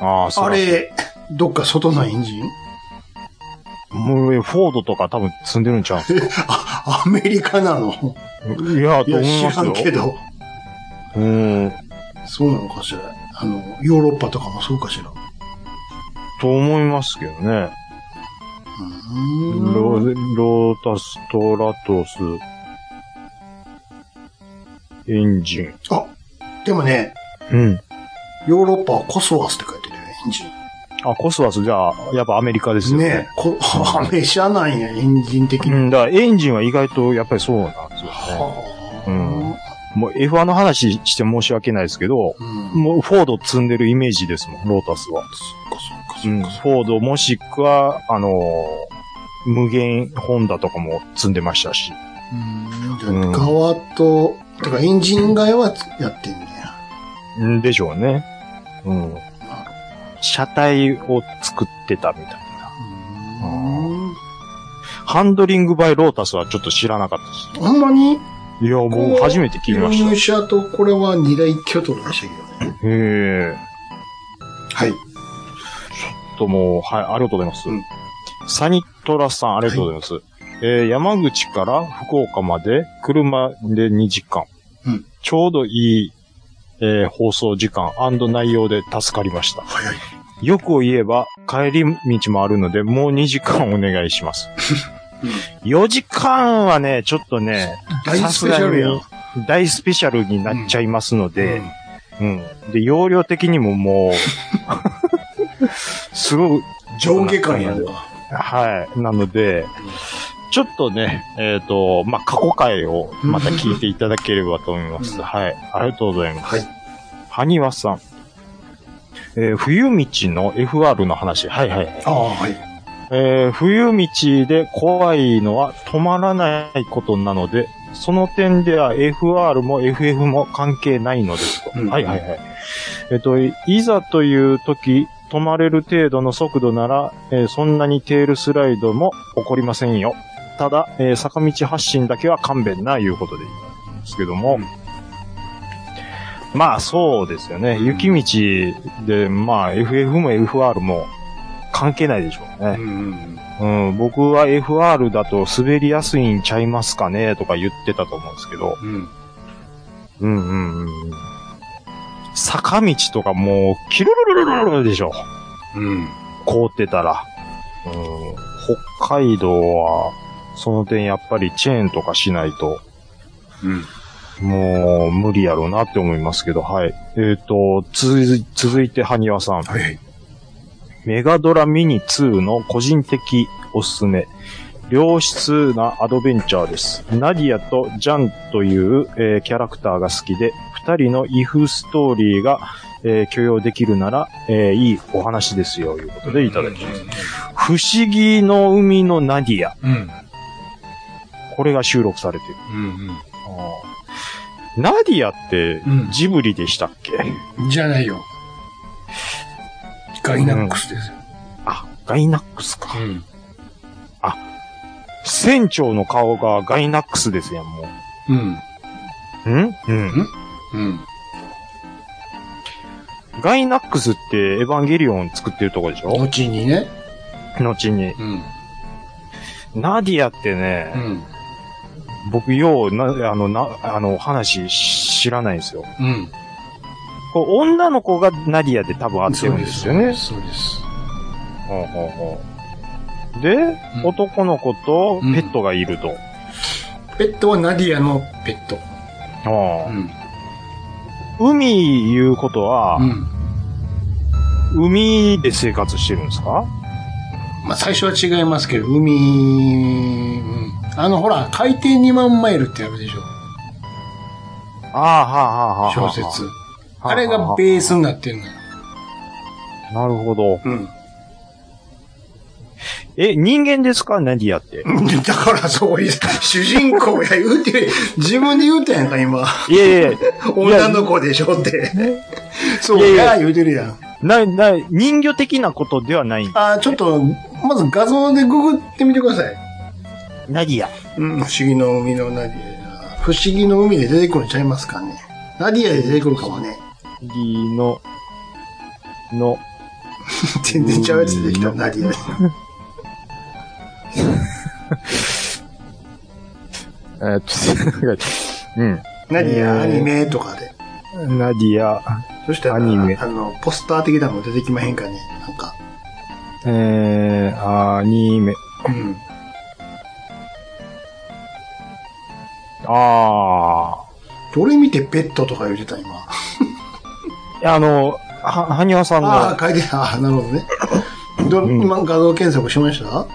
[SPEAKER 3] ああ、そう。
[SPEAKER 1] あ。れ、どっか外のエンジン
[SPEAKER 3] もう、フォードとか多分積んでるんちゃう
[SPEAKER 1] あ、アメリカなの
[SPEAKER 3] い や、
[SPEAKER 1] い
[SPEAKER 3] と思
[SPEAKER 1] や、
[SPEAKER 3] い
[SPEAKER 1] 知
[SPEAKER 3] ます
[SPEAKER 1] らん
[SPEAKER 3] よ。
[SPEAKER 1] けど。
[SPEAKER 3] うん。
[SPEAKER 1] そうなのかしら。あの、ヨーロッパとかもそうかしら。
[SPEAKER 3] と思いますけどね。
[SPEAKER 1] う
[SPEAKER 3] ロ
[SPEAKER 1] ーん。
[SPEAKER 3] ロータス、トラトス、エンジン。
[SPEAKER 1] あ、でもね、
[SPEAKER 3] うん。
[SPEAKER 1] ヨーロッパはコスワスって書いてるよ、エンジン。
[SPEAKER 3] あ、コスワス、じゃあ、やっぱアメリカですよね。
[SPEAKER 1] ねえ、こ、 アメ車なんや、エンジン的
[SPEAKER 3] う
[SPEAKER 1] に。
[SPEAKER 3] ん、だからエンジンは意外とやっぱりそうなんですよね。
[SPEAKER 1] はあ
[SPEAKER 3] うんもう F1 の話して申し訳ないですけど、
[SPEAKER 1] うん。
[SPEAKER 3] もうフォード積んでるイメージですもん、ロータスは。
[SPEAKER 1] そっかそっかそっか
[SPEAKER 3] うん、フォードもしくは、あのー無限ホンダとかも積んでましたし。
[SPEAKER 1] うん。側と、てかエンジン外はやってんねや。
[SPEAKER 3] んでしょうね。うん。車体を作ってたみたいな。
[SPEAKER 1] うん。
[SPEAKER 3] ハンドリングバイロータスはちょっと知らなかったし。
[SPEAKER 1] ほんまに
[SPEAKER 3] いや、もう初めて聞きました。
[SPEAKER 1] 入
[SPEAKER 3] へ
[SPEAKER 1] 社とこれは二大巨頭らしいけどね。
[SPEAKER 3] え。
[SPEAKER 1] はい。
[SPEAKER 3] ともう、はい、ありがとうございます。
[SPEAKER 1] うん
[SPEAKER 3] サニトラさん、ありがとうございます。えー山口から福岡まで車で2時間。
[SPEAKER 1] うん
[SPEAKER 3] ちょうどいい、えー放送時間内容で助かりました。
[SPEAKER 1] 早い。
[SPEAKER 3] よく言えば帰り道もあるので、もう2時間お願いします。4時間はね、ちょっとね、
[SPEAKER 1] 大スペシャルやん。
[SPEAKER 3] 大スペシャルになっちゃいますので、うん。で、容量的にももう、 すごい、
[SPEAKER 1] 上下感やんか。
[SPEAKER 3] はい。なので、ちょっとね、えっ、と、まあ、過去回をまた聞いていただければと思います。
[SPEAKER 1] うん
[SPEAKER 3] はい。ありがとうございます。
[SPEAKER 1] はい。
[SPEAKER 3] はにわさん。えー冬道の FR の話。はいはいはい。
[SPEAKER 1] ああ、はい。
[SPEAKER 3] えー冬道で怖いのは止まらないことなので、その点では FR も FF も関係ないのですと。
[SPEAKER 1] うん
[SPEAKER 3] はいはいはい。えっと、いいざという時、止まれる程度の速度なら、えーそんなにテールスライドも起こりませんよ。ただ、えー坂道発進だけは勘弁な、いうことで言うんですけども。まあ、そうですよね。雪道で、まあ、FF も FR も関係ないでしょうね。
[SPEAKER 1] うん。
[SPEAKER 3] うん、僕は FR だと滑りやすいんちゃいますかねとか言ってたと思うんですけど。
[SPEAKER 1] うん。
[SPEAKER 3] うんうんうん。坂道とかもう、キルルルルルルでしょ。
[SPEAKER 1] うん。
[SPEAKER 3] 凍ってたら。うん、北海道は、その点やっぱりチェーンとかしないと、
[SPEAKER 1] うん。
[SPEAKER 3] もう、無理やろうなって思いますけど、はい。えっ、と、続い、続いて、はにわさん。
[SPEAKER 1] はい。
[SPEAKER 3] メガドラミニ2の個人的おすすめ。良質なアドベンチャーです。ナディアとジャンという、えーキャラクターが好きで、二人のイフストーリーが、えー許容できるなら、えーいいお話ですよ、いうことでいただきます。不思議の海のナディア。
[SPEAKER 1] うん。
[SPEAKER 3] これが収録されている。
[SPEAKER 1] うん
[SPEAKER 3] ナディアって
[SPEAKER 1] うん
[SPEAKER 3] ジブリでしたっけ、
[SPEAKER 1] うん。じゃないよ。ガイナックスですよ。
[SPEAKER 3] あ、ガイナックスか。
[SPEAKER 1] ん。
[SPEAKER 3] 船長の顔がガイナックスですやん、も
[SPEAKER 1] うん。
[SPEAKER 3] う。んうん。
[SPEAKER 1] うん。
[SPEAKER 3] ガイナックスってエヴァンゲリオン作ってるとこでしょ
[SPEAKER 1] 後にね。
[SPEAKER 3] 後に。
[SPEAKER 1] うん。
[SPEAKER 3] ナディアってね、
[SPEAKER 1] うん。
[SPEAKER 3] 僕よう、な、あの、な、あの、話し知らないんですよ。
[SPEAKER 1] うん。
[SPEAKER 3] こう女の子がナディアで多分会ってるんですよね。
[SPEAKER 1] そうです。
[SPEAKER 3] ほうほうほうで、
[SPEAKER 1] うん
[SPEAKER 3] 男の子とペットがいると。
[SPEAKER 1] ペットはナディアのペット。
[SPEAKER 3] ああ
[SPEAKER 1] ん。
[SPEAKER 3] 海いうことは、
[SPEAKER 1] うん。
[SPEAKER 3] 海で生活してるんですか
[SPEAKER 1] まあ最初は違いますけど、海、うんあのほら、海底2万マイルってあるでしょ。
[SPEAKER 3] ああ、はあ、はあ、はあ。
[SPEAKER 1] 小説。
[SPEAKER 3] はは。
[SPEAKER 1] あれがベースになってるのよ。
[SPEAKER 3] なるほど。
[SPEAKER 1] うん。
[SPEAKER 3] え、人間ですかナディアって。
[SPEAKER 1] だからそういう、主人公や言うて、自分で言うてんやんか、今。
[SPEAKER 3] いやいや、
[SPEAKER 1] 女の子でしょって。そう
[SPEAKER 3] いやいや
[SPEAKER 1] や、言うてるやん。
[SPEAKER 3] な、な、人魚的なことではない。
[SPEAKER 1] あーちょっと、まず画像でググってみてください。
[SPEAKER 3] ナディア。
[SPEAKER 1] うん、不思議の海のナディア。不思議の海で出てくるんちゃいますかね。ナディアで出てくるかもね。
[SPEAKER 3] リの、の、
[SPEAKER 1] 全然ちゃうやつ出てきた、ナディアで。
[SPEAKER 3] えーっと、 う
[SPEAKER 1] ナディア、
[SPEAKER 3] えー
[SPEAKER 1] アニメとかで。
[SPEAKER 3] ん。ナディア、
[SPEAKER 1] そしたら、
[SPEAKER 3] アニメ
[SPEAKER 1] あの、ポスター的なのも出てきまへんかね。なんか。
[SPEAKER 3] えー、アニメ。
[SPEAKER 1] うん。
[SPEAKER 3] あ
[SPEAKER 1] どれ見てペットとか言うてた、今。
[SPEAKER 3] ー。あの、は、はにわさんの
[SPEAKER 1] ああ、書いてた。あー なるほどね。ど
[SPEAKER 3] うん
[SPEAKER 1] 今、画像検索しました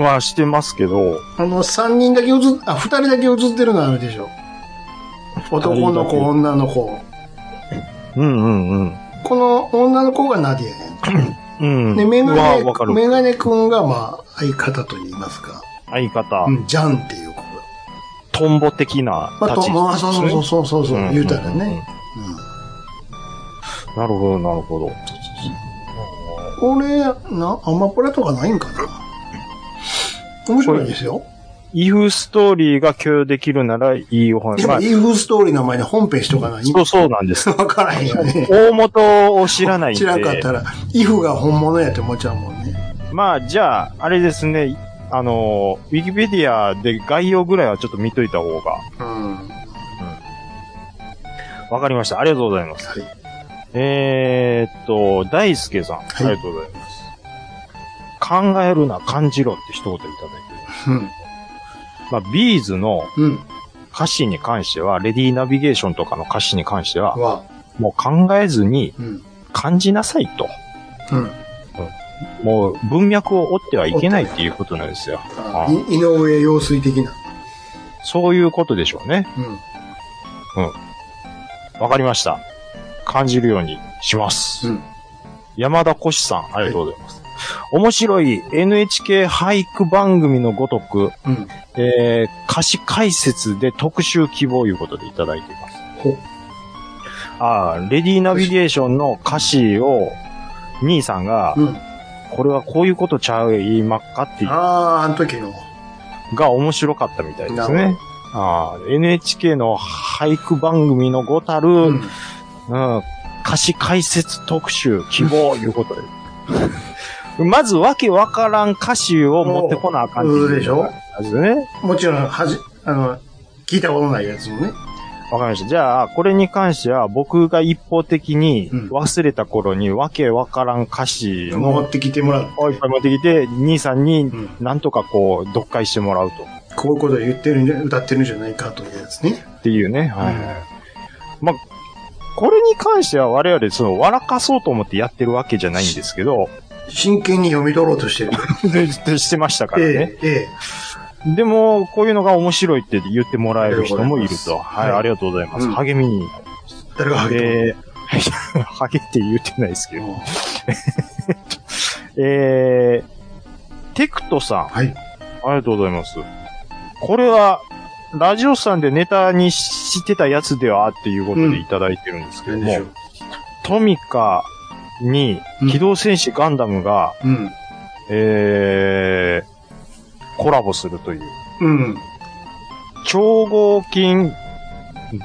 [SPEAKER 3] はしてますけど、
[SPEAKER 1] あの、3人だけ映っ、あ、2人だけ映ってるのあるでしょ。男の子、
[SPEAKER 3] 二人だけ
[SPEAKER 1] 女の子。
[SPEAKER 3] うんうん
[SPEAKER 1] この女の子がナディアやんか。
[SPEAKER 3] うん。うん。
[SPEAKER 1] で、メガ
[SPEAKER 3] わ
[SPEAKER 1] ネ
[SPEAKER 3] わか、る。
[SPEAKER 1] メガネくんが、まあ、相方と言いますか。
[SPEAKER 3] 相方、
[SPEAKER 1] うん、ジャンっていう子が。
[SPEAKER 3] トンボ的な
[SPEAKER 1] まあ、
[SPEAKER 3] 立
[SPEAKER 1] と、
[SPEAKER 3] ち位置ですね。
[SPEAKER 1] まあ、そうそうそうそうそう、
[SPEAKER 3] ん
[SPEAKER 1] 言うたらね。。うん
[SPEAKER 3] うんなるほど、なるほど。
[SPEAKER 1] これ、な、アマプラとかないんかな面白いですよ。
[SPEAKER 3] イフストーリーが共有できるならいいお話。
[SPEAKER 1] で
[SPEAKER 3] ま
[SPEAKER 1] も、
[SPEAKER 3] あ
[SPEAKER 1] イーフストーリーの前に本編しとかない
[SPEAKER 3] そうそうなんです。
[SPEAKER 1] わからへんよね。
[SPEAKER 3] 大元を知らないんで。
[SPEAKER 1] 知らんかったら、イフが本物やって思っちゃうもんね。
[SPEAKER 3] まあ、じゃあ、あれですね。あの、ウィキペディアで概要ぐらいはちょっと見といた方が。
[SPEAKER 1] うん。は
[SPEAKER 3] わかりました。ありがとうございます。
[SPEAKER 1] い。
[SPEAKER 3] えー、っと、大輔さん、
[SPEAKER 1] はい
[SPEAKER 3] ありがとうございます。考えるな、感じろって一言いただいてます。まあ、ビーズの
[SPEAKER 1] うん。うん。
[SPEAKER 3] 歌詞に関しては、レディーナビゲーションとかの歌詞に関しては、
[SPEAKER 1] は、
[SPEAKER 3] もう考えずに
[SPEAKER 1] うん。
[SPEAKER 3] 感じなさいと。
[SPEAKER 1] うん。
[SPEAKER 3] もう文脈を追ってはいけないっていうことなんですよ。
[SPEAKER 1] あい井上陽水的な。
[SPEAKER 3] そういうことでしょうね。
[SPEAKER 1] うん。
[SPEAKER 3] わかりました。感じるようにします。
[SPEAKER 1] うん
[SPEAKER 3] 山田越さん、ありがとうございます。面白い NHK 俳句番組のごとく、
[SPEAKER 1] うん。
[SPEAKER 3] えー、歌詞解説で特集希望いうことでいただいています。
[SPEAKER 1] ほ。
[SPEAKER 3] ああ、レディーナビゲーションの歌詞を、兄さんが
[SPEAKER 1] う、ん。
[SPEAKER 3] これはこういうことちゃう言いまっかっていう
[SPEAKER 1] ああ、あの時の。
[SPEAKER 3] が面白かったみたいです
[SPEAKER 1] なる
[SPEAKER 3] ね。あー NHK の俳句番組のごたる、う
[SPEAKER 1] うんん。
[SPEAKER 3] 歌詞解説特集、希望、いう ことで。まず、わけわからん歌詞を持ってこなあかんってい
[SPEAKER 1] おうそうでしょ
[SPEAKER 3] ですね。
[SPEAKER 1] もちろん、はじ、あの、聞いたことないやつもね。
[SPEAKER 3] わかりました。じゃあ、これに関しては、僕が一方的に
[SPEAKER 1] うん
[SPEAKER 3] 忘れた頃に、わけわからん歌詞
[SPEAKER 1] 持
[SPEAKER 3] の、
[SPEAKER 1] ってきてもらう。
[SPEAKER 3] をいっぱい持ってきて、兄さんに
[SPEAKER 1] ん、
[SPEAKER 3] なんとかこう、読解してもらうと。
[SPEAKER 1] ここういうことを言ってるんじゃ、歌ってるんじゃないかというやつね。
[SPEAKER 3] っていうね。はい。まあ、これに関しては我々、その、笑かそうと思ってやってるわけじゃないんです けど、
[SPEAKER 1] 真剣に読み取ろうとしてる。
[SPEAKER 3] でしてましたからね。
[SPEAKER 1] ええ、ええ。
[SPEAKER 3] でも、こういうのが面白いって言ってもらえる人もいると。はい、
[SPEAKER 1] はい
[SPEAKER 3] ありがとうございます。
[SPEAKER 1] うん
[SPEAKER 3] 励みに。
[SPEAKER 1] 誰がハゲてる
[SPEAKER 3] えー、 ハゲって言ってないですけど。えー、テクトさん。
[SPEAKER 1] はい
[SPEAKER 3] ありがとうございます。これは、ラジオさんでネタにしてたやつではっていうことでいただいてるんですけど
[SPEAKER 1] 何で
[SPEAKER 3] も、
[SPEAKER 1] しょう。
[SPEAKER 3] トミカに
[SPEAKER 1] うん
[SPEAKER 3] 機動戦士ガンダムが、
[SPEAKER 1] うん。
[SPEAKER 3] えー、コラボするという、
[SPEAKER 1] うん。
[SPEAKER 3] 超合金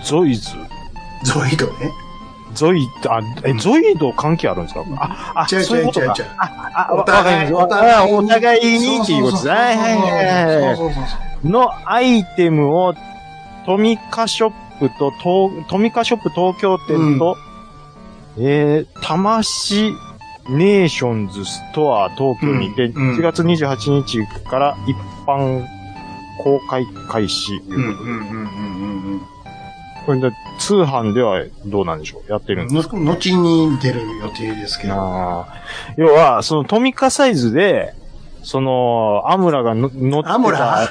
[SPEAKER 3] ゾイズ、
[SPEAKER 1] ゾイドね。
[SPEAKER 3] ゾイ、あ、え、ゾイド関係あるんですかあ、あ、
[SPEAKER 1] ちゃうち
[SPEAKER 3] そう
[SPEAKER 1] ゃ
[SPEAKER 3] いう
[SPEAKER 1] う
[SPEAKER 3] こ
[SPEAKER 1] ち
[SPEAKER 3] と
[SPEAKER 1] ゃ
[SPEAKER 3] か
[SPEAKER 1] うち。ゃう。
[SPEAKER 3] あ、お互いに、お互いにお互いにっていうことですね。はいはいはい。
[SPEAKER 1] そうそうそうそう
[SPEAKER 3] のアイテムを、トミカショップと、東トミカショップ東京店と、えー、魂ネーションズストア東京にて、
[SPEAKER 1] うんうん
[SPEAKER 3] 1月28日から一般公開開始。
[SPEAKER 1] うんうんうんうんうん
[SPEAKER 3] これで、通販ではどうなんでしょうやってるん
[SPEAKER 1] うん。
[SPEAKER 3] ですか、
[SPEAKER 1] の後に出る予定ですけど。
[SPEAKER 3] あー要は、そのトミカサイズで、その、アムラがの乗ってた。
[SPEAKER 1] アムラ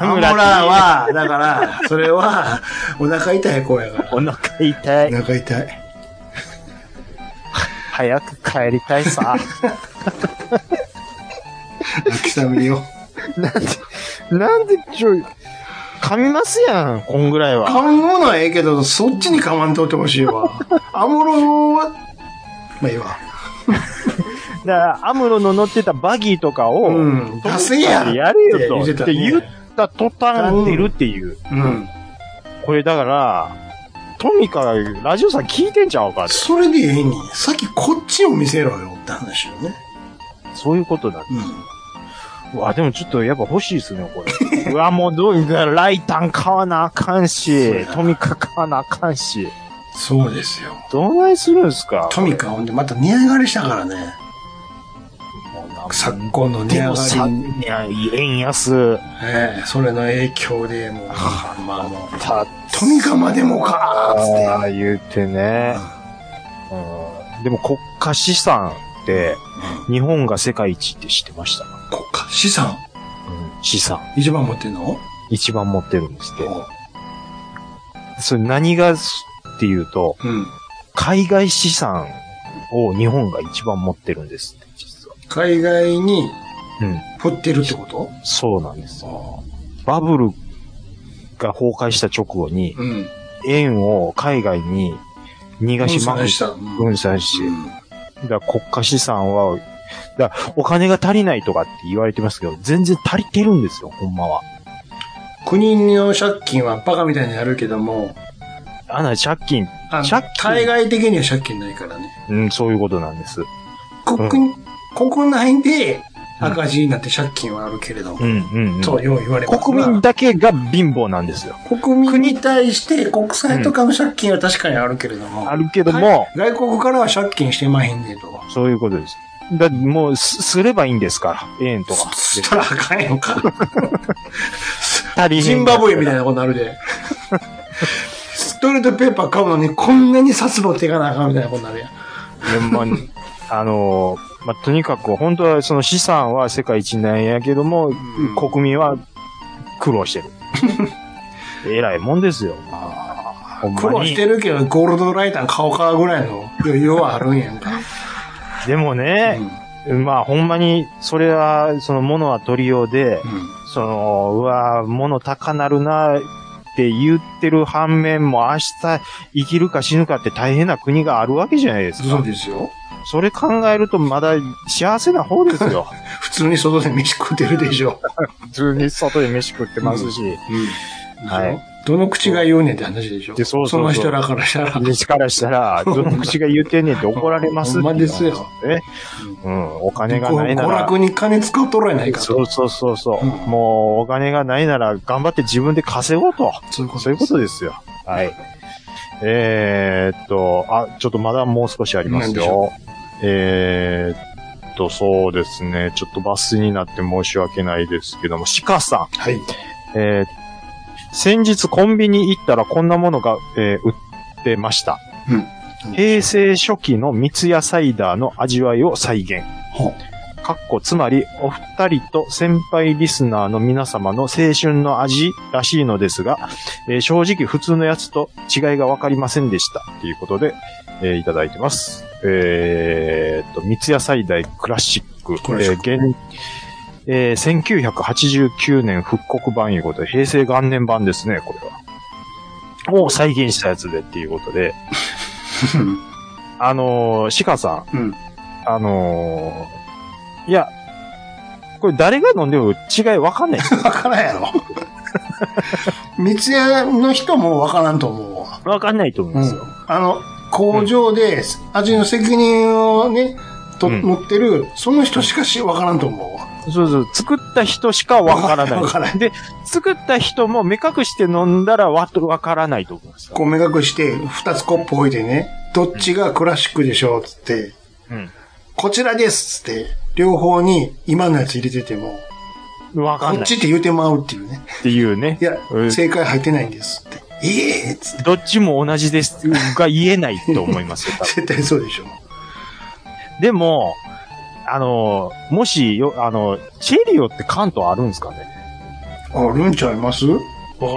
[SPEAKER 1] アムラは、だから、それは、お腹痛い子やから。
[SPEAKER 3] お腹痛
[SPEAKER 1] お
[SPEAKER 3] い。
[SPEAKER 1] 腹痛い。
[SPEAKER 3] 早く帰りたい さ。
[SPEAKER 1] 秋雨よ。
[SPEAKER 3] なんでちょい、噛みますやん、こんぐらいは。
[SPEAKER 1] 噛むものはええけど、そっちに噛まんとってほしいわ。アムロは、まあいいわ。
[SPEAKER 3] だから、アムロの乗ってたバギーとかを、
[SPEAKER 1] うん出せや
[SPEAKER 3] やれよ
[SPEAKER 1] って言っ
[SPEAKER 3] と。
[SPEAKER 1] て
[SPEAKER 3] ったて
[SPEAKER 1] ね
[SPEAKER 3] 言った途端出るっていう。
[SPEAKER 1] うん。
[SPEAKER 3] これだから、トミカがラジオさん聞いてんちゃうかって
[SPEAKER 1] それでええに、さっきこっちを見せろよって話よね。
[SPEAKER 3] そういうことだ。
[SPEAKER 1] う
[SPEAKER 3] うわ、でもちょっとやっぱ欲しいですね、これ。 うわ、もうどうにかライタン買わなあかんし、トミカ買わなあかんし。
[SPEAKER 1] ん。そうですよ。
[SPEAKER 3] どないするんすか
[SPEAKER 1] トミカほんでまた値上がりしたからね。
[SPEAKER 3] もうなんか
[SPEAKER 1] 昨今の値
[SPEAKER 3] で
[SPEAKER 1] 上
[SPEAKER 3] も
[SPEAKER 1] が
[SPEAKER 3] さ、
[SPEAKER 1] りに。
[SPEAKER 3] いや、円安。
[SPEAKER 1] ええ、それの影響で、もう、まあもう、
[SPEAKER 3] た
[SPEAKER 1] トミカまでもかーっつって。
[SPEAKER 3] ああ、言うてね。うんでも国家資産って、日本が世界一って知ってました、
[SPEAKER 1] 国家資産、
[SPEAKER 3] 資産。
[SPEAKER 1] 一番持ってんの
[SPEAKER 3] 一番持ってるんですって。
[SPEAKER 1] う
[SPEAKER 3] それ何がっていうと、
[SPEAKER 1] ん。
[SPEAKER 3] 海外資産を日本が一番持ってるんですって、実は。
[SPEAKER 1] 海外に
[SPEAKER 3] うん。
[SPEAKER 1] 振ってるってこと
[SPEAKER 3] そうなんですよ。バブルが崩壊した直後に、
[SPEAKER 1] うん。
[SPEAKER 3] 円を海外に逃がしまく
[SPEAKER 1] 分散
[SPEAKER 3] っ
[SPEAKER 1] した。
[SPEAKER 3] 分
[SPEAKER 1] う
[SPEAKER 3] 散し、
[SPEAKER 1] ん。
[SPEAKER 3] だから国家資産は、だからお金が足りないとかって言われてますけど、全然足りてるんですよ、ほんまは。
[SPEAKER 1] 国の借金はバカみたいにあるけども、
[SPEAKER 3] あな、借金、
[SPEAKER 1] あ
[SPEAKER 3] 借金
[SPEAKER 1] 対外的には借金ないからね。
[SPEAKER 3] うん、そういうことなんです。
[SPEAKER 1] 国、
[SPEAKER 3] う
[SPEAKER 1] 国内で赤字になって借金はあるけれども、
[SPEAKER 3] うん、うん、うん。
[SPEAKER 1] とよう言われますが。
[SPEAKER 3] 国民だけが貧乏なんですよ。
[SPEAKER 1] 国民に対して国債とかの借金は確かにあるけれども、
[SPEAKER 3] あるけども、
[SPEAKER 1] 外国からは借金してまへんねと。
[SPEAKER 3] そういうことです。だもうす、すればいいんですから、円とか。
[SPEAKER 1] そしたらあかんやん か。
[SPEAKER 3] 足りへん
[SPEAKER 1] ジンバブエみたいなことあるで。 ストレートペーパー買うのにこんなに札持っていかなあかんみたいなことあるやん。
[SPEAKER 3] でまあ、あのーまあ、とにかく、本当はその資産は世界一なんやけども、
[SPEAKER 1] ん
[SPEAKER 3] 国民は苦労して る。えらいもんですよ。ほんまに
[SPEAKER 1] 苦労してるけどゴールドライター買おうかぐらいの余裕はあるんやんか。
[SPEAKER 3] でも
[SPEAKER 1] う
[SPEAKER 3] ね、
[SPEAKER 1] ん
[SPEAKER 3] まあほんまに、それは、その物は取りようで、その、うわぁ、物高なるなって言ってる反面も明日生きるか死ぬかって大変な国があるわけじゃないです
[SPEAKER 1] そう
[SPEAKER 3] か。
[SPEAKER 1] ですよ。
[SPEAKER 3] それ考えるとまだ幸せな方ですよ。
[SPEAKER 1] 普通に外で飯食ってるでしょ。
[SPEAKER 3] 普通に外で飯食ってますし。はい
[SPEAKER 1] どの口が言うねんって話でしょ。
[SPEAKER 3] でそうそうそう
[SPEAKER 1] の人らからしたら。
[SPEAKER 3] 弟子からし たら、どの口が言うてんねんって怒られますっていう
[SPEAKER 1] ほんまですよ。
[SPEAKER 3] ね。うん、お金がないな
[SPEAKER 1] 娯
[SPEAKER 3] ら。
[SPEAKER 1] 楽に金使っとらないかと。
[SPEAKER 3] そうそうそうそ
[SPEAKER 1] う
[SPEAKER 3] う。
[SPEAKER 1] ん
[SPEAKER 3] もう、お金がないなら頑張って自分で稼ごうと。
[SPEAKER 1] そういうこと
[SPEAKER 3] そういうことですよ。はい。えー、っと、あ、ちょっとまだもう少しありま
[SPEAKER 1] なん
[SPEAKER 3] す
[SPEAKER 1] でしょ
[SPEAKER 3] よ。えー、っと、そうですね。ちょっと抜粋になって申し訳ないですけども、シカさん。
[SPEAKER 1] はい。
[SPEAKER 3] えー先日コンビニ行ったらこんなものが、えー売ってました。
[SPEAKER 1] うん
[SPEAKER 3] 平成初期の三ツ矢サイダーの味わいを再現。
[SPEAKER 1] ほ
[SPEAKER 3] かっこ、つまり、お二人と先輩リスナーの皆様の青春の味らしいのですが、えー正直普通のやつと違いがわかりませんでした。ということで、えーいただいてます。えーっと、三ツ矢最大クラシック、
[SPEAKER 1] クラシック
[SPEAKER 3] えー現えー1989年復刻版いうことで、平成元年版ですね、これは。を再現したやつでっていうことで、あのー、カさん。
[SPEAKER 1] うん
[SPEAKER 3] あのー、いや、これ誰が飲んでも違いわかんないです。
[SPEAKER 1] わからんやろ。三ツ矢の人もわからんと思うわ。
[SPEAKER 3] わかんないと思うんですよ。
[SPEAKER 1] あの、工場で味の責任をね、と、
[SPEAKER 3] うん
[SPEAKER 1] 持ってる、その人しかしわからんと思うわ。
[SPEAKER 3] そうそう、作った人しかわからない。
[SPEAKER 1] わからない
[SPEAKER 3] で、作った人も目隠して飲んだらわと、わからないと思うんですよ。
[SPEAKER 1] こう目隠して、二つコップ置いてね、どっちがクラシックでしょうっつって、
[SPEAKER 3] う
[SPEAKER 1] こちらですっつって、両方に今のやつ入れてても、
[SPEAKER 3] ん。わか
[SPEAKER 1] こ
[SPEAKER 3] ん
[SPEAKER 1] っ
[SPEAKER 3] ない
[SPEAKER 1] ちって言うてまうっていうね。
[SPEAKER 3] っていうね。
[SPEAKER 1] いや
[SPEAKER 3] う、ん
[SPEAKER 1] 正解入ってないんですって。ええっつって。
[SPEAKER 3] どっちも同じですが言えないと思います よ。多分
[SPEAKER 1] 絶対そうでしょ。
[SPEAKER 3] でも、あのー、もしよ、あのー、チェリオって関東あるんですかね
[SPEAKER 1] あるんちゃいます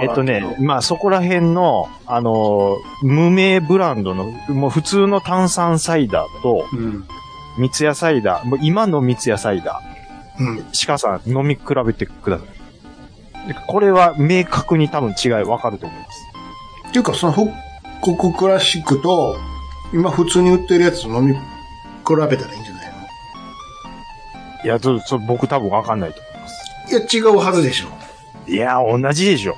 [SPEAKER 3] えっとね、まあそこら辺の、あのー無名ブランドの、もう普通の炭酸サイダーと、
[SPEAKER 1] うん。
[SPEAKER 3] 三ツ矢サイダー、もう今の三ツ矢サイダ
[SPEAKER 1] うん。
[SPEAKER 3] ー、鹿さん飲み比べてください。でこれは明確に多分違い分かると思います。
[SPEAKER 1] っていうか、その復刻クラシックと、今普通に売ってるやつ飲み比べたらいいんじゃないの
[SPEAKER 3] いや、ちょっと僕多分分かんないと思います。
[SPEAKER 1] いや、違うはずでしょ。
[SPEAKER 3] いや、同じでしょ。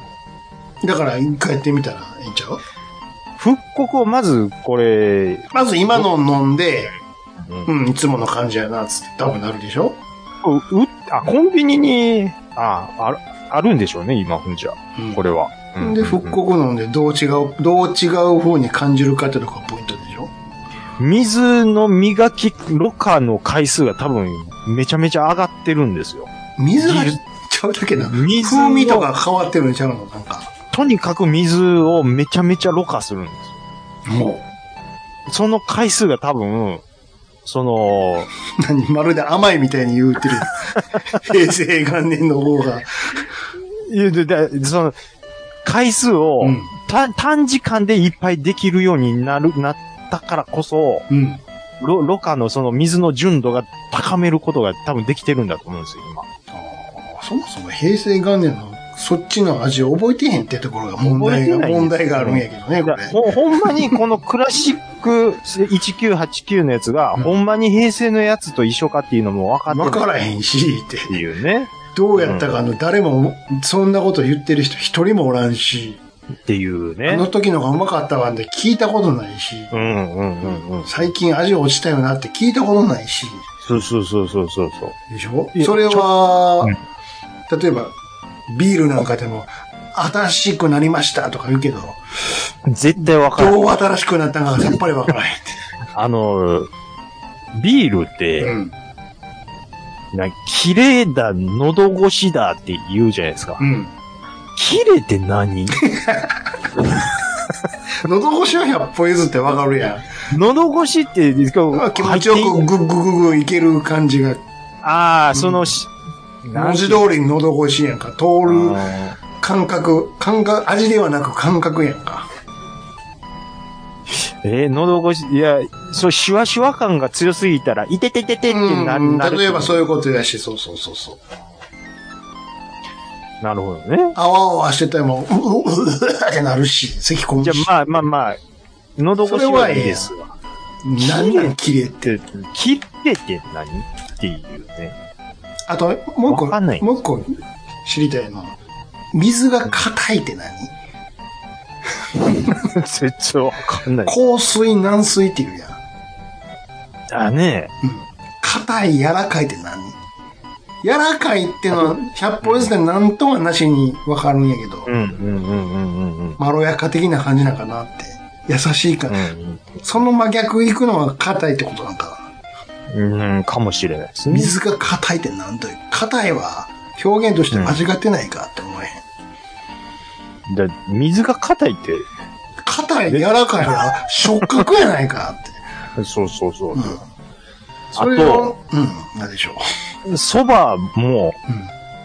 [SPEAKER 1] だから、一回やってみたらいいんちゃう
[SPEAKER 3] 復刻をまず、これ、
[SPEAKER 1] まず今の飲んで、
[SPEAKER 3] うん
[SPEAKER 1] うん、いつもの感じやな、つって多分なるでしょ
[SPEAKER 3] う、う、あ、コンビニに、あ、ある、あるんでしょうね、今、ほんじゃ。
[SPEAKER 1] うん
[SPEAKER 3] これは。うん
[SPEAKER 1] で、復刻飲んでどう違う、どう違う風に感じるかってとこがポイントでしょ
[SPEAKER 3] 水の磨き、ろ過の回数が多分、めちゃめちゃ上がってるんですよ。
[SPEAKER 1] 水が
[SPEAKER 3] い
[SPEAKER 1] ち
[SPEAKER 3] る
[SPEAKER 1] ゃうだけな。
[SPEAKER 3] 水の
[SPEAKER 1] 風味とか変わってるんちゃうのなんか。
[SPEAKER 3] とにかく水をめちゃめちゃろ過するんです
[SPEAKER 1] も
[SPEAKER 3] よ。その回数が多分、その、
[SPEAKER 1] う、何、まるで甘いみたいに言う てる。平成元年の方が。
[SPEAKER 3] いやででその、回数を、
[SPEAKER 1] うん。
[SPEAKER 3] た短時間でいっぱいできるようになる、なったからこそ、
[SPEAKER 1] うん。
[SPEAKER 3] ろ、ろ過のその水の純度が高めることが多分できてるんだと思うんですよ、今。
[SPEAKER 1] あーそもそも平成元年のそっちの味を覚えてへんってところが問題が、
[SPEAKER 3] 覚えてない
[SPEAKER 1] 問題があるんやけどね、
[SPEAKER 3] い
[SPEAKER 1] こ
[SPEAKER 3] や
[SPEAKER 1] れ。
[SPEAKER 3] ほ ほんまにこのクラシック1989のやつが、
[SPEAKER 1] うん
[SPEAKER 3] ほんまに平成のやつと一緒かっていうのも分かって
[SPEAKER 1] わ
[SPEAKER 3] る
[SPEAKER 1] からへんし、って。
[SPEAKER 3] っていうね。
[SPEAKER 1] どうやったかの、誰も、そんなこと言ってる人一人もおらんし、
[SPEAKER 3] っていう
[SPEAKER 1] あの
[SPEAKER 3] ね。
[SPEAKER 1] 時のがうまかったわんて聞いたことないし、
[SPEAKER 3] うんうんうんうん。
[SPEAKER 1] 最近味落ちたよなって聞いたことないし、
[SPEAKER 3] そうそうそうそうそうそう。
[SPEAKER 1] でしょ
[SPEAKER 3] いや
[SPEAKER 1] それは
[SPEAKER 3] ち、
[SPEAKER 1] 例えば、ビールなんかでも、新しくなりましたとか言うけど、
[SPEAKER 3] 絶対分からん。
[SPEAKER 1] どう新しくなったんかがさっぱりわからへんっ。
[SPEAKER 3] あの、ビールってて、
[SPEAKER 1] ん。
[SPEAKER 3] なんか綺麗だ、喉越しだって言うじゃないですか
[SPEAKER 1] う。ん。
[SPEAKER 3] 綺麗っ て何
[SPEAKER 1] 喉越しは百歩譲ってわかるやん。
[SPEAKER 3] 喉越しって、
[SPEAKER 1] 気持ちよくグッググググいける感じが、
[SPEAKER 3] ああ、そのし、
[SPEAKER 1] 文字通りに喉越しやんか。通る
[SPEAKER 3] あ
[SPEAKER 1] 感覚、感覚、味ではなく感覚やんか。
[SPEAKER 3] ーえー、喉越し、いや、そう、シュワシュワ感が強すぎたら、いててててってな
[SPEAKER 1] うん
[SPEAKER 3] なる。
[SPEAKER 1] 例えばそう
[SPEAKER 3] う。
[SPEAKER 1] いうことやし、そうそうそうそう。
[SPEAKER 3] なるほどね。
[SPEAKER 1] あわあわしてても、ううううってなるし、咳込む
[SPEAKER 3] じ
[SPEAKER 1] し
[SPEAKER 3] ゃ。あ、まあまあまあ、喉越しはいいですわ。
[SPEAKER 1] 何や綺麗って。
[SPEAKER 3] で切れて何っていうね。
[SPEAKER 1] あと、もう一個、
[SPEAKER 3] わかんない
[SPEAKER 1] もう一個知りたいのは。水が硬いって何
[SPEAKER 3] 絶対わかんない。
[SPEAKER 1] 硬水、軟水っていうやん。
[SPEAKER 3] だね。
[SPEAKER 1] 硬い、柔らかいって何柔らかいってのは、百歩譲って何とはなしにわかるんやけど
[SPEAKER 3] う、んうんうんうんうんうん。
[SPEAKER 1] まろやか的な感じなんかなって。優しいか
[SPEAKER 3] う
[SPEAKER 1] ら。
[SPEAKER 3] ん
[SPEAKER 1] その真逆行くのは硬いってことなんか
[SPEAKER 3] うん、うん、かもしれないです
[SPEAKER 1] な。
[SPEAKER 3] ね。
[SPEAKER 1] 水が硬いって何という。硬いは表現として間違ってないかって思えへん。
[SPEAKER 3] じゃあ水が硬いって。
[SPEAKER 1] 硬い、柔らかいは触覚やないかって。
[SPEAKER 3] そうそうそう。
[SPEAKER 1] それを、うん、 なんでしょ
[SPEAKER 3] そばも、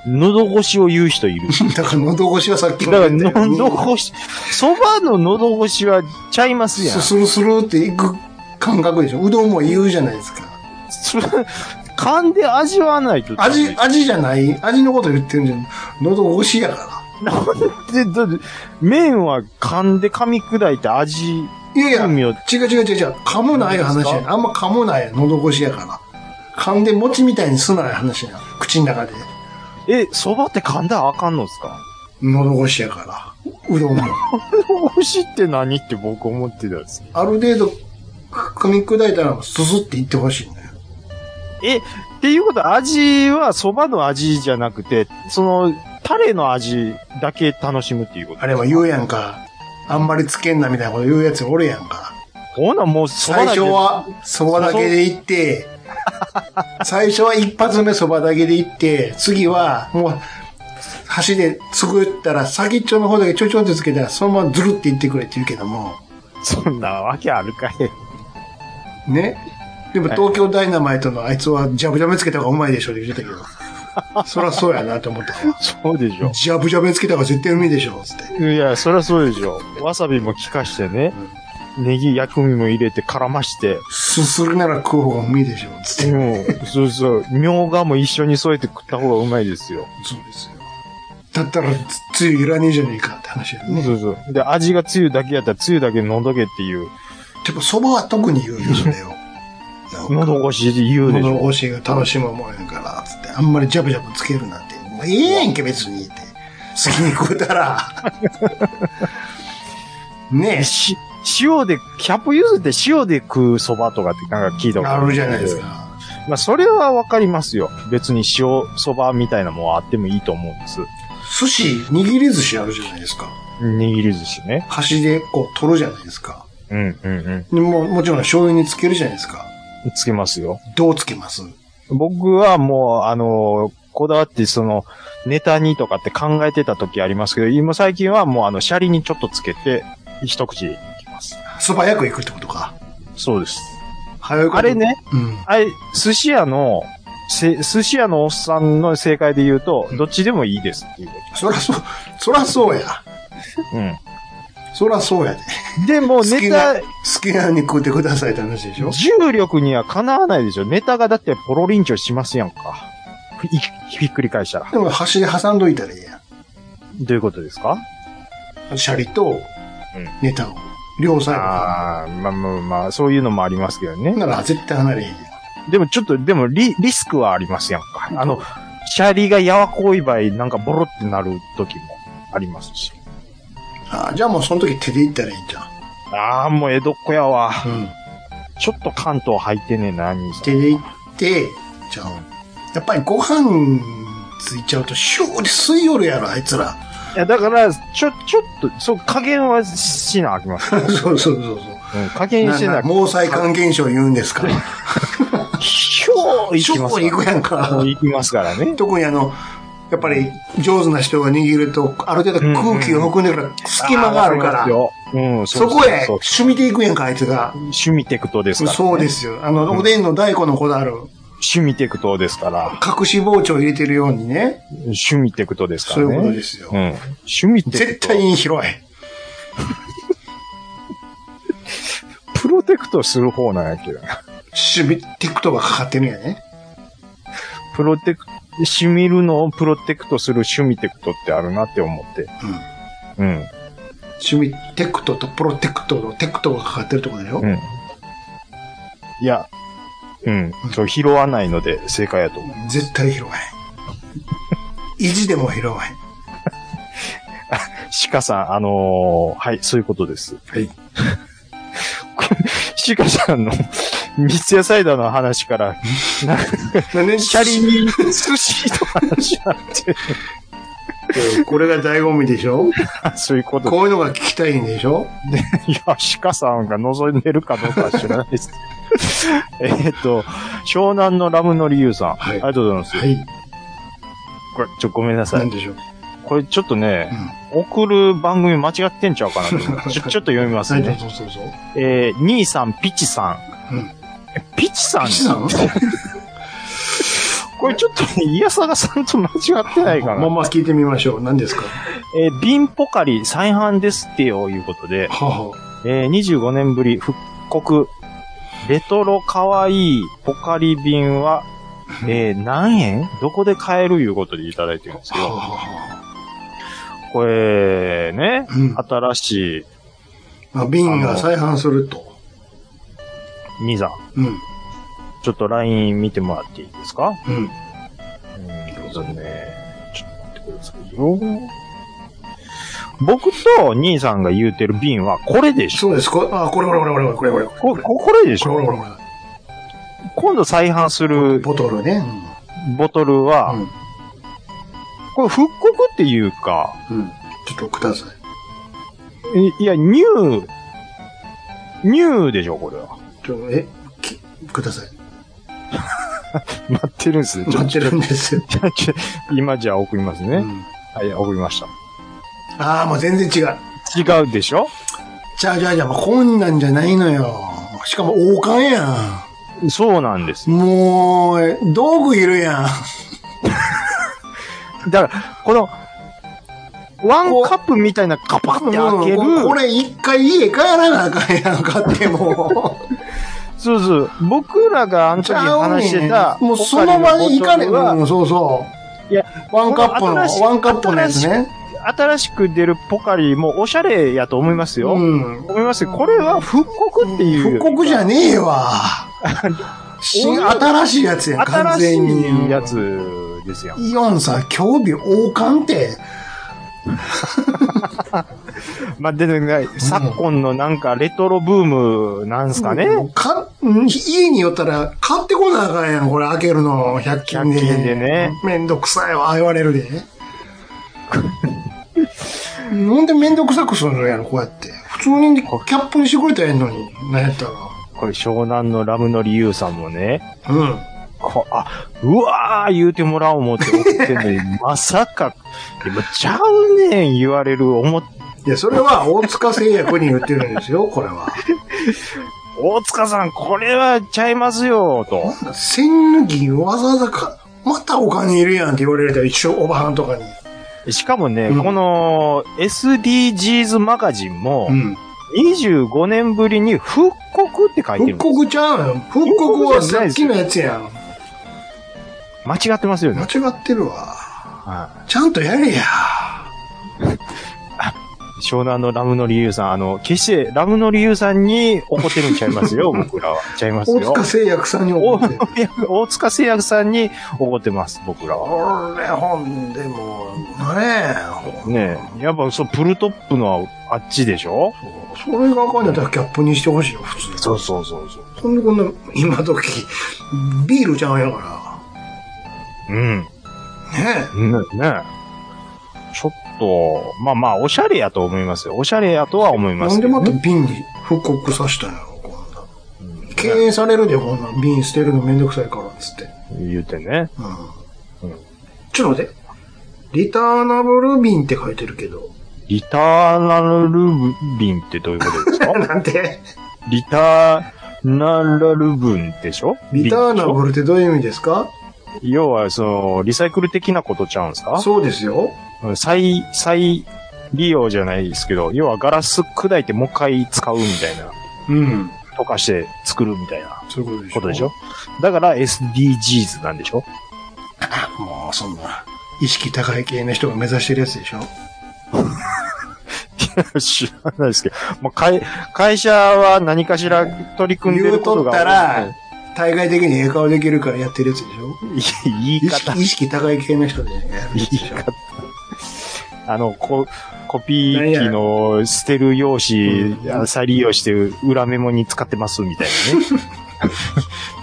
[SPEAKER 3] 喉越しを言う人いる。
[SPEAKER 1] う。だから喉越しはさっき
[SPEAKER 3] だ
[SPEAKER 1] も
[SPEAKER 3] から、
[SPEAKER 1] 言ったように
[SPEAKER 3] 喉越し、そばの喉越しはちゃいますや
[SPEAKER 1] ス。
[SPEAKER 3] ん
[SPEAKER 1] スルスルっていく感覚でしょ。うどんも言うじゃないですか。
[SPEAKER 3] そ噛んで味わわないと。
[SPEAKER 1] 味、味じゃない、味のこと言ってるんじゃん。喉越しやから。
[SPEAKER 3] で、だって麺は噛んで噛み砕いて味、
[SPEAKER 1] いやいや、
[SPEAKER 3] 風味
[SPEAKER 1] 違
[SPEAKER 3] を
[SPEAKER 1] う違う違う違う。噛むないう話やん。あんま噛むなや。喉越しやから。噛んで餅みたいにすないう話やん。口の中で。
[SPEAKER 3] え、そばって噛んだらあかんのですか
[SPEAKER 1] 喉越しやから。うどんも。
[SPEAKER 3] 喉越しって何って僕思ってたんです。
[SPEAKER 1] ある程度、噛み砕いたら、すすっていってほしいんだよ。
[SPEAKER 3] え、っていうことは味はそばの味じゃなくて、その、タレの味だけ楽しむっていうこと。
[SPEAKER 1] あれは言うやんか。あんまりつけんなみたいなこと言うやつおるやんか。
[SPEAKER 3] ほな、もうそば
[SPEAKER 1] 最
[SPEAKER 3] だけ
[SPEAKER 1] 初は、そばだけで行 って、最初は一発目そばだけで行って、次は、もう、箸で作ったら、先っちょの方だけちょちょってつけたら、そのままズルっていってくれって言うけども、
[SPEAKER 3] そんなわけあるかい。
[SPEAKER 1] ね。でも東京ダイナマイトのあいつは、ジャブジャブつけた方がうまいでしょって言ってたけど、 そらそうやなと思ったから
[SPEAKER 3] そうでしょ。
[SPEAKER 1] ジャブジャブつけた方が絶対うめえでしょ、つって。
[SPEAKER 3] いや、そりゃそうでしょ。わさびも効かしてね、ネギ薬味も入れて絡まして、
[SPEAKER 1] すするなら食う方がうめえでしょ、つって。
[SPEAKER 3] うん、そうそう、みょうがも一緒に添えて食った方がうまいですよ。
[SPEAKER 1] そうですよ。だったら、つゆいらねえじゃねえかって話やね。
[SPEAKER 3] そうそう。で、味がつゆだけやったらつゆだけ飲んどけっていう、
[SPEAKER 1] でも、そばは特に言うよ、それを。なんか
[SPEAKER 3] 喉越しで言うでしょ。
[SPEAKER 1] 喉越しが楽しむもんやから、つって。あんまりジャブジャブつけるなんて。もうええやんけ、別に。って。好きに食うた ら。ね
[SPEAKER 3] し塩で、キャップ譲って塩で食う蕎麦とかってなんか聞いた
[SPEAKER 1] え。
[SPEAKER 3] こと
[SPEAKER 1] あるじゃないですか。。
[SPEAKER 3] まあ、それはわかりますよ。別に塩蕎麦みたいなもんあってもいいと思うんです。
[SPEAKER 1] 寿司、握り寿司あるじゃないですか。
[SPEAKER 3] 握り寿司ね。
[SPEAKER 1] 箸でこう取るじゃないですか。
[SPEAKER 3] うん、うん、
[SPEAKER 1] でも、もちろん醤油につけるじゃないですか。
[SPEAKER 3] うん。つけますよ。
[SPEAKER 1] どうつけます
[SPEAKER 3] 僕はもう、あのーこだわってその、ネタにとかって考えてた時ありますけど、今最近はもうあの、シャリにちょっとつけて、一口いきます。
[SPEAKER 1] 素早くいくってことか。
[SPEAKER 3] そうです。
[SPEAKER 1] 早く。
[SPEAKER 3] あれ。ね、
[SPEAKER 1] うん。
[SPEAKER 3] あれ、寿司屋の、せ寿司屋のおっさんの正解で言うと、どっちでもいいですっていう。
[SPEAKER 1] そらそう、そらそうや。
[SPEAKER 3] う
[SPEAKER 1] そらそうやで。
[SPEAKER 3] ん。でも、
[SPEAKER 1] 好き
[SPEAKER 3] ネ
[SPEAKER 1] な、
[SPEAKER 3] タ
[SPEAKER 1] 好、きなように食うてくださいって話でしょ
[SPEAKER 3] 重力にはかなわないでしょ。ネタがだってポロリンチョしますやんか。ひひっくり返したら。
[SPEAKER 1] でも箸で挟んどいたらいいや
[SPEAKER 3] どういうことですか
[SPEAKER 1] ん。シャリと
[SPEAKER 3] うん、
[SPEAKER 1] ネタを。両サイ
[SPEAKER 3] ああ、まあまあまあ、そういうのもありますけどね
[SPEAKER 1] ド。。なら絶対離れへんやん。
[SPEAKER 3] でもちょっと、でもリ、リスクはありますやんか。あの、シャリがやわこい場合、なんかボロってなる時もありますし。
[SPEAKER 1] あーじゃあもうその時手でいったらいいんじゃ
[SPEAKER 3] ああ、もう江戸っ子やわ。
[SPEAKER 1] ん。うん。
[SPEAKER 3] ちょっと関東入ってねえな、兄さ
[SPEAKER 1] 手でいって、じゃあ、やっぱりご飯ついちゃうと、シューって吸い寄るやろ、あいつら。
[SPEAKER 3] ん。いや、だから、ちょ、ちょっと、そう、加減はしなあき ません。
[SPEAKER 1] そうそうそうそう。
[SPEAKER 3] うん、加減
[SPEAKER 1] な
[SPEAKER 3] してなあ
[SPEAKER 1] な
[SPEAKER 3] き
[SPEAKER 1] 毛細管現象言うんですから。
[SPEAKER 3] ひょーいきます
[SPEAKER 1] シュー行くやん
[SPEAKER 3] か
[SPEAKER 1] か。
[SPEAKER 3] ら。いきますからね。
[SPEAKER 1] 特にあの、やっぱり上手な人が握ると、ある程度空気を含んでから隙間があるから
[SPEAKER 3] ー、わりますよ
[SPEAKER 1] そ
[SPEAKER 3] うん、
[SPEAKER 1] うこへ
[SPEAKER 3] そう
[SPEAKER 1] 趣味でいくやんか、あいつが。
[SPEAKER 3] 趣味テクトですから、ね。
[SPEAKER 1] そうで。すよ。あの、
[SPEAKER 3] ん
[SPEAKER 1] おでんの大根のこだわる、
[SPEAKER 3] 趣味テクトですから。
[SPEAKER 1] 隠し包丁入れてるようにね、
[SPEAKER 3] 趣味テクトですか
[SPEAKER 1] そうい
[SPEAKER 3] らね。
[SPEAKER 1] うことですよ
[SPEAKER 3] うん。。趣味テクト。
[SPEAKER 1] 絶対に広い。
[SPEAKER 3] プロテクトする方なんやけどな。
[SPEAKER 1] 趣味、テクトがかかってるんやね。
[SPEAKER 3] プロテク、しみるのをプロテクトする趣味テクトってあるなって思って。うん。
[SPEAKER 1] 趣味、テクトとプロテクトのテクトがかかってるってことだよ。
[SPEAKER 3] うん。いや、うん。そう、拾わないので正解やと思う。
[SPEAKER 1] 絶対広い。意地でも広い。
[SPEAKER 3] 鹿さん、あのーはい、そういうことです。
[SPEAKER 1] はい。
[SPEAKER 3] 鹿さんの三ツ矢サイダーの話から、なんか
[SPEAKER 1] なんで
[SPEAKER 3] シャリに寿司の話になって、
[SPEAKER 1] これが醍醐味でしょ
[SPEAKER 3] そういうこと。
[SPEAKER 1] こういうのが聞きたいんでしょ
[SPEAKER 3] いや、鹿さんが覗いてるかどうかは知らないです。えっと、湘南のラムの理由さ
[SPEAKER 1] は
[SPEAKER 3] ん。
[SPEAKER 1] い
[SPEAKER 3] ありがとうございます。
[SPEAKER 1] はい。
[SPEAKER 3] これ、ちょ、ごめんなさ
[SPEAKER 1] ないん。でしょう
[SPEAKER 3] これちょっとね、送る番組間違ってんちゃうかなと 思ってちょちょっと読みます
[SPEAKER 1] そう
[SPEAKER 3] ね。
[SPEAKER 1] そうそうそう。
[SPEAKER 3] えー、兄さん、ピチさん。
[SPEAKER 1] うん
[SPEAKER 3] えピチさん
[SPEAKER 1] 岸さん
[SPEAKER 3] これちょっとね、イヤサガさんと間違ってないか
[SPEAKER 1] まあ
[SPEAKER 3] な。
[SPEAKER 1] まあ聞いてみましょう。何ですか
[SPEAKER 3] えー、ビンポカリ再販ですってよ、いうことで、
[SPEAKER 1] はあは
[SPEAKER 3] えー、25年ぶり復刻、レトロかわいいポカリ瓶は、えー、何円どこで買えるいうことでいただいてるんです
[SPEAKER 1] あ。はあ
[SPEAKER 3] よ。
[SPEAKER 1] はあ
[SPEAKER 3] これ、ね、
[SPEAKER 1] うん
[SPEAKER 3] 新しい
[SPEAKER 1] まあ。瓶が再販すると。
[SPEAKER 3] 兄さん、
[SPEAKER 1] うん。
[SPEAKER 3] ちょっと LINE 見てもらっていいですか
[SPEAKER 1] うん。
[SPEAKER 3] うん、そうですね。ちょっと待ってくださいよ。僕と兄さんが言うてる瓶はこれでしょ
[SPEAKER 1] そうです。こあ、これこれこれこれこれこれこれ。
[SPEAKER 3] こここれでし
[SPEAKER 1] これこれ
[SPEAKER 3] ょ
[SPEAKER 1] これ
[SPEAKER 3] 今度再販する
[SPEAKER 1] ボトルね。
[SPEAKER 3] ボトル
[SPEAKER 1] う
[SPEAKER 3] は、
[SPEAKER 1] ん。うん。
[SPEAKER 3] これ復刻っていうか、
[SPEAKER 1] うん。ちょっとください。
[SPEAKER 3] いいや、ニュー、ニューでしょ、これは。
[SPEAKER 1] ちょ、え、き、ください。
[SPEAKER 3] 待ってるんですね。ちょ
[SPEAKER 1] 待ってるんです。
[SPEAKER 3] ちょちょ今じゃあ送りますね。
[SPEAKER 1] うん
[SPEAKER 3] はい、送りました。
[SPEAKER 1] ああ、もう全然違う。
[SPEAKER 3] 違うでしょ
[SPEAKER 1] じゃあじゃあじゃあ、もうこんなんじゃないのよ。しかも王冠や
[SPEAKER 3] そうなんです
[SPEAKER 1] ん。。もう、道具いるやん。
[SPEAKER 3] だから、この、ワンカップみたいなカパって開ける。
[SPEAKER 1] うんこれ一回家帰らなあかんやんかってもう。
[SPEAKER 3] そうそう。僕らがあの時話してた、
[SPEAKER 1] もうその場に行かね、
[SPEAKER 3] ポカリのボトルは
[SPEAKER 1] うん、そうそう。
[SPEAKER 3] いや、
[SPEAKER 1] ワンカップの、
[SPEAKER 3] この新しい
[SPEAKER 1] ワンカップのやつね。
[SPEAKER 3] 新しく出るポカリもおしゃれやと思いますよ。
[SPEAKER 1] うん。
[SPEAKER 3] 思いますよこれは復刻っていう。
[SPEAKER 1] 復刻じゃ
[SPEAKER 3] ね
[SPEAKER 1] ねえ わ。新、新しいやつやん、完
[SPEAKER 3] 新し
[SPEAKER 1] 全に。
[SPEAKER 3] いやつですよ。
[SPEAKER 1] イオンさ、今日日王冠って、
[SPEAKER 3] まあ、出てない。昨今のなんかレトロブームなんすかね。
[SPEAKER 1] か、ん家に寄ったら買ってこなあかんやん、これ開けるの、100均で。
[SPEAKER 3] 100均でね
[SPEAKER 1] めんどくさいわ、言われるで。 なんでめんどくさくするのやろ、こうやって。普通にキャップにしてくれたらええのに、なんやったら。
[SPEAKER 3] これ湘南のラムノリユウさんもね。
[SPEAKER 1] うん。
[SPEAKER 3] こあ、うわー言うてもらおう思って送ってんのに、 まさか、今ちゃうねん言われる思っ
[SPEAKER 1] いや、それは大塚製薬に言ってるんですよ、こ れは。
[SPEAKER 3] 大塚さん、これはちゃいますよ、と。
[SPEAKER 1] 栓抜きわざわざか、またお金いるやんって言われるら一生おばはんとかに。
[SPEAKER 3] しかもね、
[SPEAKER 1] うん
[SPEAKER 3] この SDGs マガジンも
[SPEAKER 1] う、ん。
[SPEAKER 3] 25年ぶりに復刻って書いてる
[SPEAKER 1] 復
[SPEAKER 3] んです。
[SPEAKER 1] 刻ちゃうよ。復刻はさっきのやつやん。
[SPEAKER 3] 間違ってますよ
[SPEAKER 1] 間
[SPEAKER 3] ね。
[SPEAKER 1] 違ってるわ。
[SPEAKER 3] は
[SPEAKER 1] ちゃんとやれや。
[SPEAKER 3] い湘南のラムの理由さん、あの、決してラムの理由さんに怒ってるんちゃいま すよ、僕らは。ちゃいます
[SPEAKER 1] 大
[SPEAKER 3] よ
[SPEAKER 1] 塚。製薬さんに怒
[SPEAKER 3] お
[SPEAKER 1] って。
[SPEAKER 3] 大塚製薬さんに怒ってます、僕らは。
[SPEAKER 1] これ、ほんでも、ねえ。
[SPEAKER 3] ねえ、やっぱそう、プルトップのあっちでしょ
[SPEAKER 1] それがあかんやったらキャップにしてほしいよ、普通。
[SPEAKER 3] そうそうそうそう。
[SPEAKER 1] そんでこんな、今時、ビールちゃうんやか
[SPEAKER 3] うん。
[SPEAKER 1] ら。ね
[SPEAKER 3] ねねちょっと、まあまあ、おしゃれやと思いますよ。おしゃれやとは思い
[SPEAKER 1] え。
[SPEAKER 3] ま
[SPEAKER 1] な
[SPEAKER 3] す
[SPEAKER 1] ん
[SPEAKER 3] け
[SPEAKER 1] で
[SPEAKER 3] ど
[SPEAKER 1] また
[SPEAKER 3] ね、
[SPEAKER 1] 瓶に復刻させたんやろ、こんな。敬遠されるで、こんなん瓶捨てるのめんどくさいから、つって。
[SPEAKER 3] 言うてね。
[SPEAKER 1] うん。
[SPEAKER 3] うん
[SPEAKER 1] ちょっと待って。リターナブル瓶って書いてるけ ど。
[SPEAKER 3] リターナルビンってどういうことです か
[SPEAKER 1] なんて
[SPEAKER 3] リターナルブンでしょ
[SPEAKER 1] リターナ
[SPEAKER 3] ビンで
[SPEAKER 1] ブルってどういう意味ですか
[SPEAKER 3] しょ要は、その、リサイクル的なことちゃうんですか
[SPEAKER 1] そうですよ。
[SPEAKER 3] 再、再利用じゃないですけど、要はガラス砕いてもう一回使うみたいな。
[SPEAKER 1] うん。
[SPEAKER 3] 溶かして作るみたいな
[SPEAKER 1] そういう
[SPEAKER 3] ことでしょだから SDGs なんでしょ
[SPEAKER 1] もうそんな、意識高い系の人が目指してるやつでしょ
[SPEAKER 3] 知らないですけど、まあ、会会社は何かしら取り組んで
[SPEAKER 1] 言
[SPEAKER 3] る
[SPEAKER 1] う
[SPEAKER 3] こ
[SPEAKER 1] と
[SPEAKER 3] とが
[SPEAKER 1] っ
[SPEAKER 3] 多い
[SPEAKER 1] たら、対外的に笑顔できるからやってるやつでしょ
[SPEAKER 3] い言い
[SPEAKER 1] 意
[SPEAKER 3] 方
[SPEAKER 1] 識、意識高い系の人でやるやつ
[SPEAKER 3] 言
[SPEAKER 1] で
[SPEAKER 3] い
[SPEAKER 1] しょ
[SPEAKER 3] 方。あの、ココピー機の捨てる用紙
[SPEAKER 1] うん、
[SPEAKER 3] あ再利用して裏メモに使ってますみたい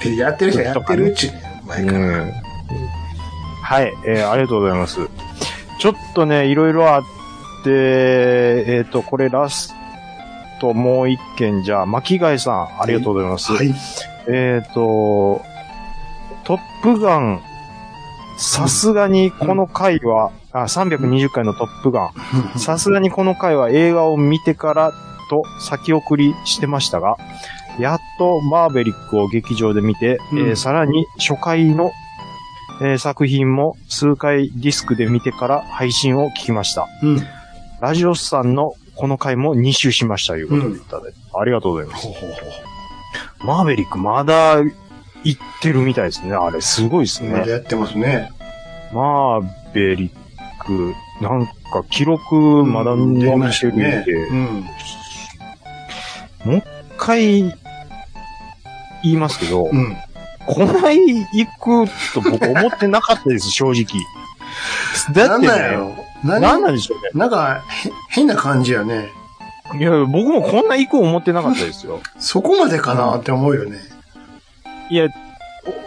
[SPEAKER 1] でやってる人はやってるっちゅうねん前
[SPEAKER 3] な
[SPEAKER 1] か
[SPEAKER 3] ね。
[SPEAKER 1] ら。
[SPEAKER 3] うんはい、えーありがとうございます。ちょっとね、いろいろあって、えっ、と、これラストもう一件じゃあ、巻貝さん、ありがとうございます。
[SPEAKER 1] はい。
[SPEAKER 3] えっ、と、トップガン、さすがにこの回はあ、320回のトップガン。さすがにこの回は映画を見てからと先送りしてましたが、やっとマーベリックを劇場で見て、
[SPEAKER 1] うん
[SPEAKER 3] えーさらに初回の、えー作品も数回ディスクで見てから配信を聞きました。
[SPEAKER 1] うん。
[SPEAKER 3] ラジオスさんのこの回も2周しましたということでいただいて、ありがとうございます。
[SPEAKER 1] ほうほうほ
[SPEAKER 3] マーベリックまだ行ってるみたいですね。あれすごいです
[SPEAKER 1] う。ま
[SPEAKER 3] ね
[SPEAKER 1] だ。やってますね。
[SPEAKER 3] マーベリック、なんか記録まだ伸びてるんで、
[SPEAKER 1] うん。
[SPEAKER 3] 一回言いますけど、
[SPEAKER 1] うん。
[SPEAKER 3] こない行くと僕思ってなかったです、正直。だ
[SPEAKER 1] な
[SPEAKER 3] っ
[SPEAKER 1] ん
[SPEAKER 3] て
[SPEAKER 1] なんや
[SPEAKER 3] ね、
[SPEAKER 1] ろ
[SPEAKER 3] な
[SPEAKER 1] 何
[SPEAKER 3] んなんでしょうね。
[SPEAKER 1] なんか、へ変な感じやね。
[SPEAKER 3] いや、僕もこんな行く思ってなかったですよ。
[SPEAKER 1] そこまでかなって思うよね。
[SPEAKER 3] いや、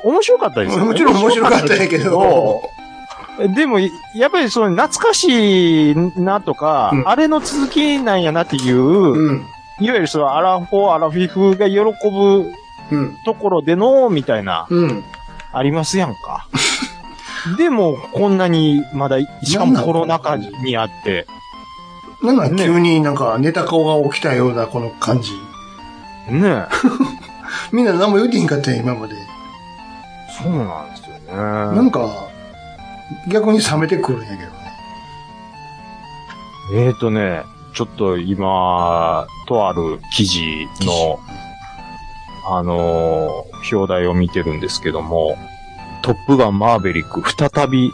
[SPEAKER 3] お面白かったですよ、ね。
[SPEAKER 1] もちろん面白かったんやけど。
[SPEAKER 3] でも、やっぱりその懐かしいなとか、
[SPEAKER 1] うん
[SPEAKER 3] あれの続きなんやなっていう、
[SPEAKER 1] うん。
[SPEAKER 3] いわゆるそのアラフォー、アラフィフが喜ぶ
[SPEAKER 1] うん。
[SPEAKER 3] ところでの、みたいな、
[SPEAKER 1] うん。
[SPEAKER 3] ありますやん か。でも、こんなにまだ、しかもコロナ禍にあって、
[SPEAKER 1] なんか
[SPEAKER 3] ね
[SPEAKER 1] 急になんか寝た顔が起きたようなこの感じ。
[SPEAKER 3] ね
[SPEAKER 1] みんな何も言うてへんかったよ、今まで。
[SPEAKER 3] そうなんですよね。
[SPEAKER 1] なんか、逆に冷めてくるんやけどね。
[SPEAKER 3] えーとね、ちょっと今、とある記事の、あのー表題を見てるんですけども、トップガンマーベリック再び、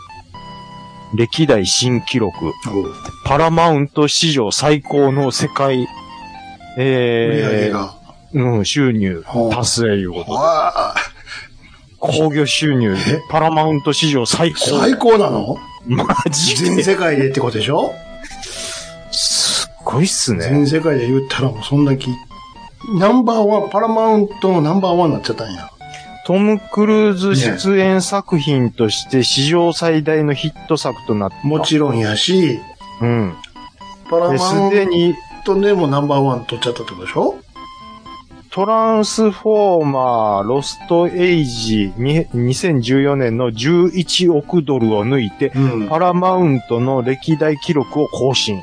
[SPEAKER 3] 歴代新記録、パラマウント史上最高の世界、
[SPEAKER 1] 売り上げ
[SPEAKER 3] えー、
[SPEAKER 1] が。
[SPEAKER 3] うん、収入
[SPEAKER 1] ほう
[SPEAKER 3] 達成いうこと。
[SPEAKER 1] わあ、
[SPEAKER 3] 興行収入
[SPEAKER 1] え、
[SPEAKER 3] パラマウント史上最高。
[SPEAKER 1] 最高な の
[SPEAKER 3] マジ
[SPEAKER 1] 全
[SPEAKER 3] で
[SPEAKER 1] 世界でってことでしょ
[SPEAKER 3] すっごいっすね。
[SPEAKER 1] 全世界で言ったらもうそんだけ、ナンバーワン、パラマウントのナンバーワンになっちゃったんや。
[SPEAKER 3] トム・クルーズ出演作品として史上最大のヒット作となった。
[SPEAKER 1] もちろんやし、
[SPEAKER 3] うん。
[SPEAKER 1] パラ
[SPEAKER 3] で
[SPEAKER 1] マウ
[SPEAKER 3] すで
[SPEAKER 1] ン
[SPEAKER 3] に、
[SPEAKER 1] トでもナンバーワン取っちゃったってことでしょ
[SPEAKER 3] トランスフォーマー、ロストエイジ、に2014年の11億ドルを抜いて、
[SPEAKER 1] うん
[SPEAKER 3] パラマウントの歴代記録を更新。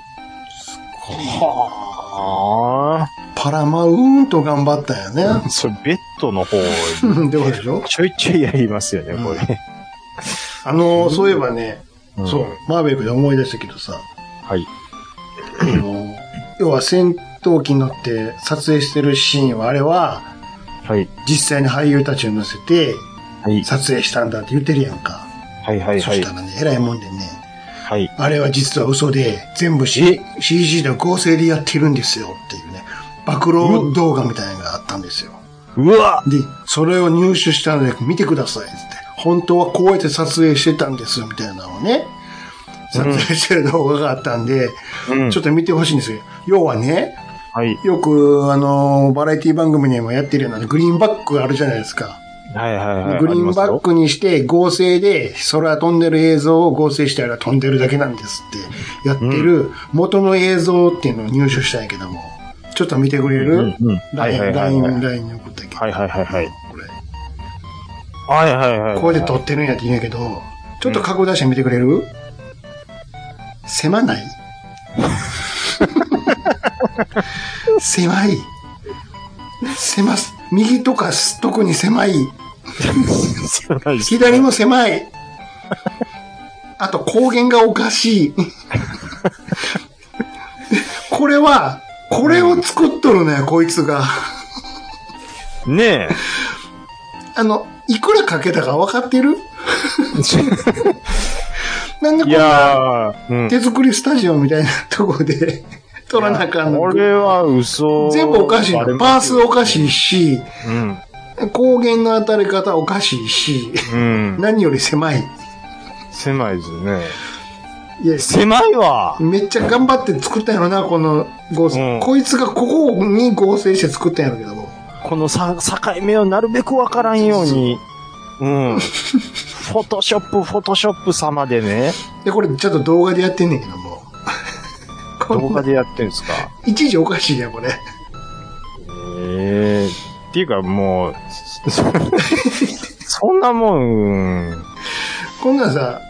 [SPEAKER 1] は
[SPEAKER 3] あ
[SPEAKER 1] あパラマウント頑張ったんやね
[SPEAKER 3] あ。。それ、ベッドの 方、
[SPEAKER 1] ってことでしょ
[SPEAKER 3] ちょいちょいやりますよね、これ。
[SPEAKER 1] あのー、そういえばね、
[SPEAKER 3] ん
[SPEAKER 1] そう、マーベリックで思い出したけどさ、
[SPEAKER 3] はい。
[SPEAKER 1] あの、要は戦闘機に乗って撮影してるシーンは、あれは
[SPEAKER 3] はい。
[SPEAKER 1] 実際に俳優たちを乗せて
[SPEAKER 3] はい。
[SPEAKER 1] 撮影したんだって言ってるやんか。
[SPEAKER 3] はいはい
[SPEAKER 1] そ
[SPEAKER 3] はい
[SPEAKER 1] し。たらね、偉いもんでね、
[SPEAKER 3] はい。
[SPEAKER 1] あれは実は嘘で、全部 C- CG で合成でやってるんですよっていうね、暴露動画みたいなのがあったんですよ。
[SPEAKER 3] うわ
[SPEAKER 1] で、それを入手したので見てくださいって。本当はこうやって撮影してたんですみたいなのをね、撮影してる動画があったんで、
[SPEAKER 3] うん
[SPEAKER 1] ちょっと見てほしいんですよ。要はね、
[SPEAKER 3] はい。
[SPEAKER 1] よく、あの、バラエティ番組にもやってるようなグリーンバックがあるじゃないですか。
[SPEAKER 3] はいはいはい。
[SPEAKER 1] グリーンバックにして合成で空飛んでる映像を合成したら飛んでるだけなんですってやってる元の映像っていうのを入手したんやけども、ちょっと見てくれ
[SPEAKER 3] うん
[SPEAKER 1] る
[SPEAKER 3] うん。は
[SPEAKER 1] ?LINE、
[SPEAKER 3] いはいはい
[SPEAKER 1] LINE
[SPEAKER 3] はい。
[SPEAKER 1] LINE に送ったっけ
[SPEAKER 3] はいはいはいはい。
[SPEAKER 1] これ。
[SPEAKER 3] はいはいはい。
[SPEAKER 1] これで撮ってるんやって言うんやけど、ちょっと角度出して見てくれる狭ない狭い。狭す。右とかす特に狭い。左も狭い。あと、光源がおかしい。これは、これを作っとるのよ、こいつが。
[SPEAKER 3] ねえ。
[SPEAKER 1] あの、いくらかけたか分かってるなんでこ
[SPEAKER 3] い
[SPEAKER 1] んな
[SPEAKER 3] やー。うん。
[SPEAKER 1] 手作りスタジオみたいなとこで撮らなあかん
[SPEAKER 3] こ
[SPEAKER 1] の。
[SPEAKER 3] れは嘘。
[SPEAKER 1] 全部おかしい
[SPEAKER 3] バレ
[SPEAKER 1] の。
[SPEAKER 3] ます
[SPEAKER 1] パースおかしいし、
[SPEAKER 3] うん。
[SPEAKER 1] 光源の当たり方おかしいし、
[SPEAKER 3] うん。
[SPEAKER 1] 何より狭い。
[SPEAKER 3] 狭いですね。
[SPEAKER 1] いや
[SPEAKER 3] 狭いわ。
[SPEAKER 1] めっちゃ頑張って作ったんやろな、この合成。
[SPEAKER 3] うん
[SPEAKER 1] こいつがここに合成して作ったんやろけども。
[SPEAKER 3] このさ境目をなるべくわからんように。うん。フォトショップ、フォトショップ様でね、
[SPEAKER 1] で、これちょっと動画でやってんねんけども。 こんな
[SPEAKER 3] 動画でやってるんですか。
[SPEAKER 1] いちいちおかしいやん、これ。
[SPEAKER 3] ええっていうか もう、そそんなもん、
[SPEAKER 1] こんなんさ、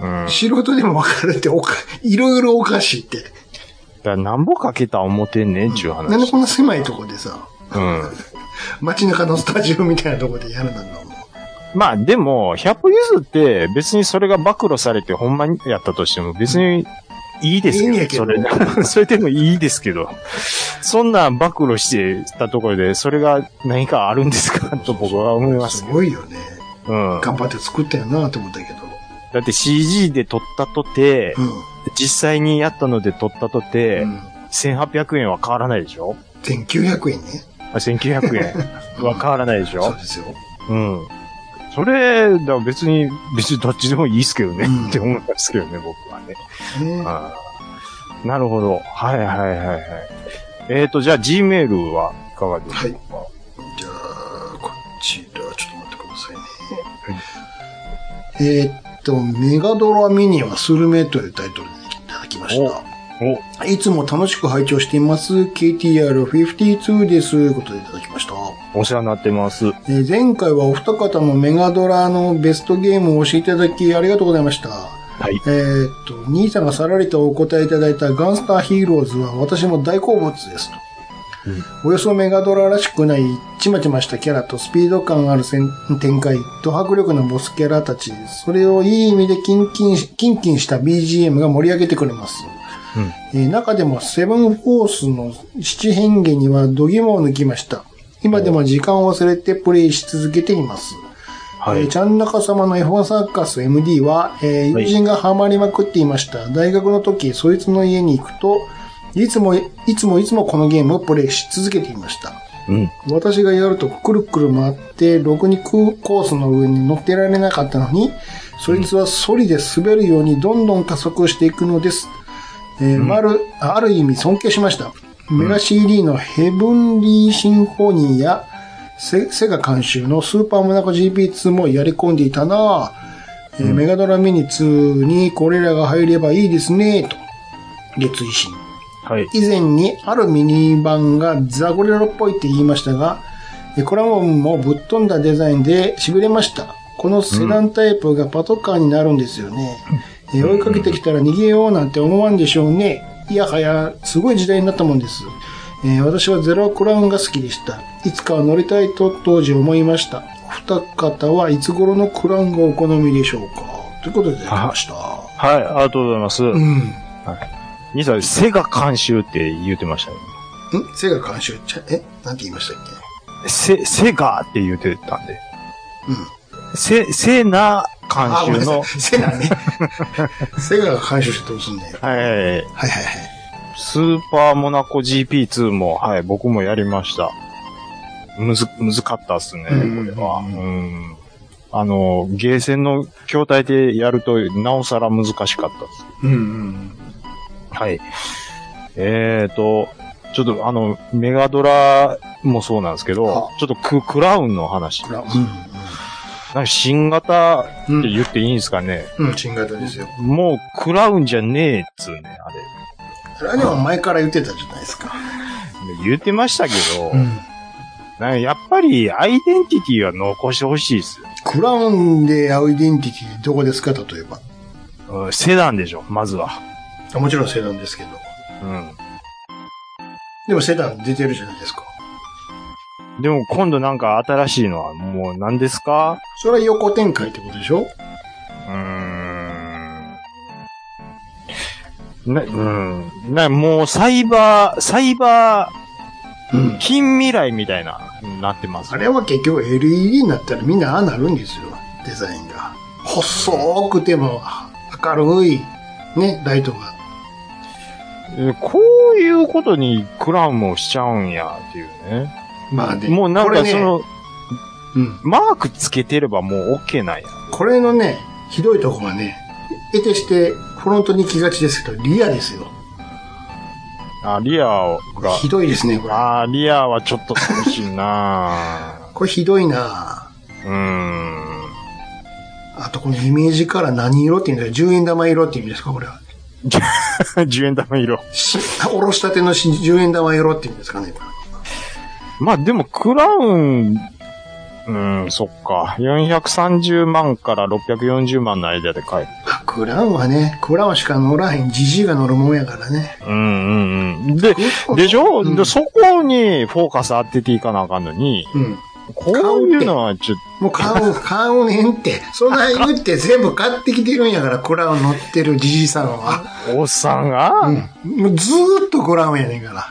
[SPEAKER 3] うん。だか
[SPEAKER 1] 素人でもわかるっておか、いろいろおかしいって。
[SPEAKER 3] らなんぼかけた思ってんねん、ちゅう
[SPEAKER 1] なんで
[SPEAKER 3] 話。
[SPEAKER 1] こんな狭いとこでさ、
[SPEAKER 3] うん。
[SPEAKER 1] 街中のスタジオみたいなとこでやるなんだもん。
[SPEAKER 3] まあでも、100歩譲って別にそれが暴露されてほんまにやったとしても別にいいですけど。
[SPEAKER 1] いいんやけど
[SPEAKER 3] それそれでも いいですけど。そんなん暴露してたところでそれが何かあるんですかと僕は思いますす。
[SPEAKER 1] ごいよね。
[SPEAKER 3] うん。
[SPEAKER 1] 頑張って作ったよなと思ったけど。
[SPEAKER 3] だって CG で撮ったとて、
[SPEAKER 1] う
[SPEAKER 3] 実際にやったので撮ったとて、
[SPEAKER 1] ん。うん。
[SPEAKER 3] 1800円は変わらないでしょ
[SPEAKER 1] 1900円ね。
[SPEAKER 3] あ ?1900 円は変わらないでし
[SPEAKER 1] そ
[SPEAKER 3] ょ
[SPEAKER 1] うですよ。
[SPEAKER 3] うん。それ、だから別に、別にどっちでもいいですけどね、
[SPEAKER 1] うん
[SPEAKER 3] って思いますけどね、僕はね。
[SPEAKER 1] ね
[SPEAKER 3] あーなるほど。はいはいはいはい。えっ、ー、と、じゃあ Gmail はいかがでしょうか、
[SPEAKER 1] じゃあ、こちら、ちょっと待ってくださいね。えーっと、メガドラミニはスルメというタイトルでいただきました。いつも楽しく拝聴しています。KTR52 です。ということでいただきました。
[SPEAKER 3] お、お世話になってます。
[SPEAKER 1] えー前回はお二方のメガドラのベストゲームを教えていただきありがとうございました。
[SPEAKER 3] はい。
[SPEAKER 1] えーっと、兄さんがさらりとお答えいただいたガンスターヒーローズは私も大好物ですと。およそメガドラらしくないちまちましたキャラとスピード感ある戦展開と迫力のボスキャラたち、それをいい意味でキンキンしキンキンした BGM が盛り上げてくれます。えー中でもセブンフォースの七変化には度肝を抜きました。今でも時間を忘れてプレイし続けています。
[SPEAKER 3] は
[SPEAKER 1] えー
[SPEAKER 3] い。
[SPEAKER 1] ちゃん中様の F1 サーカス MD は、えー
[SPEAKER 3] はい
[SPEAKER 1] 友人がハマりまくっていました。大学の時、そいつの家に行くと、いつも、いつもいつもこのゲームをプレイし続けていました。
[SPEAKER 3] うん。
[SPEAKER 1] 私がやるとくるくる回って、ろくにコースの上に乗ってられなかったのに、そいつはソリで滑るようにどんどん加速していくのです。えーまる、ある意味尊敬しました。メガ CD のヘブンリーシンフォニーや、セセガ監修のスーパーモナコ GP2 もやり込んでいたなぁ、えーメガドラミニ2にこれらが入ればいいですねと。月維新。
[SPEAKER 3] はい。
[SPEAKER 1] 以前にあるミニ版がザゴレロっぽいって言いましたが、えこれももうぶっ飛んだデザインで痺れました。このセダンタイプがパトカーになるんですよね。え追いかけてきたら逃げようなんて思わんでしょうね。いやはや、すごい時代になったもんです。えー私はゼロクラウンが好きでした。いつかは乗りたいと当時思いました。お二方はいつ頃のクラウンがお好みでしょうかということで、出ました。
[SPEAKER 3] はい、ありがとうございます。
[SPEAKER 1] うん。
[SPEAKER 3] 兄さん、セガ監修って言うてましたね。
[SPEAKER 1] んセガ監修ちゃ、えなんて言いましたっけ
[SPEAKER 3] セ、セガって言うてたんで。
[SPEAKER 1] うん。
[SPEAKER 3] セ、セナ
[SPEAKER 1] あ、ご
[SPEAKER 3] 監
[SPEAKER 1] めん
[SPEAKER 3] 修
[SPEAKER 1] な
[SPEAKER 3] の。
[SPEAKER 1] さい。セガね。セガが監修してどうすんだよ。
[SPEAKER 3] はいはいはい。
[SPEAKER 1] はいはいはい。
[SPEAKER 3] スーパーモナコ GP2 も、はい、僕もやりました。むず、むずかったっすね、こ
[SPEAKER 1] うん
[SPEAKER 3] れは。うん。あの、ゲーセンの筐体でやると、なおさら難しかったっす。
[SPEAKER 1] うんうん。
[SPEAKER 3] はい。えーと、ちょっとあの、メガドラもそうなんですけど
[SPEAKER 1] は、
[SPEAKER 3] ちょっとククラウンの話。
[SPEAKER 1] これ
[SPEAKER 3] なん
[SPEAKER 1] は
[SPEAKER 3] か新型
[SPEAKER 1] う
[SPEAKER 3] っ
[SPEAKER 1] ん
[SPEAKER 3] て言っていいんですかね、
[SPEAKER 1] うん。うん、新型ですよ。
[SPEAKER 3] もうクラウンじゃねえっつうね、あれ。
[SPEAKER 1] それはでも前から言ってたじゃないですか。
[SPEAKER 3] 言ってましたけど、
[SPEAKER 1] うん。
[SPEAKER 3] なんかやっぱりアイデンティティは残してほしいですよ。
[SPEAKER 1] クラウンでアイデンティティどこですか例えば。
[SPEAKER 3] うんセダンでしょ、まずは。
[SPEAKER 1] あもちろんセダンですけど。
[SPEAKER 3] うん。
[SPEAKER 1] でもセダン出てるじゃないですか。
[SPEAKER 3] でも今度なんか新しいのはもう何ですか
[SPEAKER 1] それは横展開ってことでしょ
[SPEAKER 3] うーん。な、うん。な、もうサイバー、サイバ
[SPEAKER 1] う
[SPEAKER 3] ー、。近未来みたいな、なってます
[SPEAKER 1] あれは結局 LED になったらみんなああなるんですよ。デザインが。細くても明るい、ね、ライトが。
[SPEAKER 3] えこういうことにクラウンもしちゃうんや、っていうね。
[SPEAKER 1] まあで
[SPEAKER 3] もうなん
[SPEAKER 1] これ
[SPEAKER 3] か
[SPEAKER 1] ね
[SPEAKER 3] その、
[SPEAKER 1] うん。
[SPEAKER 3] マークつけてればもう OK なんや。
[SPEAKER 1] これのね、ひどいとこがね、得てしてフロントに来がちですけど、リアですよ。
[SPEAKER 3] あ、リアが。
[SPEAKER 1] ひどいですね、これ。
[SPEAKER 3] あー、リアはちょっと寂しい な
[SPEAKER 1] これひどいなぁ
[SPEAKER 3] うーん。
[SPEAKER 1] あとこのイメージから何色っていうんですか ?10 円玉色っていうんですかこれは。
[SPEAKER 3] 10円玉色。
[SPEAKER 1] し、おろしたてのし10円玉色っていうんですかねこれ
[SPEAKER 3] まあでも、クラウン、うーん、そっか。430万から640万の間で買える。
[SPEAKER 1] あクラウンはね、クラウンしか乗らへん、ジジイが乗るもんやからね。
[SPEAKER 3] うんうんうん。で、でしょ、
[SPEAKER 1] うん
[SPEAKER 3] でそこにフォーカス当てていかなあかんのに、
[SPEAKER 1] うん。
[SPEAKER 3] こういうのはちょっ
[SPEAKER 1] もう買 う、買うねんって。そない言って全部買ってきてるんやから、クラウン乗ってるジジイさんは。
[SPEAKER 3] と、おっさんが、
[SPEAKER 1] うん。もうずーっとクラウンやねんから。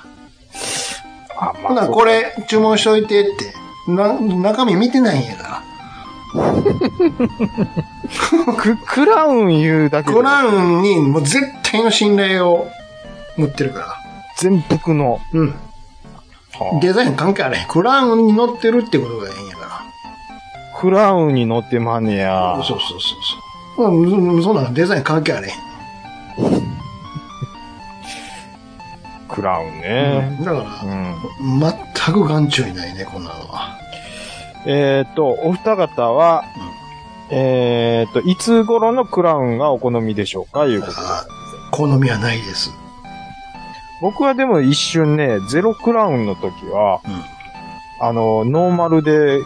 [SPEAKER 3] あ
[SPEAKER 1] ほな、これ注文しといてって。な、中身見てないんやから。
[SPEAKER 3] ククラウン言うだけで
[SPEAKER 1] クラウンにもう絶対の信頼を持ってるから。
[SPEAKER 3] 全幅の。
[SPEAKER 1] うん。デザイン関係あれへん。クラウンに乗ってるってことがいいんやか
[SPEAKER 3] クラウンに乗ってまんねや
[SPEAKER 1] ら。。そうそうそうそう。うん、そんなんデザイン関係あれへん。
[SPEAKER 3] クラウンね。
[SPEAKER 1] だか
[SPEAKER 3] う
[SPEAKER 1] ら、
[SPEAKER 3] ん。
[SPEAKER 1] 全く眼中にないね、こんなのは。
[SPEAKER 3] えっ、と、お二方は、えっ、と、いつ頃のクラウンがお好みでしょうかいうことで。
[SPEAKER 1] あ好みはないです。
[SPEAKER 3] 僕はでも一瞬ね、ゼロクラウンの時は、あの、ノーマルで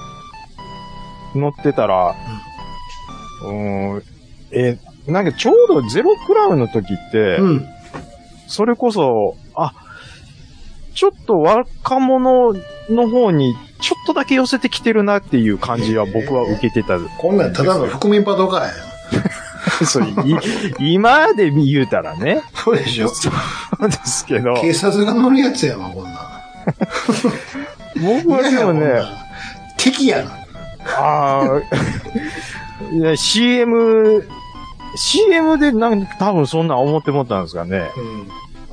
[SPEAKER 3] 乗ってたら、うん、えーなんかちょうどゼロクラウンの時って、
[SPEAKER 1] うん。
[SPEAKER 3] それこそ、あ、ちょっと若者の方にちょっとだけ寄せてきてるなっていう感じは僕は受けてた。
[SPEAKER 1] こんなんただの含みパトカーやん。
[SPEAKER 3] そうい今で言うたらね、
[SPEAKER 1] そうでしょ
[SPEAKER 3] ですけど、
[SPEAKER 1] 警察が乗るやつやわ、こんなん。
[SPEAKER 3] 僕はで
[SPEAKER 1] いや
[SPEAKER 3] も
[SPEAKER 1] い
[SPEAKER 3] ね
[SPEAKER 1] やこん、なん敵やな。
[SPEAKER 3] ああ、いや CM、CM でなんか多分そんなん思ってもったんですがね。
[SPEAKER 1] うん。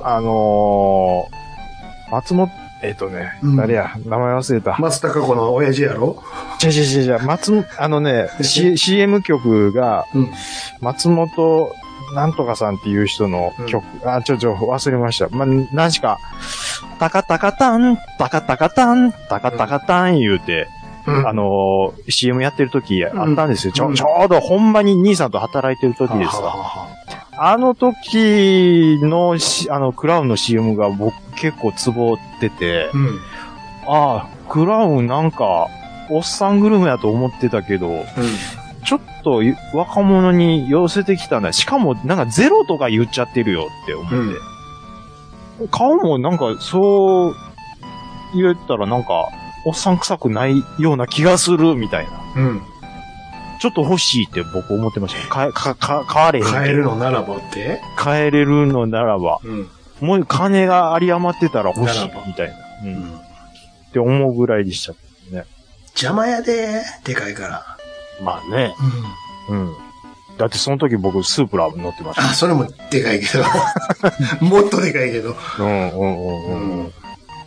[SPEAKER 3] あのー、松本、えっ、とね、
[SPEAKER 1] うん
[SPEAKER 3] 誰や、名前忘れた。
[SPEAKER 1] 松たか子の親父やろ
[SPEAKER 3] じゃじゃじゃじゃ、松本、あのね、C、CM 曲が、
[SPEAKER 1] うん
[SPEAKER 3] 松本なんとかさんっていう人の曲、あ、ちょちょ、忘れました。まあ、何しか、タカタカタン、タカタカタン、タカタカタン言うて、
[SPEAKER 1] うん
[SPEAKER 3] あのー CM やってる時あったんですよ。ち
[SPEAKER 1] う
[SPEAKER 3] ょ、
[SPEAKER 1] ん
[SPEAKER 3] ちょうどほんまに兄さんと働いてる時です
[SPEAKER 1] は
[SPEAKER 3] わ。
[SPEAKER 1] ははは
[SPEAKER 3] あの時のし、あの、クラウンの CM が僕結構ツボってて、
[SPEAKER 1] うん。
[SPEAKER 3] ああ、クラウンなんか、おっさんグルメやと思ってたけど、ちょっと若者に寄せてきたね。しかもなんかゼロとか言っちゃってるよって思って。顔もなんかそう言ったらなんか、おっさん臭くないような気がするみたいな。
[SPEAKER 1] うん。
[SPEAKER 3] ちょっと欲しいって僕思ってました。か、か、か、買われへんけど。
[SPEAKER 1] 買えるのならばって
[SPEAKER 3] 買えれるのならば。
[SPEAKER 1] うん。
[SPEAKER 3] もう金が有り余ってたら欲しい
[SPEAKER 1] ならば
[SPEAKER 3] みたいな。うん。って思うぐらいでした。
[SPEAKER 1] 邪魔やで、でかいから。
[SPEAKER 3] まあね。
[SPEAKER 1] うん。
[SPEAKER 3] うん。だってその時僕スープラ乗ってまし
[SPEAKER 1] あ、それもでかい けど。もっとでかいけど。
[SPEAKER 3] た。うんうんうんうん。
[SPEAKER 1] うん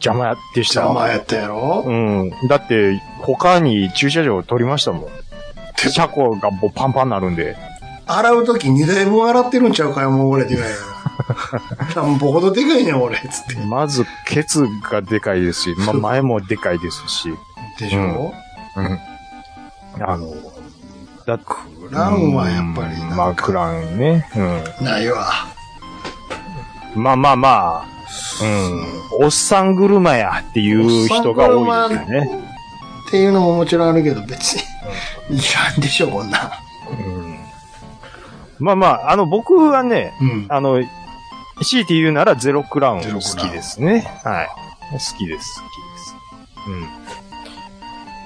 [SPEAKER 3] 邪魔でした。
[SPEAKER 1] 邪魔やったやろ
[SPEAKER 3] うん。だって、他に駐車場を取りましたもん。車庫がもうパンパンになるんで。
[SPEAKER 1] 洗うとき2台分洗ってるんちゃうかよ、もう俺でかい から。なんぼほどでかいねん、俺、つって。
[SPEAKER 3] まず、ケツがでかいですし、 ま、前もでかいですし。
[SPEAKER 1] でしょ
[SPEAKER 3] あの、だク
[SPEAKER 1] ランはやっぱりなんか
[SPEAKER 3] まあ、クラウンね。
[SPEAKER 1] ないわ。
[SPEAKER 3] うん。まあまあまあ、うん。おっさん車やっていう人が多いですよね。
[SPEAKER 1] っていうのももちろんあるけど、別に。いらんでしょ、こんなん。
[SPEAKER 3] うん。まあまあ、あの、僕はね、
[SPEAKER 1] うん。
[SPEAKER 3] あの、強いて言うならゼロクラウン
[SPEAKER 1] ゼロ
[SPEAKER 3] 好
[SPEAKER 1] クラウン
[SPEAKER 3] きですね。はい。好きです、好きで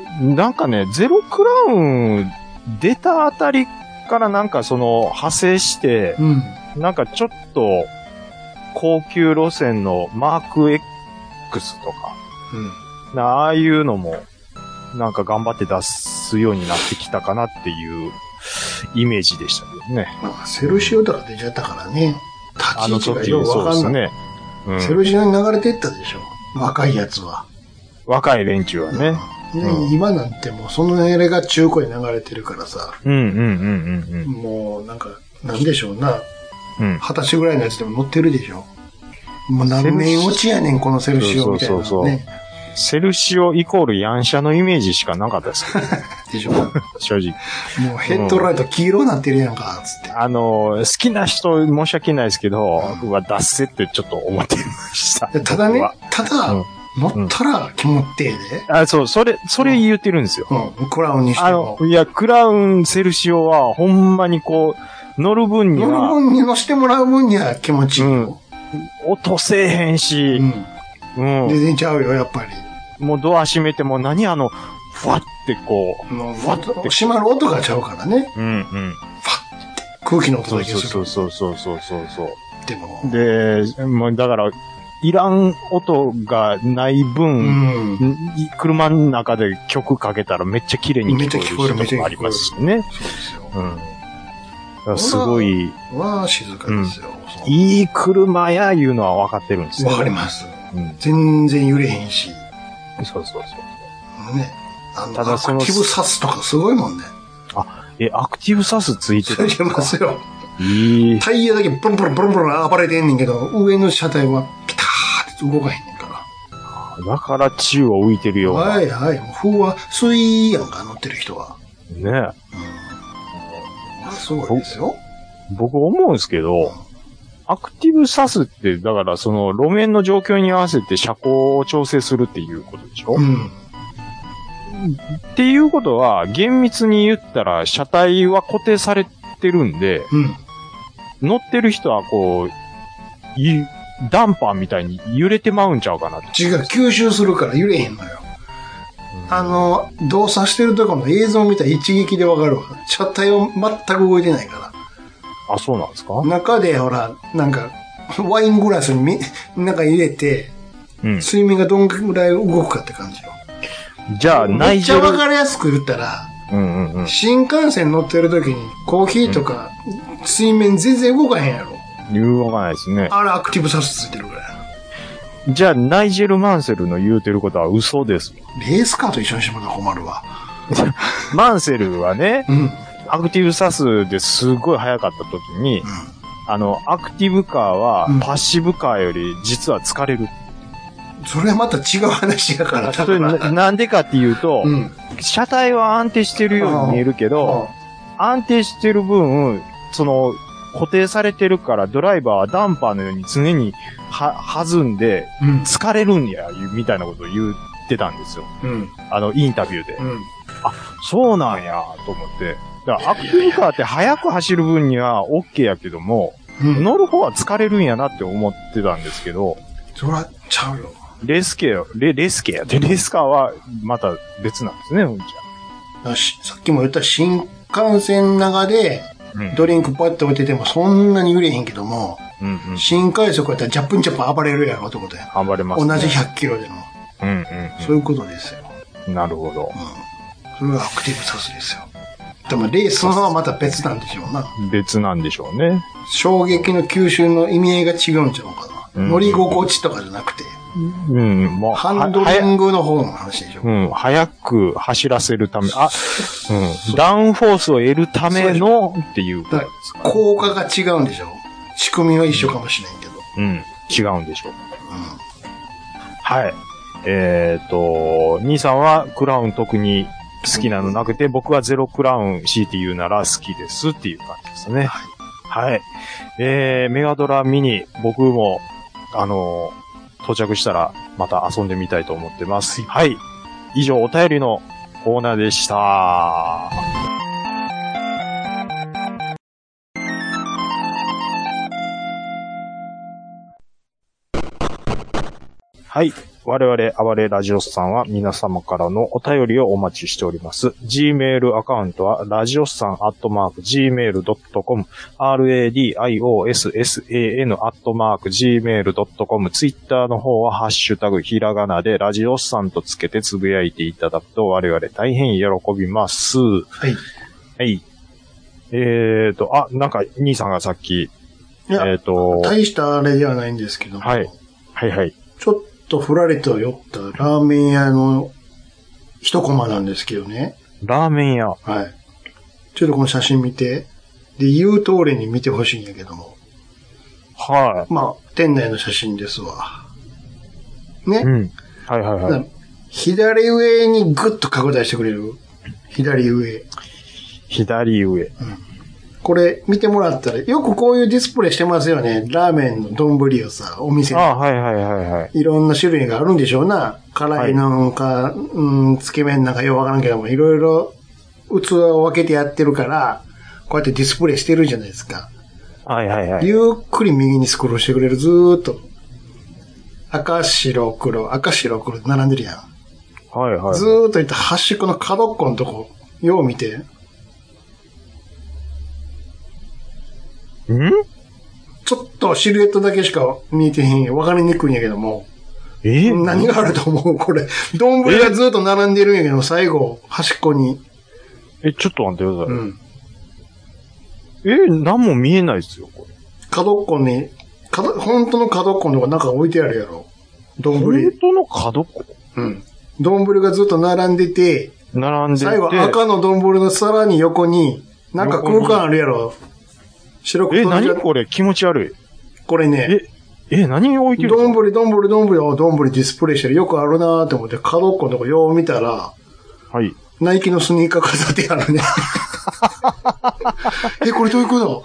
[SPEAKER 3] す。うん。なんかね、ゼロクラウン出たあたりからなんかその派生して、
[SPEAKER 1] うん。
[SPEAKER 3] なんかちょっと高級路線のマーク X とか、なああいうのもなんか頑張って出すようになってきたかなっていうイメージでしたけどね。
[SPEAKER 1] まあ、セルシオドラ出ちゃったからね。
[SPEAKER 3] あの
[SPEAKER 1] 立ち位置
[SPEAKER 3] 時
[SPEAKER 1] が、よく
[SPEAKER 3] そ
[SPEAKER 1] わ
[SPEAKER 3] うで
[SPEAKER 1] か
[SPEAKER 3] す
[SPEAKER 1] んない。
[SPEAKER 3] ね。うん
[SPEAKER 1] セルシオに流れてったでしょ。若いやつは。
[SPEAKER 3] 若い連中はね。
[SPEAKER 1] で
[SPEAKER 3] うん
[SPEAKER 1] 今なんてもうその年齢が中古に流れてるからさ、
[SPEAKER 3] うんうんうんうん
[SPEAKER 1] もうなんか、なんでしょうな。
[SPEAKER 3] うん。うん。
[SPEAKER 1] 二十歳ぐらいのやつでも乗ってるでしょ。もう何年落ちやねん、このセルシオみたいな、ね。
[SPEAKER 3] そうそうそうセルシオイコールヤンシャのイメージしかなかったですけど、
[SPEAKER 1] でしょ。も
[SPEAKER 3] 正 直。
[SPEAKER 1] うヘッドライト黄色になってるやんか、つって。
[SPEAKER 3] あの、好きな人申し訳ないですけど、うわ、出せってちょっと思ってました。
[SPEAKER 1] でただね
[SPEAKER 3] 僕は、
[SPEAKER 1] ただ、
[SPEAKER 3] うん
[SPEAKER 1] 乗ったら気持ってえで。
[SPEAKER 3] あ、そう、それ、それ言ってるんですよ。
[SPEAKER 1] うん、クラウンにして
[SPEAKER 3] あ
[SPEAKER 1] も
[SPEAKER 3] の。、いや、クラウン、セルシオは、ほんまにこ乗る分に
[SPEAKER 1] 乗る
[SPEAKER 3] は、
[SPEAKER 1] 分に乗してもらう分には気持ちいいよ。
[SPEAKER 3] 音せえへん
[SPEAKER 1] う
[SPEAKER 3] し、
[SPEAKER 1] ん。
[SPEAKER 3] う
[SPEAKER 1] 全
[SPEAKER 3] ん。
[SPEAKER 1] 然ちゃうよ、やっぱり。
[SPEAKER 3] もうドア閉めても何あの、ふわってこ
[SPEAKER 1] もう、わっと閉まる音がちゃうからね。
[SPEAKER 3] う。うんうん。
[SPEAKER 1] 空気の音
[SPEAKER 3] そ
[SPEAKER 1] だ
[SPEAKER 3] う
[SPEAKER 1] け
[SPEAKER 3] そう
[SPEAKER 1] す
[SPEAKER 3] そ
[SPEAKER 1] る
[SPEAKER 3] う。そうそうそうそうそう。
[SPEAKER 1] でも。
[SPEAKER 3] で、もうだから、いらん音がない分、
[SPEAKER 1] うん。
[SPEAKER 3] い車の中で曲かけたらめっちゃ綺麗に聞こえる人もありますし
[SPEAKER 1] そうで
[SPEAKER 3] ね。
[SPEAKER 1] すよ。
[SPEAKER 3] うん。だからすごい、
[SPEAKER 1] は静かですよ。そう
[SPEAKER 3] いい車やいうのは分かってるんですね。
[SPEAKER 1] わかります。
[SPEAKER 3] うん。
[SPEAKER 1] 全然揺れへんし。ね。
[SPEAKER 3] そうそうそう。
[SPEAKER 1] あの、
[SPEAKER 3] ただ
[SPEAKER 1] ア
[SPEAKER 3] その
[SPEAKER 1] クティブサスとかすごいもんね。
[SPEAKER 3] え、アクティブサスついて
[SPEAKER 1] つ
[SPEAKER 3] た
[SPEAKER 1] いてますよ。
[SPEAKER 3] いい。
[SPEAKER 1] タイヤだけブルンブルンブルンブルン暴れてんねんけど、上の車体はピターって動かへんねんか
[SPEAKER 3] だから宙を浮いてる
[SPEAKER 1] ら。
[SPEAKER 3] ような。
[SPEAKER 1] はいはい。もう風は、水やんか、乗ってる人は。
[SPEAKER 3] ね。
[SPEAKER 1] あすごいですよ。
[SPEAKER 3] 僕思うんですけど、アクティブサスって、だからその路面の状況に合わせて車高を調整するっていうことでしょ、
[SPEAKER 1] う
[SPEAKER 3] っ
[SPEAKER 1] ん。
[SPEAKER 3] ていうことは、厳密に言ったら車体は固定されてるんで、
[SPEAKER 1] うん。
[SPEAKER 3] 乗ってる人はこう、ゆダンパーみたいに揺れてまうんちゃうかなって。
[SPEAKER 1] 違う、吸収するから揺れへんのよ。あの、動作してるとこの映像見たら一撃でわかるわ。車体を全く動いてないから。
[SPEAKER 3] あ、そうなんですか
[SPEAKER 1] 中で、ほら、なんか、ワイングラスにみ、中に入れて、
[SPEAKER 3] うん。
[SPEAKER 1] 睡眠がどんぐらい動くかって感じよ。
[SPEAKER 3] じゃあ、
[SPEAKER 1] め
[SPEAKER 3] 内
[SPEAKER 1] っちゃ
[SPEAKER 3] 情。
[SPEAKER 1] わかりやすく言ったら、
[SPEAKER 3] うんうんうん。
[SPEAKER 1] 新幹線乗ってる時にコーヒーとか、水面全然動かへんやろ。
[SPEAKER 3] 言うわかないですね。
[SPEAKER 1] あれアクティブサスついてるぐらいや
[SPEAKER 3] じゃあ、ナイジェル・マンセルの言うてることは嘘です。
[SPEAKER 1] な。レースカーと一緒にしてもらったら困るわ。
[SPEAKER 3] マンセルはね、
[SPEAKER 1] うん。
[SPEAKER 3] アクティブサスですごい速かった時に、あの、アクティブカーは
[SPEAKER 1] うん
[SPEAKER 3] パッシブカーより実は疲れる。
[SPEAKER 1] それはまた違う話やから。
[SPEAKER 3] それななんでかっていうと、
[SPEAKER 1] うん。
[SPEAKER 3] 車体は安定してるように見えるけど、安定してる分、その、固定されてるからドライバーはダンパーのように常には、弾んで
[SPEAKER 1] うん。
[SPEAKER 3] 疲れるんや、みたいなことを言ってたんですよ。
[SPEAKER 1] うん。
[SPEAKER 3] あの、インタビューで。
[SPEAKER 1] うん。
[SPEAKER 3] そうなんや、と思って。だからアクティブカーって速く走る分には OK やけども、
[SPEAKER 1] うん。
[SPEAKER 3] 乗る方は疲れるんやなって思ってたんですけど、
[SPEAKER 1] それはちゃうよ。
[SPEAKER 3] レースケよ、レレースケやで、レースカーはまた別なんですね、うんち
[SPEAKER 1] だしさっきも言った新幹線の中で
[SPEAKER 3] ゃん。うん
[SPEAKER 1] ドリンクパッと置いててもそんなに揺れへんけども、
[SPEAKER 3] うんうん。
[SPEAKER 1] 新快速やったらジャップンジャップ暴れるやろってことや。
[SPEAKER 3] 頑張れます、
[SPEAKER 1] 同
[SPEAKER 3] ね。
[SPEAKER 1] じ。100キロでも。
[SPEAKER 3] うんうん、
[SPEAKER 1] そういうことですよ。
[SPEAKER 3] うん。なるほど。
[SPEAKER 1] それがアクティブサスですよ。でもレースのはまた別なんでしょうな。
[SPEAKER 3] 別なんでしょうね。
[SPEAKER 1] 衝撃の吸収の意味合いが違うんちゃうかな。
[SPEAKER 3] うん
[SPEAKER 1] 乗り心地とかじゃなくて、
[SPEAKER 3] うん、まあ、
[SPEAKER 1] ハンド
[SPEAKER 3] は
[SPEAKER 1] リ
[SPEAKER 3] はや
[SPEAKER 1] ングの方の話でしょ。
[SPEAKER 3] うん、早く走らせるため、あ、うん、ダウンフォースを得るためのっていうこと
[SPEAKER 1] だ
[SPEAKER 3] で
[SPEAKER 1] か
[SPEAKER 3] す
[SPEAKER 1] ら
[SPEAKER 3] か。
[SPEAKER 1] 効果が違うんでしょ。仕組みは一緒かもしれんけど。。
[SPEAKER 3] うん、違うんでしょう。はい。えっ、と、兄さんはクラウン特に好きなのなくて、僕はゼロクラウン CTU なら好きですっていう感じですね。はい。えー、メガドラミニ、僕も、あのー到着したらまた遊んでみたいと思ってます。はい。以上、お便りのコーナーでした。はい。我々、暴れラジオスさんは皆様からのお便りをお待ちしております。Gmail アカウントは、ラジオスさんアットマーク Gmail.com、radiossan アットマーク Gmail.com、Twitter の方は、ハッシュタグひらがなで、ラジオスさんとつけてつぶやいていただくと、我々大変喜びます。はいはい。えーと、あ、なんか、兄さんがさっき、
[SPEAKER 1] い
[SPEAKER 3] え
[SPEAKER 1] や、
[SPEAKER 3] ーと、
[SPEAKER 1] 大したあれではないんですけども、
[SPEAKER 3] はいはいはい。
[SPEAKER 1] ちょっとふられと寄ったラーメン屋の一コマなんですけどね。
[SPEAKER 3] ラーメン屋。
[SPEAKER 1] はい。ちょっとこの写真見て。で、言う通りに見てほしいんやけども。
[SPEAKER 3] は
[SPEAKER 1] まあ、店内の写真ですわ。ね
[SPEAKER 3] い。う。ん。はいはいはい。
[SPEAKER 1] 左上にグッと拡大してくれる左上。
[SPEAKER 3] 左上。
[SPEAKER 1] これ見てもらったら、よくこういうディスプレイしてますよね。ラーメンの丼をさ、お店
[SPEAKER 3] あ
[SPEAKER 1] に。
[SPEAKER 3] はいはいはいはい。
[SPEAKER 1] いろんな種類があるんでしょうな。辛いなんか、うん、つけ麺なんかようわからんけども、いろいろ器を分けてやってるから、こうやってディスプレイしてるじゃないですか。
[SPEAKER 3] はいはいはい。
[SPEAKER 1] ゆっくり右にスクロールしてくれる、ずーっと。赤、白、黒、赤、白、黒って並んでるやん。
[SPEAKER 3] はいはい。
[SPEAKER 1] ずーっといった端っこの角っこのとこ、よう見て。
[SPEAKER 3] ん
[SPEAKER 1] ちょっとシルエットだけしか見えてへんよ。わかりにくいんやけども。
[SPEAKER 3] え
[SPEAKER 1] 何があると思うこれ。丼がずーっと並んでるんやけど、最後、端っこに。
[SPEAKER 3] え、ちょっと待ってくださ
[SPEAKER 1] う
[SPEAKER 3] い。
[SPEAKER 1] ん。
[SPEAKER 3] え、何も見えないですよ、これ。
[SPEAKER 1] 角っこに、角、本当の角っこのとこなんか置いてあるやろ。
[SPEAKER 3] 本
[SPEAKER 1] 丼。
[SPEAKER 3] 当の角っこ
[SPEAKER 1] うん。丼がずっと並んでて、
[SPEAKER 3] 並んでて。
[SPEAKER 1] 最後赤の丼のさらに横に、なんか空間あるやろ。白く
[SPEAKER 3] え、
[SPEAKER 1] 閉じ
[SPEAKER 3] 何
[SPEAKER 1] た
[SPEAKER 3] これ気持ち悪い。
[SPEAKER 1] これね、
[SPEAKER 3] え、何置いてる
[SPEAKER 1] 丼、丼、丼、を丼ディスプレイしてる。よくあるなーって思って、角っこのとこよう見たら、
[SPEAKER 3] はい。
[SPEAKER 1] ナイキのスニーカー飾ってある ね。え、これどういうこと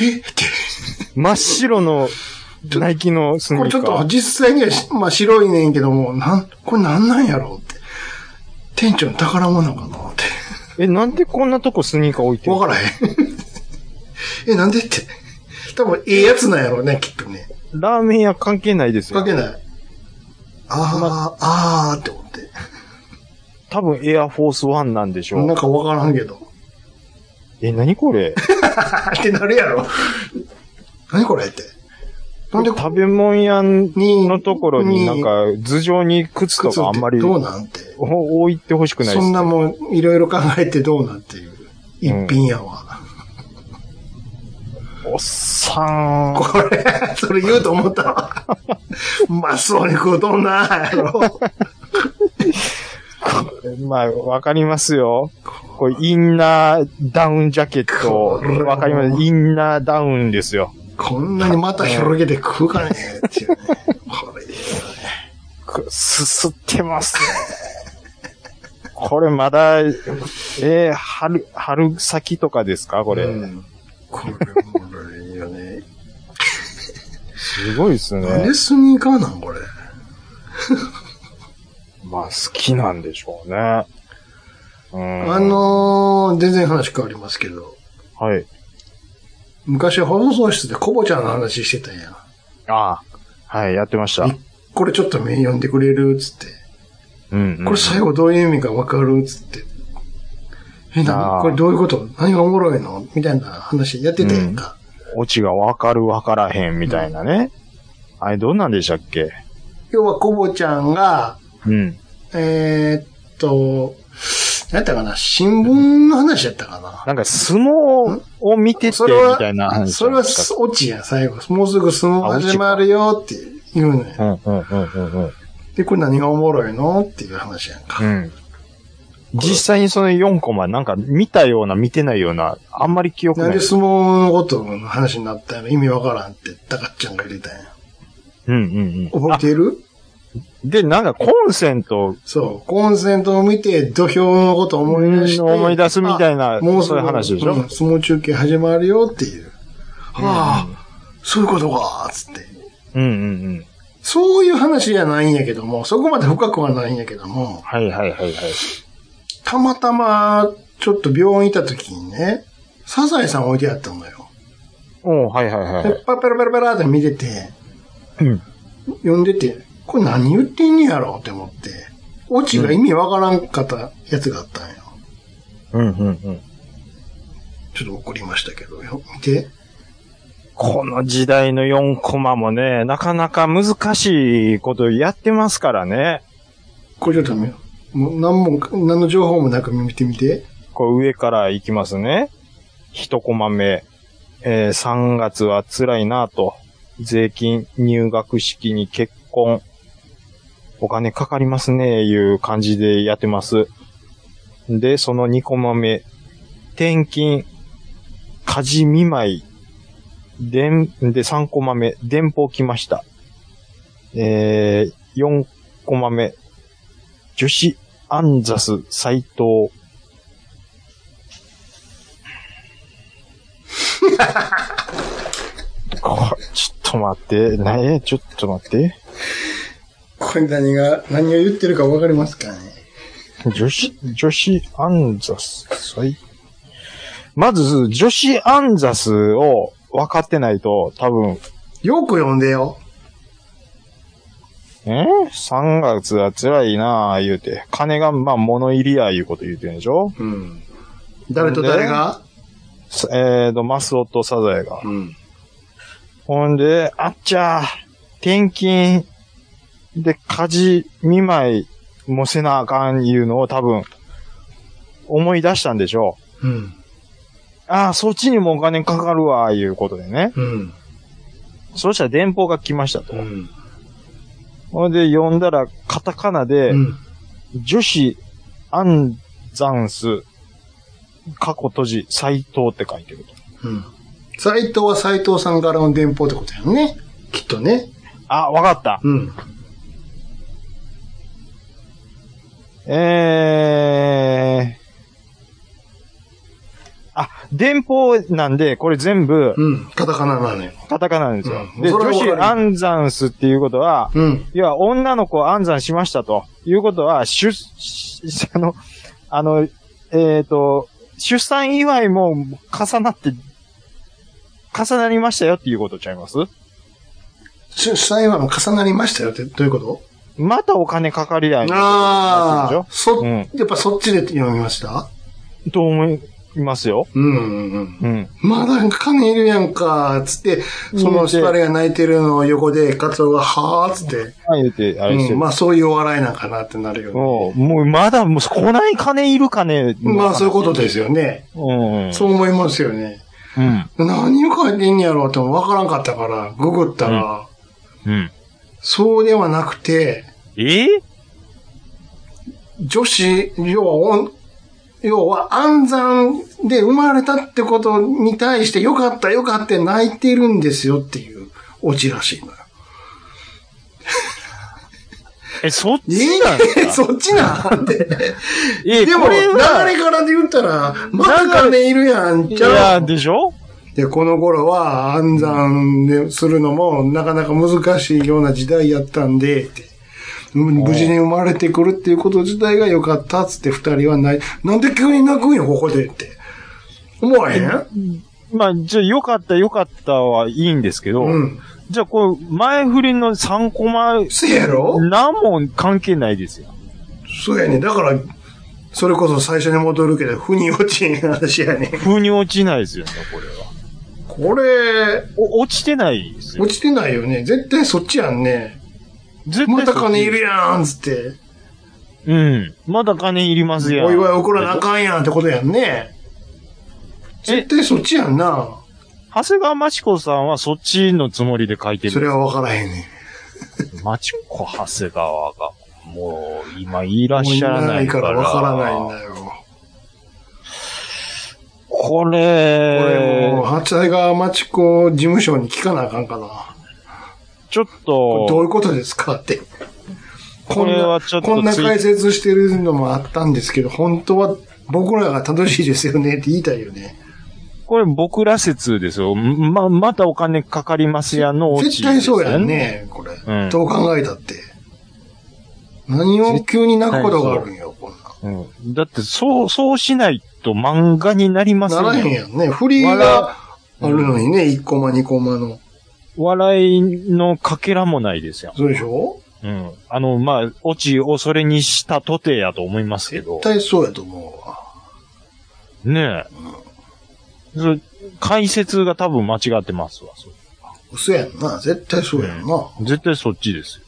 [SPEAKER 1] えって。
[SPEAKER 3] 真っ白のナイキのスニ
[SPEAKER 1] これ
[SPEAKER 3] ー
[SPEAKER 1] ち
[SPEAKER 3] カ
[SPEAKER 1] ょっと
[SPEAKER 3] ー。
[SPEAKER 1] 実際にはし、まあ白いねんけども、なん、これなんなんやろうって。店長の宝物かなって。
[SPEAKER 3] え、なんでこんなとこスニーカー置いてる
[SPEAKER 1] わからへん。 え、なんでって。多分、ええやつなんやろうね、きっとね。
[SPEAKER 3] ラーメン屋関係ないですよ
[SPEAKER 1] か。けない。あー、あーって思って。
[SPEAKER 3] 多分エアフォースワンなんでしょ
[SPEAKER 1] な。
[SPEAKER 3] うん
[SPEAKER 1] かわからんけど。
[SPEAKER 3] え、何これ
[SPEAKER 1] あーってなるやろ。 何これって。なんでこ
[SPEAKER 3] 食べ物屋
[SPEAKER 1] に
[SPEAKER 3] のところになんか頭上に靴と
[SPEAKER 1] 靴って
[SPEAKER 3] かあんまり
[SPEAKER 1] どうなんて。
[SPEAKER 3] お置いてほしくないで
[SPEAKER 1] そ
[SPEAKER 3] す
[SPEAKER 1] ん。なもん、いろいろ考えてどうなんていう。一品やわ。
[SPEAKER 3] おっさん。
[SPEAKER 1] これ、それ言うと思ったわ。うまそうに食うとんなやろ。
[SPEAKER 3] まあ、わかりますよ。これ、インナーダウンジャケット
[SPEAKER 1] こ。れ
[SPEAKER 3] わかります。インナーダウンですよ。
[SPEAKER 1] こんなにまた広げて食うかねっていうね。これ、
[SPEAKER 3] くすすってますね。 これまだ、えー春、春先とかですかこれ。
[SPEAKER 1] うんこれ、これいいよ ね。
[SPEAKER 3] すごいです
[SPEAKER 1] なん
[SPEAKER 3] ね
[SPEAKER 1] で。スニーカーなんこれ。
[SPEAKER 3] まあ、好きなんでしょうね。うん。
[SPEAKER 1] あ、のー、全然話変わりますけど。
[SPEAKER 3] はい。
[SPEAKER 1] 昔放送室でコボちゃんの話してたやん。
[SPEAKER 3] ああ。はい、やってました。う
[SPEAKER 1] びっ
[SPEAKER 3] ん、
[SPEAKER 1] これちょっと目読んでくれるっつって。
[SPEAKER 3] うん。
[SPEAKER 1] これ最後どういう意味かわかるっつって。え、
[SPEAKER 3] あ
[SPEAKER 1] な
[SPEAKER 3] ー
[SPEAKER 1] これどういうこと何がおもろいのみたいな話やってたやんか。
[SPEAKER 3] オチがわかるわからへんみたいなね。あれ、どんなんでしたっけ
[SPEAKER 1] 要はコボちゃんが、
[SPEAKER 3] うん。
[SPEAKER 1] えー、っと、何やったかな新聞の話やったかな、
[SPEAKER 3] なんか相撲を見てて、
[SPEAKER 1] そ
[SPEAKER 3] み
[SPEAKER 1] れは
[SPEAKER 3] たいな話。
[SPEAKER 1] それはオチや、最後。もうすぐ相撲始まるよって言うの
[SPEAKER 3] う
[SPEAKER 1] よ。
[SPEAKER 3] ん、うん、うん、うん、うん。
[SPEAKER 1] で、これ何がおもろいのっていう話やんか。
[SPEAKER 3] うん。実際にその4コマ、なんか見たような、見てないような、あんまり記憶
[SPEAKER 1] なん
[SPEAKER 3] ない
[SPEAKER 1] で。相撲のことの話になったの意味わからんって、たかっちゃんが言ってたんや。
[SPEAKER 3] うんうんうん。
[SPEAKER 1] 覚えてる
[SPEAKER 3] で、なんかコンセント
[SPEAKER 1] そう。コンセントを見て、土俵のことを思い出して。
[SPEAKER 3] うん思い出すみたいな
[SPEAKER 1] あもう
[SPEAKER 3] そういう話でしょ
[SPEAKER 1] うん相撲中継始まるよっていう。はあ、そういうことか、つって。
[SPEAKER 3] うんうんうん。
[SPEAKER 1] そういう話じゃないんやけども、そこまで深くはないんやけども、
[SPEAKER 3] はいはいはいはい。
[SPEAKER 1] たまたま、ちょっと病院行った時にね、サザエさん置いてあったのよ。
[SPEAKER 3] おうはいはいはいは
[SPEAKER 1] で
[SPEAKER 3] い。、
[SPEAKER 1] パラパラパラパラって見てて、
[SPEAKER 3] うん。
[SPEAKER 1] 読んでて、これ何言ってんねやろうって思って、オチが意味わからんかったやつがあったんよ。
[SPEAKER 3] うんうんうん。
[SPEAKER 1] ちょっと怒りましたけどよ。見て。
[SPEAKER 3] この時代の4コマもね、なかなか難しいことやってますからね。
[SPEAKER 1] これちょっと見ようもう何も、何の情報もなく見てみて。
[SPEAKER 3] こう上から行きますね。一コマ目。えー3月は辛いなぁと。税金、入学式に結婚。お金かかりますね、いう感じでやってます。で、その2コマ目。転勤、家事見舞い。でん、で、3コマ目。電報来ました。えー、4コマ目。女子、アンザス、斎藤。こちょっと待って、なえ、ちょっと待って。
[SPEAKER 1] これ何が、何を言ってるかわかりますかね
[SPEAKER 3] 女子、女子アンザス、最まず、女子アンザスを分かってないと、多分、
[SPEAKER 1] よく読んでよ。
[SPEAKER 3] え ?3 月は辛いなあ言うて。金が、まあ、物入りや、いうこと言うてるんでしょ
[SPEAKER 1] うん。誰と誰が
[SPEAKER 3] さえーと、マスオとサザエが。
[SPEAKER 1] うん。
[SPEAKER 3] ほんで、あっちゃー、転勤、で、家事見舞いもせなあかんいうのを多分、思い出したんでしょう。
[SPEAKER 1] うん。
[SPEAKER 3] ああ、そっちにもお金かかるわ、いうことでね。
[SPEAKER 1] うん。
[SPEAKER 3] そうしたら電報が来ましたと。
[SPEAKER 1] ん。
[SPEAKER 3] ほんで、読んだら、カタカナで、
[SPEAKER 1] うん。
[SPEAKER 3] 女子、アンザンス、過去閉じ、斎藤って書いてると。
[SPEAKER 1] うん。斎藤は斎藤さんからの電報ってことやんね。きっとね。
[SPEAKER 3] あ、わかった。
[SPEAKER 1] うん。
[SPEAKER 3] えー。あ、電報なんで、これ全部、
[SPEAKER 1] うん。カタカナなのよ。
[SPEAKER 3] カタカナなんですよ。
[SPEAKER 1] うん
[SPEAKER 3] で、
[SPEAKER 1] それは
[SPEAKER 3] 女
[SPEAKER 1] わかる
[SPEAKER 3] 子アンザンスっていうことは、
[SPEAKER 1] うん。
[SPEAKER 3] 要は女の子を安産しましたということは、出、し あの、あの、えっ、と、出産祝いも重なって、重なりましたよっていうことちゃいます
[SPEAKER 1] 出産祝いも重なりましたよって、どういうこと
[SPEAKER 3] またお金かかりやん。
[SPEAKER 1] あ
[SPEAKER 3] なってる
[SPEAKER 1] あ、
[SPEAKER 3] でし
[SPEAKER 1] そ、
[SPEAKER 3] うん
[SPEAKER 1] やっぱそっちで読みました
[SPEAKER 3] ょと思いますよ。
[SPEAKER 1] うんうんうん。
[SPEAKER 3] うん。
[SPEAKER 1] まだ金いるやんか、つって、そ
[SPEAKER 3] うん
[SPEAKER 1] の
[SPEAKER 3] で
[SPEAKER 1] スパレが泣いてるのを横で、カツオが、はーっつって、
[SPEAKER 3] まあ言うて、あれして
[SPEAKER 1] う
[SPEAKER 3] る。
[SPEAKER 1] ん、まあそういうお笑いなんかなってなるよね。
[SPEAKER 3] うんもうまだ、もうこない金いるかね。
[SPEAKER 1] まあそういうことですよね。
[SPEAKER 3] うん。
[SPEAKER 1] そう思いますよね。
[SPEAKER 3] うん。
[SPEAKER 1] 何を書いてんやろうってもわからんかったから、ググったら、
[SPEAKER 5] うん。
[SPEAKER 1] そうではなくて、
[SPEAKER 5] え
[SPEAKER 1] 女子、要はおん、要は安産で生まれたってことに対して、よかったよかった泣いてるんですよっていうオチらしいのよ。
[SPEAKER 3] え、そっちな
[SPEAKER 1] え
[SPEAKER 3] んで
[SPEAKER 1] え
[SPEAKER 3] すか
[SPEAKER 1] そっちなんて。
[SPEAKER 3] え、
[SPEAKER 1] でも、
[SPEAKER 3] こ
[SPEAKER 1] 流
[SPEAKER 3] れ
[SPEAKER 1] れ
[SPEAKER 3] は
[SPEAKER 1] からで言ったら、まだ金いるやん、
[SPEAKER 3] い
[SPEAKER 1] ちゃ
[SPEAKER 3] や、
[SPEAKER 1] う
[SPEAKER 3] でしょ
[SPEAKER 1] で、この頃は暗算でするのもなかなか難しいような時代やったんで、ってうん無事に生まれてくるっていうこと自体が良かったっつって二人はない。なんで急に泣くんよ、ここでって。思わへん
[SPEAKER 3] まあ、じゃあ、よかった、よかったはいいんですけど、
[SPEAKER 1] うん。
[SPEAKER 3] じゃあ、これ、前振りの3コマ、
[SPEAKER 1] せやろ
[SPEAKER 3] 何も関係ないですよ。
[SPEAKER 1] そうやね。だから、それこそ最初に戻るけど、腑に落ちん話やね。
[SPEAKER 3] 風に落ちないですよね、これは。
[SPEAKER 1] これ、
[SPEAKER 3] お落ちてないですよ。
[SPEAKER 1] 落ちてないよね。絶対そっちやんね。
[SPEAKER 3] 絶
[SPEAKER 1] また金い
[SPEAKER 3] り
[SPEAKER 1] るやんっつって。
[SPEAKER 3] うん。まだ金いりますやん。
[SPEAKER 1] お祝い送らなあかんやんってことやんね。
[SPEAKER 3] え
[SPEAKER 1] 絶対そっちやんな。
[SPEAKER 3] 長谷川町子さんはそっちのつもりで書いてる。
[SPEAKER 1] それは分からへんね
[SPEAKER 3] 町子長谷川が、もう、今いら
[SPEAKER 1] ん。
[SPEAKER 3] っしゃらないから。
[SPEAKER 1] もういないから分からないんだよ。
[SPEAKER 3] こ
[SPEAKER 1] これもう、
[SPEAKER 3] れ、
[SPEAKER 1] 八谷川町子事務所に聞かなあかんかな。
[SPEAKER 3] ちょっ
[SPEAKER 1] これどういう
[SPEAKER 3] と、
[SPEAKER 1] ことですかって。
[SPEAKER 3] これはちょっと
[SPEAKER 1] こんな
[SPEAKER 3] ツイ
[SPEAKER 1] 解説してるのもあったんですけど、本当は僕らが楽しいですよねって言いたいよね。
[SPEAKER 3] これ僕ら説ですよ。ま、またお金かかりますやんのオチです
[SPEAKER 1] 絶
[SPEAKER 3] よ
[SPEAKER 1] 対そうやん。ね、これ。
[SPEAKER 3] うん
[SPEAKER 1] どう考えたって。何を急に泣くことがあるんよ、こんなん。
[SPEAKER 3] うん。だって、そう、そうしないと漫画になります
[SPEAKER 1] なら
[SPEAKER 3] よ
[SPEAKER 1] へん
[SPEAKER 3] ね。
[SPEAKER 1] やんね。振りがあるのにね、1コマ2コマの。
[SPEAKER 3] 笑いのかけらもないですよ。
[SPEAKER 1] そうでしょ
[SPEAKER 3] うん。あの、まあ、オチをそれにしたとてやと思いますけど
[SPEAKER 1] 絶。対そうやと思うわ。
[SPEAKER 3] ねえ。それ解説が多分間違ってますわ。それ
[SPEAKER 1] 嘘やんな。絶対そうやんな。っ
[SPEAKER 3] 絶対そっちですよ。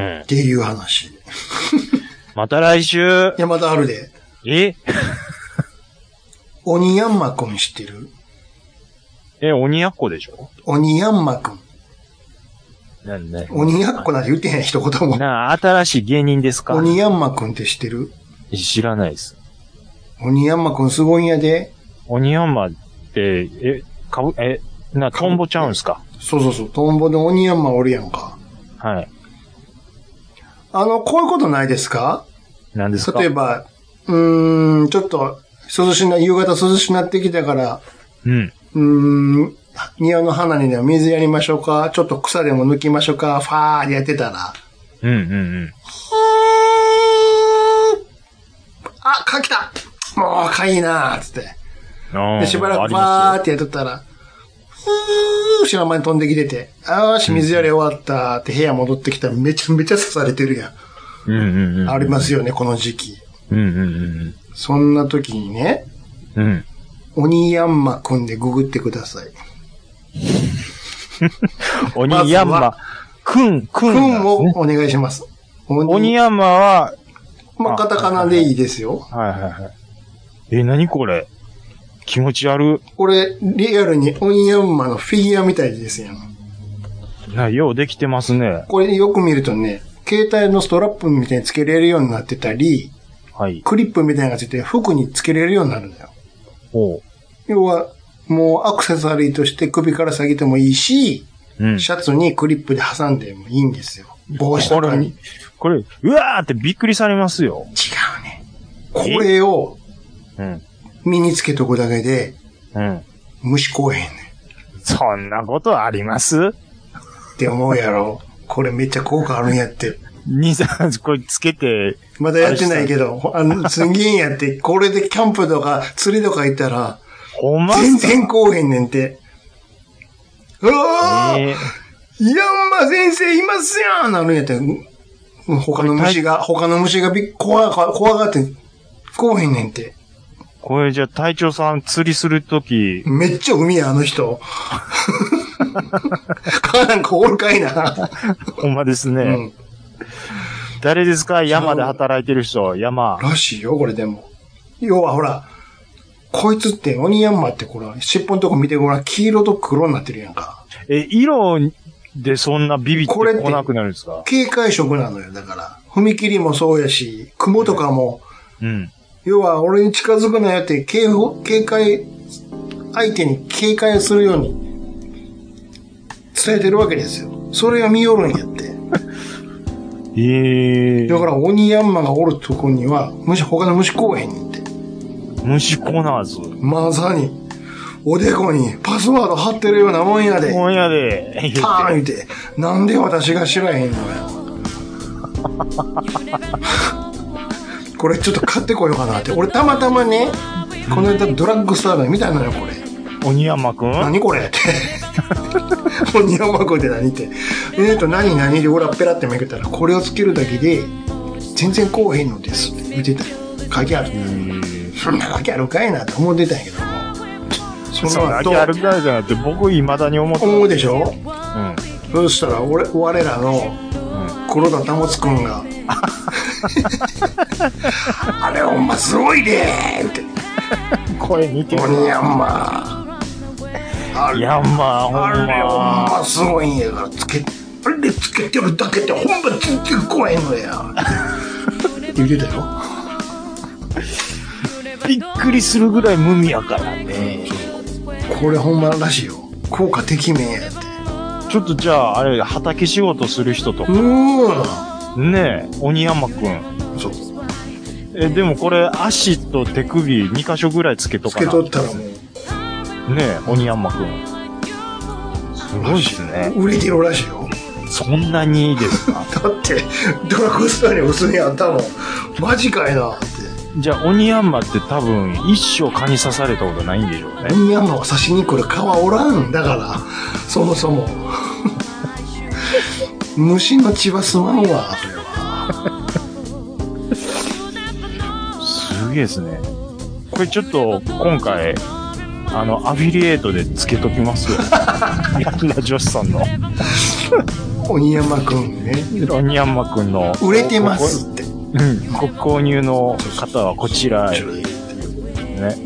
[SPEAKER 3] うん。
[SPEAKER 1] ていう話。い
[SPEAKER 3] また来週。
[SPEAKER 1] や、またあるで。
[SPEAKER 3] え
[SPEAKER 1] 鬼ヤンマくん知ってる
[SPEAKER 3] え、鬼やっこでしょ
[SPEAKER 1] 鬼ヤンマくん。
[SPEAKER 3] なんね。
[SPEAKER 1] 鬼やっこなんて言ってへん、一言も。
[SPEAKER 3] なあ、新しい芸人ですか
[SPEAKER 1] 鬼ヤンマくんって知ってる
[SPEAKER 3] 知らないです。
[SPEAKER 1] 鬼ヤンマくんすごいんやで。
[SPEAKER 3] 鬼山って、え、かぶ、え、な、トンボちゃうんすか
[SPEAKER 1] そうそうそう。トンボで鬼ヤンマおるやんか。
[SPEAKER 3] はい。
[SPEAKER 1] あの、こういうことないですか
[SPEAKER 3] なんですか
[SPEAKER 1] 例えば、うーん、ちょっと、涼しな、夕方涼しなってきたから、
[SPEAKER 3] うん。
[SPEAKER 1] うーん、庭の花にでも水やりましょうか、ちょっと草でも抜きましょうか、ファーってやってたら、
[SPEAKER 3] うんうんうん。
[SPEAKER 1] あ、蚊来たもう、蚊いいなーっつって。で、しばらくバーってやっとったら、ふー、知らん間に飛んできてて、あーし、水やり終わったって部屋戻ってきたらめちゃめちゃ刺されてるやん。
[SPEAKER 5] うんうんうん。
[SPEAKER 1] ありますよね、この時期。
[SPEAKER 5] うんうん
[SPEAKER 1] そんな時にね、
[SPEAKER 5] うん。うん。
[SPEAKER 1] 鬼ヤンマくんでググってください。
[SPEAKER 3] 鬼山、くん、く
[SPEAKER 1] く
[SPEAKER 3] んなん
[SPEAKER 1] ん
[SPEAKER 3] で
[SPEAKER 1] を
[SPEAKER 3] すね。
[SPEAKER 1] お願いします。
[SPEAKER 3] 鬼山は、
[SPEAKER 1] まあ、カタカナでいいですよ。
[SPEAKER 3] はいはいはい。え、何これ気持ち悪
[SPEAKER 1] これ、リアルに鬼ヤンマのフィギュアみたいですやん。
[SPEAKER 3] い。なようできてますね。
[SPEAKER 1] これよく見るとね、携帯のストラップみたいにつけれるようになってたり、
[SPEAKER 3] はい。
[SPEAKER 1] クリップみたいなのがついて服につけれるようになるんだよ。
[SPEAKER 3] おう。
[SPEAKER 1] 要は、もうアクセサリーとして首から下げてもいいし、
[SPEAKER 3] うん。
[SPEAKER 1] シャツにクリップで挟んでもいいんですよ。帽子とかに。違
[SPEAKER 3] これ、うわーってびっくりされますよ。
[SPEAKER 1] うね。これを
[SPEAKER 3] うん。
[SPEAKER 1] 身につけとくだけで、
[SPEAKER 3] うん。
[SPEAKER 1] 虫来おへんねん。
[SPEAKER 3] そんなことあります
[SPEAKER 1] って思うやろ。これめっちゃ効果あるんやって。
[SPEAKER 3] 兄さん、これつけて、
[SPEAKER 1] まだやってないけど、あの、すんげえんや って、これでキャンプとか釣りとか行ったら、
[SPEAKER 3] ほんまっ
[SPEAKER 1] 全
[SPEAKER 3] すか
[SPEAKER 1] 然来おへんねんて。うわー
[SPEAKER 3] えー
[SPEAKER 1] ヤンマ先生いますやんなるんやったら、うん他の虫が、他の虫がびっ怖が怖がって、来おへんねんて。
[SPEAKER 3] これじゃあ隊長さん釣りすると き、
[SPEAKER 1] めっちゃ海や、あの人。かなんかおるかいな。
[SPEAKER 3] ほんまですね。
[SPEAKER 1] うん。
[SPEAKER 3] 誰ですか山で働いてる人、山。
[SPEAKER 1] らしいよ、これでも。要はほら、こいつって鬼ヤンマってこれ、尻尾のとこ見てごらん、黄色と黒になってるやんか。
[SPEAKER 3] え、色でそんなビビって
[SPEAKER 1] これって
[SPEAKER 3] 来なくなるんですか
[SPEAKER 1] 警戒色なのよ、だから。踏切もそうやし、雲とかも、
[SPEAKER 3] うん。
[SPEAKER 1] 要は俺に近づくなよって警報、警戒、相手に警戒するように伝えてるわけですよ。それが見よるんやって。
[SPEAKER 3] ええ
[SPEAKER 1] だから鬼ヤンマがおるとこには、虫、他の虫来おへんねんって。
[SPEAKER 3] 虫来なず。
[SPEAKER 1] まさに、おでこにパスワード貼ってるようなもんやで。
[SPEAKER 3] 今夜で、言うて
[SPEAKER 1] パーン言うて、なんで私が知らへんのや。 これちょっと買ってこようかなって。俺たまたまね、この間ドラッグストアで見たのよ、これ。
[SPEAKER 3] 鬼山くん
[SPEAKER 1] 何これって。 鬼山くんって何って。えーと、何何で俺はペラってめくったら、これをつけるだけで、全然こうへんのですって言ってたよ。書きある。そんな書きあるかいなって思ってたんやけども。そ
[SPEAKER 3] そ
[SPEAKER 1] の
[SPEAKER 3] んな
[SPEAKER 1] 後、
[SPEAKER 3] やるくらいじゃなくて、僕未だに思って
[SPEAKER 1] 思うでしょ
[SPEAKER 3] うん。
[SPEAKER 1] そしたら俺、我らの黒田保つくんが、あれほんますごいでーって、
[SPEAKER 3] 声似てる。
[SPEAKER 1] 鬼ヤンマ。あれ、
[SPEAKER 3] ヤンマ、ほん
[SPEAKER 1] あれほん
[SPEAKER 3] ま。
[SPEAKER 1] ますごいんやから、つけ、あれつけてるだけでほんま全然怖いのや。って言ってたよ。
[SPEAKER 3] びっくりするぐらい無味やからね。
[SPEAKER 1] これほんまらしいよ。効果てきめんやって。
[SPEAKER 3] ちょっとじゃあ、あれ、畑仕事する人と
[SPEAKER 1] う
[SPEAKER 3] か、
[SPEAKER 1] ー
[SPEAKER 3] ねえ、鬼山くん。
[SPEAKER 1] ん。そう。
[SPEAKER 3] え、でもこれ、足と手首2箇所ぐらいつけと
[SPEAKER 1] つ
[SPEAKER 3] か
[SPEAKER 1] け
[SPEAKER 3] な。
[SPEAKER 1] とったらもう、
[SPEAKER 3] ねえ、鬼山くん。すごいですね。
[SPEAKER 1] 売れてるらしいよ。
[SPEAKER 3] そんなにいいで すか
[SPEAKER 1] だって、ドラッグストアに薄めあったもん。マジかいなって。
[SPEAKER 3] じゃあ、鬼山って多分、一生蚊に刺されたことないんでしょうね。
[SPEAKER 1] 何やの刺しに来る蚊はおらんだからそもそ も虫の血はすまんわそれは
[SPEAKER 3] すげえですね。これちょっと、今回、あの、アフィリエイトでつけときま すよ。ラジオスさんの。
[SPEAKER 1] 鬼山くんね
[SPEAKER 3] 鬼山くんの。
[SPEAKER 1] 売れてますって
[SPEAKER 3] うん、ご購入の方はこちらへ
[SPEAKER 1] ちょい
[SPEAKER 3] ね。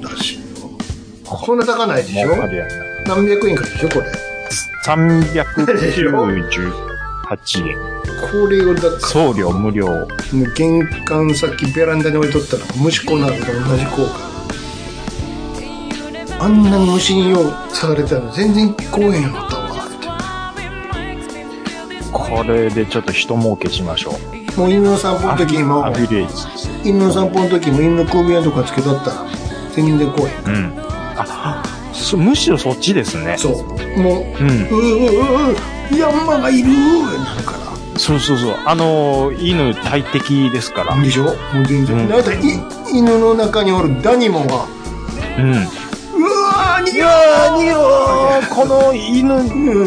[SPEAKER 1] らしいよそんな高ないでしょ
[SPEAKER 3] もうやな
[SPEAKER 1] 何百円かでしょこれ
[SPEAKER 3] 398円。
[SPEAKER 1] これをだか
[SPEAKER 3] 送料無料。
[SPEAKER 1] らもう玄関先ベランダに置いとったら虫粉などと同じ効果あんなに虫によう刺されてたの全然聞こえへんようになったわって
[SPEAKER 3] これでちょっと人儲けしましょう。
[SPEAKER 1] もう犬の散歩の時も
[SPEAKER 3] アフィリエイトです。
[SPEAKER 1] 犬の散歩の時も犬の首輪とかつけとったら全然怖い
[SPEAKER 3] うん。あ、そむしろそっちですね。
[SPEAKER 1] そうもう
[SPEAKER 3] う。
[SPEAKER 1] うんううううヤンマがいるーなるか
[SPEAKER 3] そうそうそう。あのー、犬大敵ですから。
[SPEAKER 1] らでしょもう全然、
[SPEAKER 3] うん
[SPEAKER 1] なんかい犬の中におるダニモが
[SPEAKER 3] うん。
[SPEAKER 1] う
[SPEAKER 3] いやー、逃げろーこの犬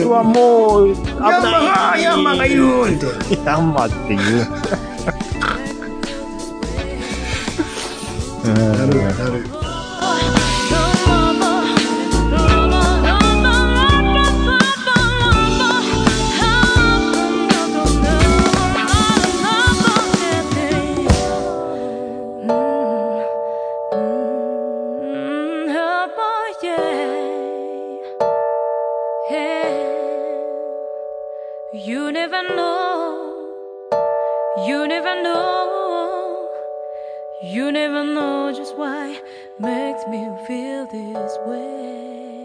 [SPEAKER 3] はもう、危
[SPEAKER 1] ヤンマ
[SPEAKER 3] な
[SPEAKER 1] が、
[SPEAKER 3] い。
[SPEAKER 1] ヤンマがいるって。
[SPEAKER 3] ヤンマっていう。
[SPEAKER 1] なるなる。
[SPEAKER 6] You never know, you never know. You never know just why makes me feel this way.